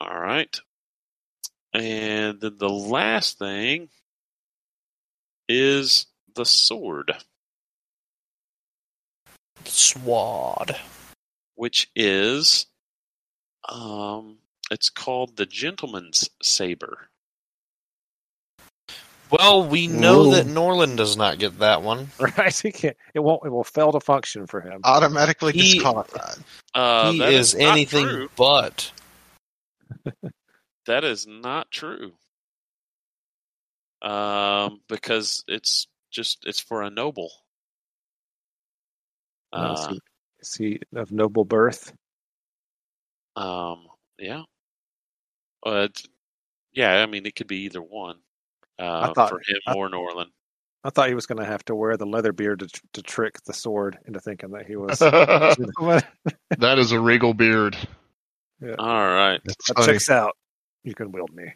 [SPEAKER 3] All right. And then the last thing is the sword,
[SPEAKER 6] Swad.
[SPEAKER 3] which is um it's called the gentleman's saber.
[SPEAKER 6] Well, we know
[SPEAKER 7] Ooh.
[SPEAKER 6] that Norland does not get that one.
[SPEAKER 1] Right? He can't. It won't. It will fail to function for him.
[SPEAKER 7] Uh, Automatically
[SPEAKER 6] He-
[SPEAKER 7] disqualified.
[SPEAKER 3] Uh,
[SPEAKER 6] he
[SPEAKER 3] that
[SPEAKER 6] is,
[SPEAKER 3] not
[SPEAKER 6] anything
[SPEAKER 3] true.
[SPEAKER 6] but.
[SPEAKER 3] That is not true. Um, because it's just it's for a noble.
[SPEAKER 1] Oh,
[SPEAKER 3] Uh,
[SPEAKER 1] sweet. Is he of noble birth?
[SPEAKER 3] um, yeah. Uh, it's- yeah, I mean it could be either one. Uh,
[SPEAKER 1] thought-
[SPEAKER 3] for him
[SPEAKER 1] I-
[SPEAKER 3] or Norland.
[SPEAKER 1] I thought he was going to have to wear the leather beard to, tr- to trick the sword into thinking that he was.
[SPEAKER 4] that is a regal beard.
[SPEAKER 3] All right.
[SPEAKER 7] That's
[SPEAKER 1] that
[SPEAKER 7] funny.
[SPEAKER 1] checks out. You can wield me.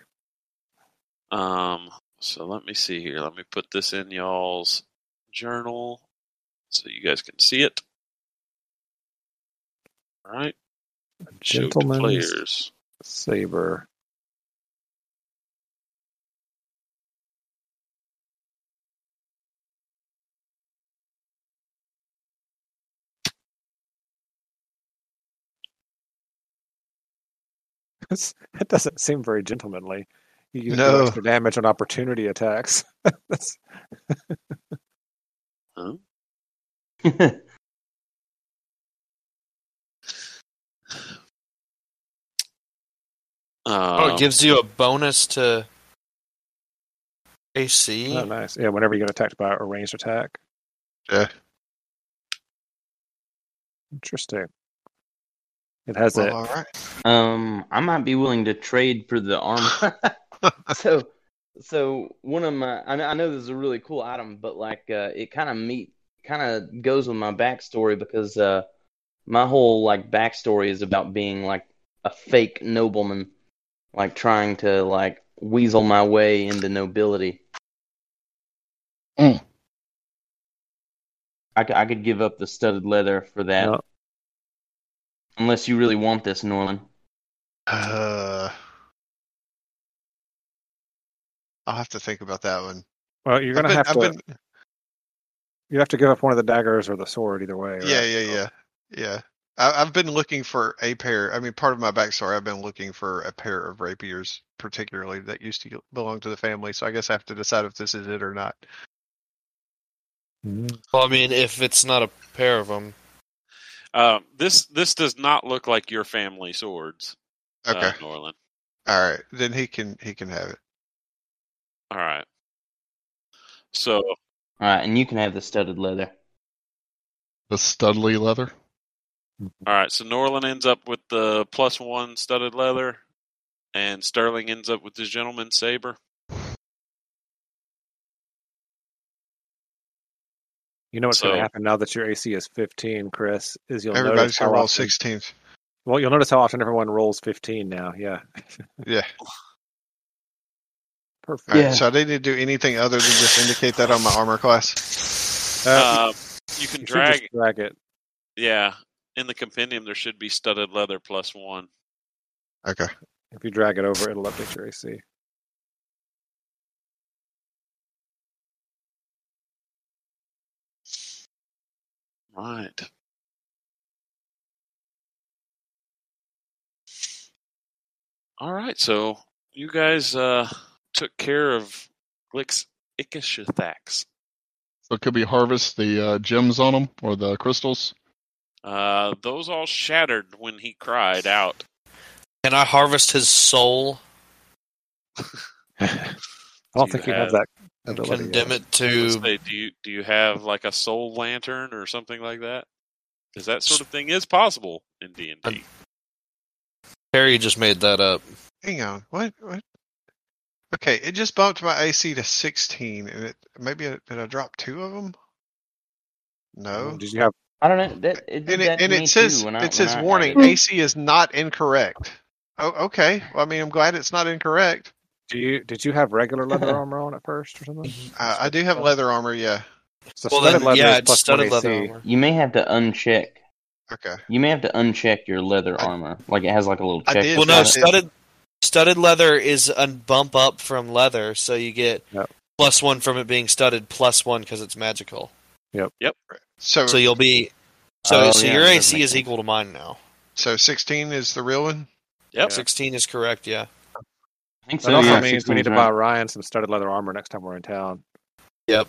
[SPEAKER 3] Um, so let me see here. Let me put this in y'all's journal so you guys can see it. All right. Show to
[SPEAKER 1] Gentleman's-
[SPEAKER 3] players.
[SPEAKER 1] Saber. That doesn't seem very gentlemanly. You use
[SPEAKER 7] No.
[SPEAKER 1] extra damage on opportunity attacks. That's-
[SPEAKER 3] Huh?
[SPEAKER 6] Oh,
[SPEAKER 3] Um,
[SPEAKER 6] Oh,
[SPEAKER 3] Oh,
[SPEAKER 6] it gives you a bonus to AC.
[SPEAKER 1] oh, nice. Yeah, whenever you get attacked by a ranged attack.
[SPEAKER 7] Yeah.
[SPEAKER 1] Interesting. It has
[SPEAKER 7] Well,
[SPEAKER 1] a
[SPEAKER 7] all right.
[SPEAKER 5] Um, I might be willing to trade for the armor. so, so one of my, I know, I know this is a really cool item, but like, uh, it kind of meet, kind of goes with my backstory because, uh, my whole like backstory is about being like a fake nobleman, like trying to like weasel my way into nobility.
[SPEAKER 4] Mm.
[SPEAKER 5] I, c- I could give up the studded leather for that,
[SPEAKER 1] No.
[SPEAKER 5] unless you really want this, Norman.
[SPEAKER 7] Uh, I'll have to think about that one.
[SPEAKER 1] well. You're gonna
[SPEAKER 7] I've been,
[SPEAKER 1] have
[SPEAKER 7] I've
[SPEAKER 1] to.
[SPEAKER 7] been,
[SPEAKER 1] You have to give up one of the daggers or the sword, either way.
[SPEAKER 7] yeah,
[SPEAKER 1] right?
[SPEAKER 7] yeah,
[SPEAKER 1] So-
[SPEAKER 7] yeah, yeah. I, I've been looking for a pair. I mean, part of my backstory, I've been looking for a pair of rapiers, particularly that used to belong to the family. So I guess I have to decide if this is it or not.
[SPEAKER 6] Well, I mean, if it's not a pair of them,
[SPEAKER 3] um, this this does not look like your family swords,
[SPEAKER 1] Uh-huh.
[SPEAKER 7] Okay,
[SPEAKER 3] uh, Norland.
[SPEAKER 7] all right. Then he can he can have it.
[SPEAKER 3] All right. So
[SPEAKER 5] All right, and you can have the studded leather.
[SPEAKER 4] The studly leather.
[SPEAKER 3] All right, so Norlin ends up with the plus one studded leather, and Sterling ends up with his gentleman's saber.
[SPEAKER 1] You know what's going
[SPEAKER 3] So-
[SPEAKER 1] to happen now that your AC is 15, Chris? Is you'll
[SPEAKER 7] Everybody's
[SPEAKER 1] notice how
[SPEAKER 7] gonna roll
[SPEAKER 1] often-
[SPEAKER 7] sixteenth.
[SPEAKER 1] Well, you'll notice how often everyone rolls 15 now. Yeah.
[SPEAKER 7] Yeah.
[SPEAKER 1] Perfect.
[SPEAKER 7] All right,
[SPEAKER 5] Yeah.
[SPEAKER 7] So I didn't need to do anything other than just indicate that on my armor class.
[SPEAKER 3] Uh, you can
[SPEAKER 1] You should
[SPEAKER 3] drag,
[SPEAKER 1] just drag it.
[SPEAKER 3] yeah. In the compendium, there should be studded leather plus one.
[SPEAKER 7] Okay.
[SPEAKER 1] If you drag it over, it'll update your AC.
[SPEAKER 3] Right. All right, so you guys uh, took care of Glix Ikishathax.
[SPEAKER 4] So could we harvest the uh, gems on them or the crystals?
[SPEAKER 3] Uh, those all shattered when he cried out.
[SPEAKER 6] can I harvest his soul
[SPEAKER 1] I don't
[SPEAKER 3] You
[SPEAKER 1] think you have
[SPEAKER 3] have-
[SPEAKER 1] that
[SPEAKER 6] and
[SPEAKER 1] ability. yet.
[SPEAKER 6] condemn it
[SPEAKER 3] Let's
[SPEAKER 6] to?
[SPEAKER 3] say, do you do you have like a soul lantern or something like that? Because that sort of thing is possible in D
[SPEAKER 1] Uh,
[SPEAKER 3] and D.
[SPEAKER 6] Harry just made that uh, up.
[SPEAKER 7] Hang on. What? What? Okay. It just bumped my AC to sixteen, and it maybe I, did I drop two of them? No.
[SPEAKER 1] Did you have
[SPEAKER 5] I don't know. That, it did
[SPEAKER 7] And it,
[SPEAKER 5] that
[SPEAKER 7] and
[SPEAKER 5] to me
[SPEAKER 7] it says
[SPEAKER 5] too. When I,
[SPEAKER 7] it says
[SPEAKER 5] when I
[SPEAKER 7] warning
[SPEAKER 5] added-
[SPEAKER 7] AC is not incorrect. Oh, okay. Well, I mean, I'm glad it's not incorrect.
[SPEAKER 1] Do you did you have regular leather armor on at first or something?
[SPEAKER 7] Uh, I, I do have leather armor. Yeah.
[SPEAKER 1] So
[SPEAKER 6] Well,
[SPEAKER 1] studded
[SPEAKER 6] then,
[SPEAKER 1] leather
[SPEAKER 6] yeah,
[SPEAKER 1] is
[SPEAKER 6] it's
[SPEAKER 1] plus
[SPEAKER 6] studded
[SPEAKER 1] 1 AC.
[SPEAKER 6] leather armor.
[SPEAKER 5] You may have to uncheck.
[SPEAKER 7] Okay.
[SPEAKER 5] You may have to uncheck your leather
[SPEAKER 7] I-
[SPEAKER 5] armor. Like it has like a little
[SPEAKER 7] I
[SPEAKER 5] check.
[SPEAKER 7] did
[SPEAKER 6] Well,
[SPEAKER 7] It's
[SPEAKER 6] no,
[SPEAKER 7] not-
[SPEAKER 6] studded studded leather is a bump up from leather, so you get
[SPEAKER 1] Yep.
[SPEAKER 6] plus one from it being studded, plus one because it's magical.
[SPEAKER 7] So
[SPEAKER 6] So
[SPEAKER 7] so,
[SPEAKER 6] you'll be so
[SPEAKER 5] Oh,
[SPEAKER 6] so
[SPEAKER 5] yeah,
[SPEAKER 6] your
[SPEAKER 5] that does
[SPEAKER 6] AC
[SPEAKER 5] make
[SPEAKER 6] is
[SPEAKER 5] sense.
[SPEAKER 6] equal to mine now.
[SPEAKER 7] 16 is the real one.
[SPEAKER 3] Yep.
[SPEAKER 6] Sixteen is correct. Yeah.
[SPEAKER 5] I think
[SPEAKER 1] That
[SPEAKER 5] so.
[SPEAKER 1] also
[SPEAKER 5] yeah,
[SPEAKER 1] means we
[SPEAKER 5] 16
[SPEAKER 1] need to
[SPEAKER 5] is
[SPEAKER 1] buy
[SPEAKER 5] right.
[SPEAKER 1] Ryan some studded leather armor next time we're in town.
[SPEAKER 6] Yep.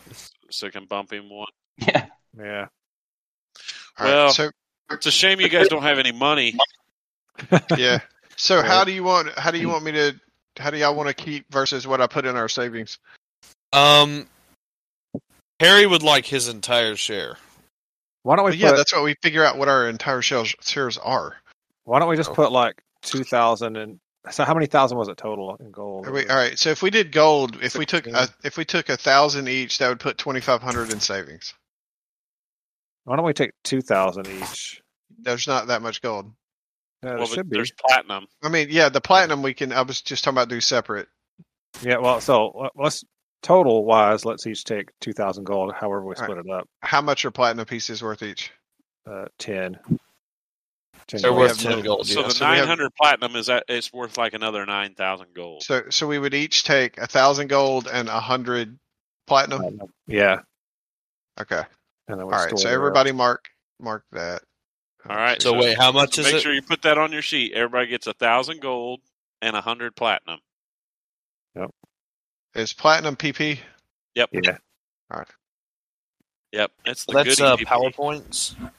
[SPEAKER 3] So I can bump him one.
[SPEAKER 5] Yeah.
[SPEAKER 1] Yeah.
[SPEAKER 7] All right.
[SPEAKER 3] Well-
[SPEAKER 7] So
[SPEAKER 3] It's a shame you guys don't have any money.
[SPEAKER 7] yeah. So
[SPEAKER 1] Right.
[SPEAKER 7] how do you want? How do you want me to? How do y'all want to keep versus what I put in our savings?
[SPEAKER 6] Um, Harry would like his entire share.
[SPEAKER 1] Why don't we
[SPEAKER 7] Well, yeah,
[SPEAKER 1] put
[SPEAKER 7] that's what we figure out what our entire shells shares are.
[SPEAKER 1] why don't we
[SPEAKER 7] Oh.
[SPEAKER 1] just put like two thousand and so how many thousand was it total in gold?
[SPEAKER 7] Are we, all right. So if we did gold, if we took a,
[SPEAKER 6] 16.
[SPEAKER 7] if we took a thousand each, that would put twenty five hundred in savings.
[SPEAKER 1] Why don't we take two thousand each?
[SPEAKER 7] There's not that much gold.
[SPEAKER 1] Yeah, there
[SPEAKER 3] well, but
[SPEAKER 1] should be.
[SPEAKER 3] there's platinum.
[SPEAKER 7] I mean, yeah, the platinum we can. I was just talking about do separate.
[SPEAKER 1] Yeah, well, so let- let's total wise, let's each take two thousand gold, however we
[SPEAKER 7] All right.
[SPEAKER 1] split it up.
[SPEAKER 7] How much are platinum pieces worth each?
[SPEAKER 1] Uh, ten. 10
[SPEAKER 6] They're
[SPEAKER 1] gold.
[SPEAKER 6] worth
[SPEAKER 7] have no-
[SPEAKER 6] ten gold.
[SPEAKER 3] So
[SPEAKER 6] yeah.
[SPEAKER 3] the
[SPEAKER 7] so we have-
[SPEAKER 3] 900 platinum is at, it's worth like another 9,000 gold.
[SPEAKER 7] So so we would each take a thousand gold and a hundred platinum.
[SPEAKER 1] Uh, Yeah.
[SPEAKER 7] Okay.
[SPEAKER 1] And then we
[SPEAKER 7] All right. So
[SPEAKER 1] store the
[SPEAKER 7] everybody mark mark that.
[SPEAKER 3] All right.
[SPEAKER 6] So wait, how much
[SPEAKER 3] So
[SPEAKER 6] is
[SPEAKER 3] make
[SPEAKER 6] it?
[SPEAKER 3] sure you put that on your sheet. Everybody gets a thousand gold and a hundred platinum.
[SPEAKER 7] Is platinum PP?
[SPEAKER 3] Yep.
[SPEAKER 1] rest. Yeah.
[SPEAKER 3] Yep. That's the
[SPEAKER 6] That's
[SPEAKER 3] goody
[SPEAKER 6] uh,
[SPEAKER 3] PP.
[SPEAKER 6] powerpoints.
[SPEAKER 1] uh,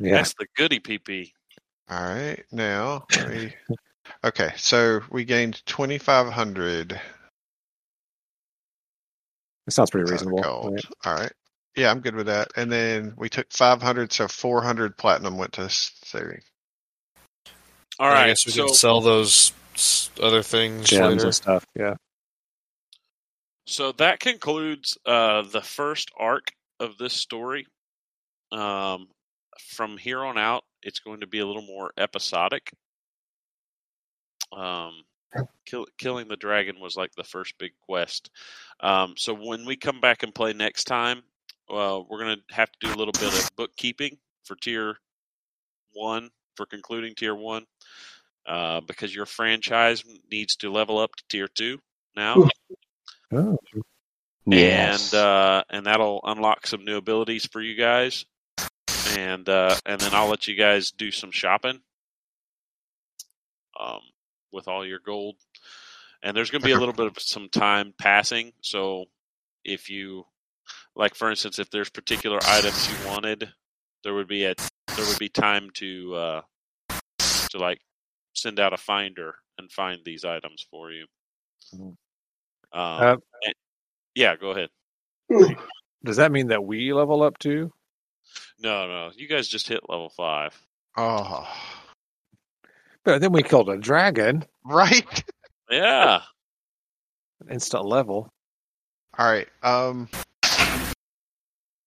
[SPEAKER 1] Yeah.
[SPEAKER 3] That's the goody PP.
[SPEAKER 7] All right. Now let me. Okay. So we gained twenty five hundred
[SPEAKER 1] It sounds pretty reasonable.
[SPEAKER 7] gold. All right. Yeah, I'm good with that. And then we took five hundred, so four hundred platinum went to saving.
[SPEAKER 3] All
[SPEAKER 6] I
[SPEAKER 3] right.
[SPEAKER 6] guess we
[SPEAKER 3] So,
[SPEAKER 6] can sell those s- other things
[SPEAKER 1] Gems
[SPEAKER 6] later.
[SPEAKER 1] and stuff. Yeah.
[SPEAKER 3] so that concludes uh, the first arc of this story. Um, from here on out, it's going to be a little more episodic. Um, kill, killing the dragon was like the first big quest. Um, so when we come back and play next time, uh, we're going to have to do a little bit of bookkeeping for tier one for concluding tier one uh, because your franchise needs to level up to tier two now
[SPEAKER 1] Oh.
[SPEAKER 5] Yes.
[SPEAKER 3] and uh, and that'll unlock some new abilities for you guys. And uh, and then I'll let you guys do some shopping um, with all your gold. And there's going to be a little bit of some time passing. So if you like, for instance, if there's particular items you wanted, there would be a there would be time to uh, to like send out a finder and find these items for you. Um,
[SPEAKER 1] Uh,
[SPEAKER 3] and- yeah, go ahead.
[SPEAKER 1] Does that mean that we level up too?
[SPEAKER 3] No, no, you guys just hit level five.
[SPEAKER 7] Oh,
[SPEAKER 1] But then we killed a dragon.
[SPEAKER 7] right.
[SPEAKER 3] Yeah,
[SPEAKER 1] Instant level.
[SPEAKER 7] All right. Um.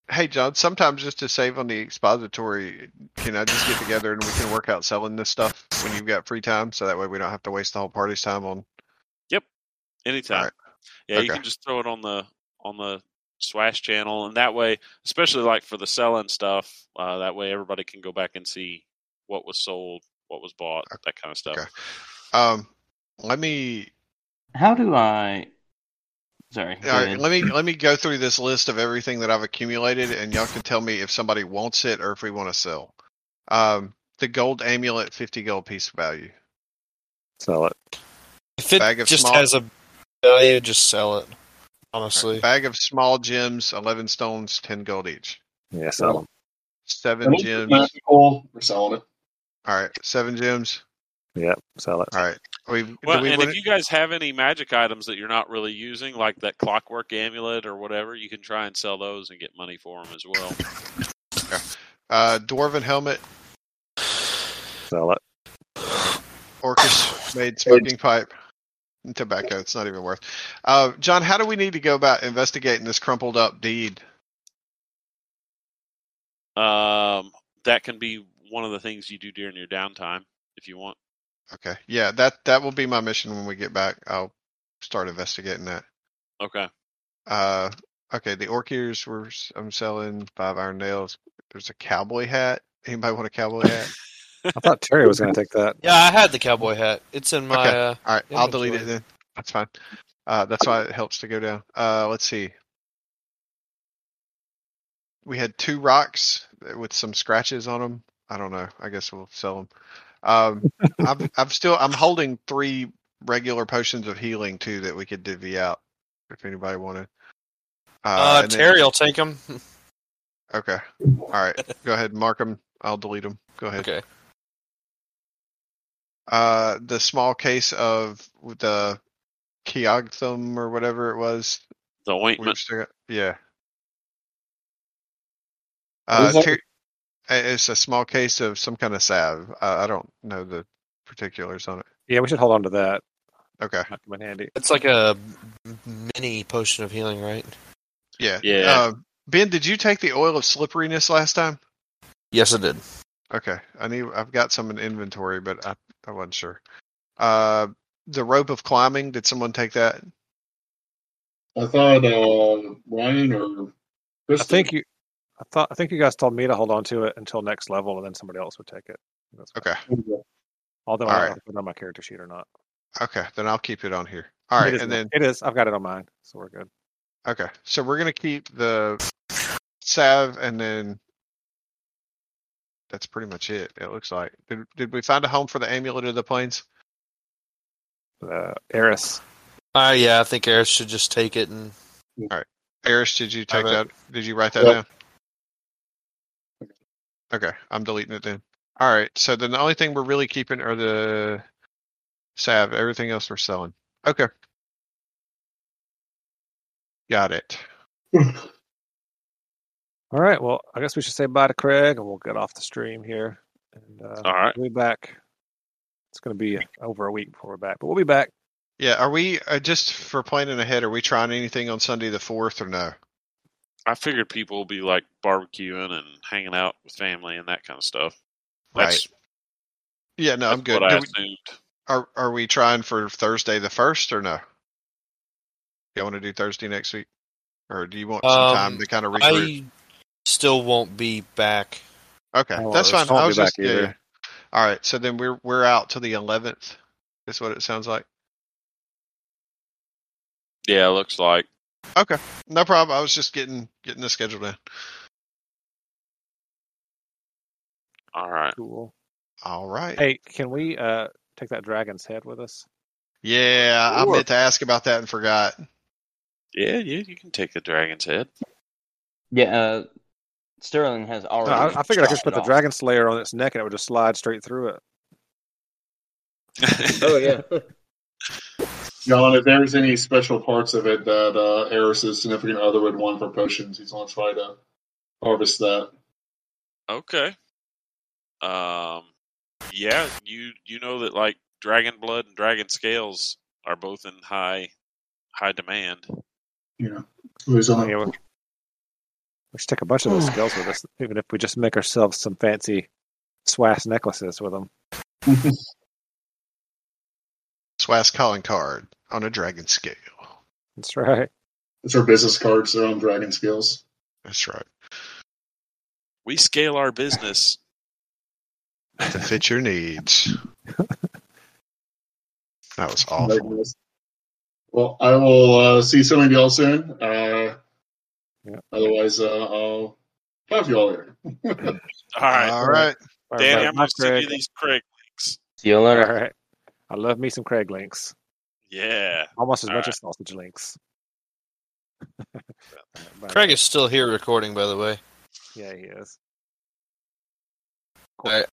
[SPEAKER 7] Hey, John. Sometimes just to save on the expository, can I just get together and we can work out selling this stuff when you've got free time, so that way we don't have to waste the whole party's time on.
[SPEAKER 3] anytime.
[SPEAKER 7] Alright.
[SPEAKER 3] Yeah, you
[SPEAKER 7] Okay.
[SPEAKER 3] can just throw it on the on the Swash channel, and that way, especially like for the selling stuff, uh, that way everybody can go back and see what was sold, what was bought, that kind of stuff.
[SPEAKER 7] Okay. Um. Let me.
[SPEAKER 5] How do I? Sorry. go
[SPEAKER 7] All right,
[SPEAKER 5] ahead.
[SPEAKER 7] let me let me go through this list of everything that I've accumulated, and y'all can tell me if somebody wants it or if we want to sell. Um. The gold amulet, fifty gold piece value.
[SPEAKER 1] Sell it.
[SPEAKER 6] If it
[SPEAKER 7] Bag of
[SPEAKER 6] just
[SPEAKER 7] small-
[SPEAKER 6] has a value, just sell it. Honestly,
[SPEAKER 7] Bag of small gems, eleven stones, ten gold each.
[SPEAKER 1] Yeah, sell
[SPEAKER 7] Seven
[SPEAKER 9] If it's
[SPEAKER 7] gems.
[SPEAKER 9] not cool, we're selling it.
[SPEAKER 7] All right, seven gems.
[SPEAKER 1] it. Yep. Sell it.
[SPEAKER 7] All right. We,
[SPEAKER 3] Well,
[SPEAKER 7] do we
[SPEAKER 3] and
[SPEAKER 7] want
[SPEAKER 3] if you guys have any magic items that you're not really using, like that clockwork amulet or whatever, you can try and sell those and get money for them as well.
[SPEAKER 7] uh, Dwarven helmet,
[SPEAKER 1] Sell it.
[SPEAKER 7] Orcish made smoking pipe, and tobacco. It's not even worth. Uh, John, how do we need to go about investigating this crumpled up deed?
[SPEAKER 3] Um, that can be one of the things you do during your downtime if you want.
[SPEAKER 7] Okay. Yeah, that that will be my mission when we get back. I'll start investigating that.
[SPEAKER 3] Okay.
[SPEAKER 7] Uh, okay. The orc ears were s- I'm selling five iron nails. There's a cowboy hat. Anybody want a cowboy hat?
[SPEAKER 1] I thought Terry was going to take that.
[SPEAKER 6] Yeah, I had the cowboy hat. It's in my.
[SPEAKER 7] Okay.
[SPEAKER 6] Uh,
[SPEAKER 7] All right,
[SPEAKER 6] Yeah,
[SPEAKER 7] I'll
[SPEAKER 6] that's
[SPEAKER 7] delete it
[SPEAKER 6] fine.
[SPEAKER 7] then. That's fine. Uh, that's why it helps to go down. Uh, let's see. We had two rocks with some scratches on them. I don't know. I guess we'll sell them. Um, I'm I'm still I'm holding three regular potions of healing too that we could divvy out if anybody wanted.
[SPEAKER 6] uh,
[SPEAKER 7] and then-
[SPEAKER 6] Terry will take him.
[SPEAKER 7] okay. All right. Go ahead, mark them. I'll delete them. Go ahead.
[SPEAKER 6] okay.
[SPEAKER 7] Uh, the small case of the Keogthum or whatever it was
[SPEAKER 3] The
[SPEAKER 7] We've
[SPEAKER 3] ointment.
[SPEAKER 7] still got- yeah.
[SPEAKER 2] What
[SPEAKER 7] Uh,
[SPEAKER 2] is that?
[SPEAKER 7] Ter- uh, it's a small case of some kind of salve. Uh, I don't know the particulars on it.
[SPEAKER 1] Yeah, we should hold on to that.
[SPEAKER 7] Okay.
[SPEAKER 1] Might come in handy.
[SPEAKER 6] It's like a mini potion of healing, right?
[SPEAKER 7] Yeah.
[SPEAKER 3] Yeah.
[SPEAKER 7] Uh, ben, did you take the oil of slipperiness last time?
[SPEAKER 6] Yes, I did.
[SPEAKER 7] Okay. I need. I've got some in inventory, but I, I wasn't sure. Uh, the rope of climbing. Did someone take that?
[SPEAKER 9] I thought uh, Ryan or
[SPEAKER 1] I
[SPEAKER 9] Kristen.
[SPEAKER 1] think you. I thought. I think you guys told me to hold on to it until next level, and then somebody else would take it. That's fine.
[SPEAKER 7] Okay.
[SPEAKER 1] Although
[SPEAKER 7] All
[SPEAKER 1] I don't
[SPEAKER 7] right.
[SPEAKER 1] know if it's on my character sheet or not.
[SPEAKER 7] Okay. Then I'll keep it on here. All right.
[SPEAKER 1] It is
[SPEAKER 7] And
[SPEAKER 1] not-
[SPEAKER 7] then
[SPEAKER 1] it is. I've got it on mine, so we're good.
[SPEAKER 7] Okay, so we're gonna keep the salve, and then that's pretty much it. It looks like. Did, did we find a home for the amulet of the plains?
[SPEAKER 1] Uh, Eris.
[SPEAKER 6] Uh, yeah, I think Eris should just take it and
[SPEAKER 7] Eris, did you take
[SPEAKER 6] have
[SPEAKER 7] that? Did you write that
[SPEAKER 9] Yep.
[SPEAKER 7] down? Okay, I'm deleting it then. All right, so then the only thing we're really keeping are the salve. Everything else we're selling. Okay, got it.
[SPEAKER 1] All right. Well, I guess we should say bye to Craig, and we'll get off the stream here. And uh,
[SPEAKER 3] All right.
[SPEAKER 1] we'll be back. It's going to be over a week before we're back, but we'll be back.
[SPEAKER 7] Yeah, are we uh, just for planning ahead? Are we trying anything on Sunday the fourth or no?
[SPEAKER 3] I figured people will be like barbecuing and hanging out with family and that kind of stuff. That's,
[SPEAKER 7] Yeah, no, I'm
[SPEAKER 3] that's
[SPEAKER 7] good.
[SPEAKER 3] what I
[SPEAKER 7] Do we-
[SPEAKER 3] assumed.
[SPEAKER 7] Are are we trying for Thursday the first or no? You want to do Thursday next week, or do you want some
[SPEAKER 6] Um,
[SPEAKER 7] time to kind of regroup?
[SPEAKER 6] I still won't be back.
[SPEAKER 7] okay,
[SPEAKER 1] won't-
[SPEAKER 7] that's
[SPEAKER 1] I
[SPEAKER 7] fine.
[SPEAKER 1] Oh, won't
[SPEAKER 7] I
[SPEAKER 1] be
[SPEAKER 7] was just
[SPEAKER 1] back
[SPEAKER 7] yeah,
[SPEAKER 1] either.
[SPEAKER 7] yeah. All right, so then we're we're out to the eleventh. Is what it sounds like.
[SPEAKER 3] Yeah, it looks like.
[SPEAKER 7] No problem. I was just getting getting the schedule down.
[SPEAKER 3] All right.
[SPEAKER 1] Cool.
[SPEAKER 7] All right.
[SPEAKER 1] Hey, can we uh, take that dragon's head with us?
[SPEAKER 7] Yeah, I
[SPEAKER 3] Sure.
[SPEAKER 7] meant to ask about that and forgot.
[SPEAKER 3] Yeah, yeah, you can take the dragon's head.
[SPEAKER 5] Yeah, uh, Sterling has
[SPEAKER 1] No,
[SPEAKER 5] already.
[SPEAKER 1] I, I figured I could just
[SPEAKER 5] chopped
[SPEAKER 1] put
[SPEAKER 5] it
[SPEAKER 1] the
[SPEAKER 5] off.
[SPEAKER 1] dragon slayer on its neck, and it would just slide straight through it.
[SPEAKER 5] Oh yeah.
[SPEAKER 9] John, if there's any special parts of it that uh, Eris's significant other would want for potions, he's going to try to harvest that.
[SPEAKER 3] Okay. Um, yeah, you you know that like dragon blood and dragon scales are both in high high demand.
[SPEAKER 9] You know, who's on
[SPEAKER 1] Yeah, we, we should take a bunch of those skills with us, even if we just make ourselves some fancy swass necklaces with them.
[SPEAKER 7] Swass calling card on a dragon scale.
[SPEAKER 1] That's right.
[SPEAKER 9] It's our business cards. They're on Dragon Skills.
[SPEAKER 7] That's right.
[SPEAKER 3] We scale our business.
[SPEAKER 7] To fit your needs. that was awful.
[SPEAKER 9] Well, I will uh, see some of y'all soon. Uh,
[SPEAKER 1] Yeah.
[SPEAKER 9] Otherwise, uh, I'll have y'all later.
[SPEAKER 3] All right,
[SPEAKER 7] All right.
[SPEAKER 1] All
[SPEAKER 3] Danny,
[SPEAKER 1] right,
[SPEAKER 3] I'm
[SPEAKER 1] bye,
[SPEAKER 3] gonna send you
[SPEAKER 1] Craig.
[SPEAKER 3] these Craig links.
[SPEAKER 5] See you
[SPEAKER 1] All
[SPEAKER 5] later.
[SPEAKER 1] right. I love me some Craig links,
[SPEAKER 3] Yeah,
[SPEAKER 1] almost as
[SPEAKER 3] All
[SPEAKER 1] much
[SPEAKER 3] right.
[SPEAKER 1] as sausage links. All right, bye,
[SPEAKER 6] Craig is still here recording, by the way.
[SPEAKER 1] Yeah, he is.
[SPEAKER 6] I,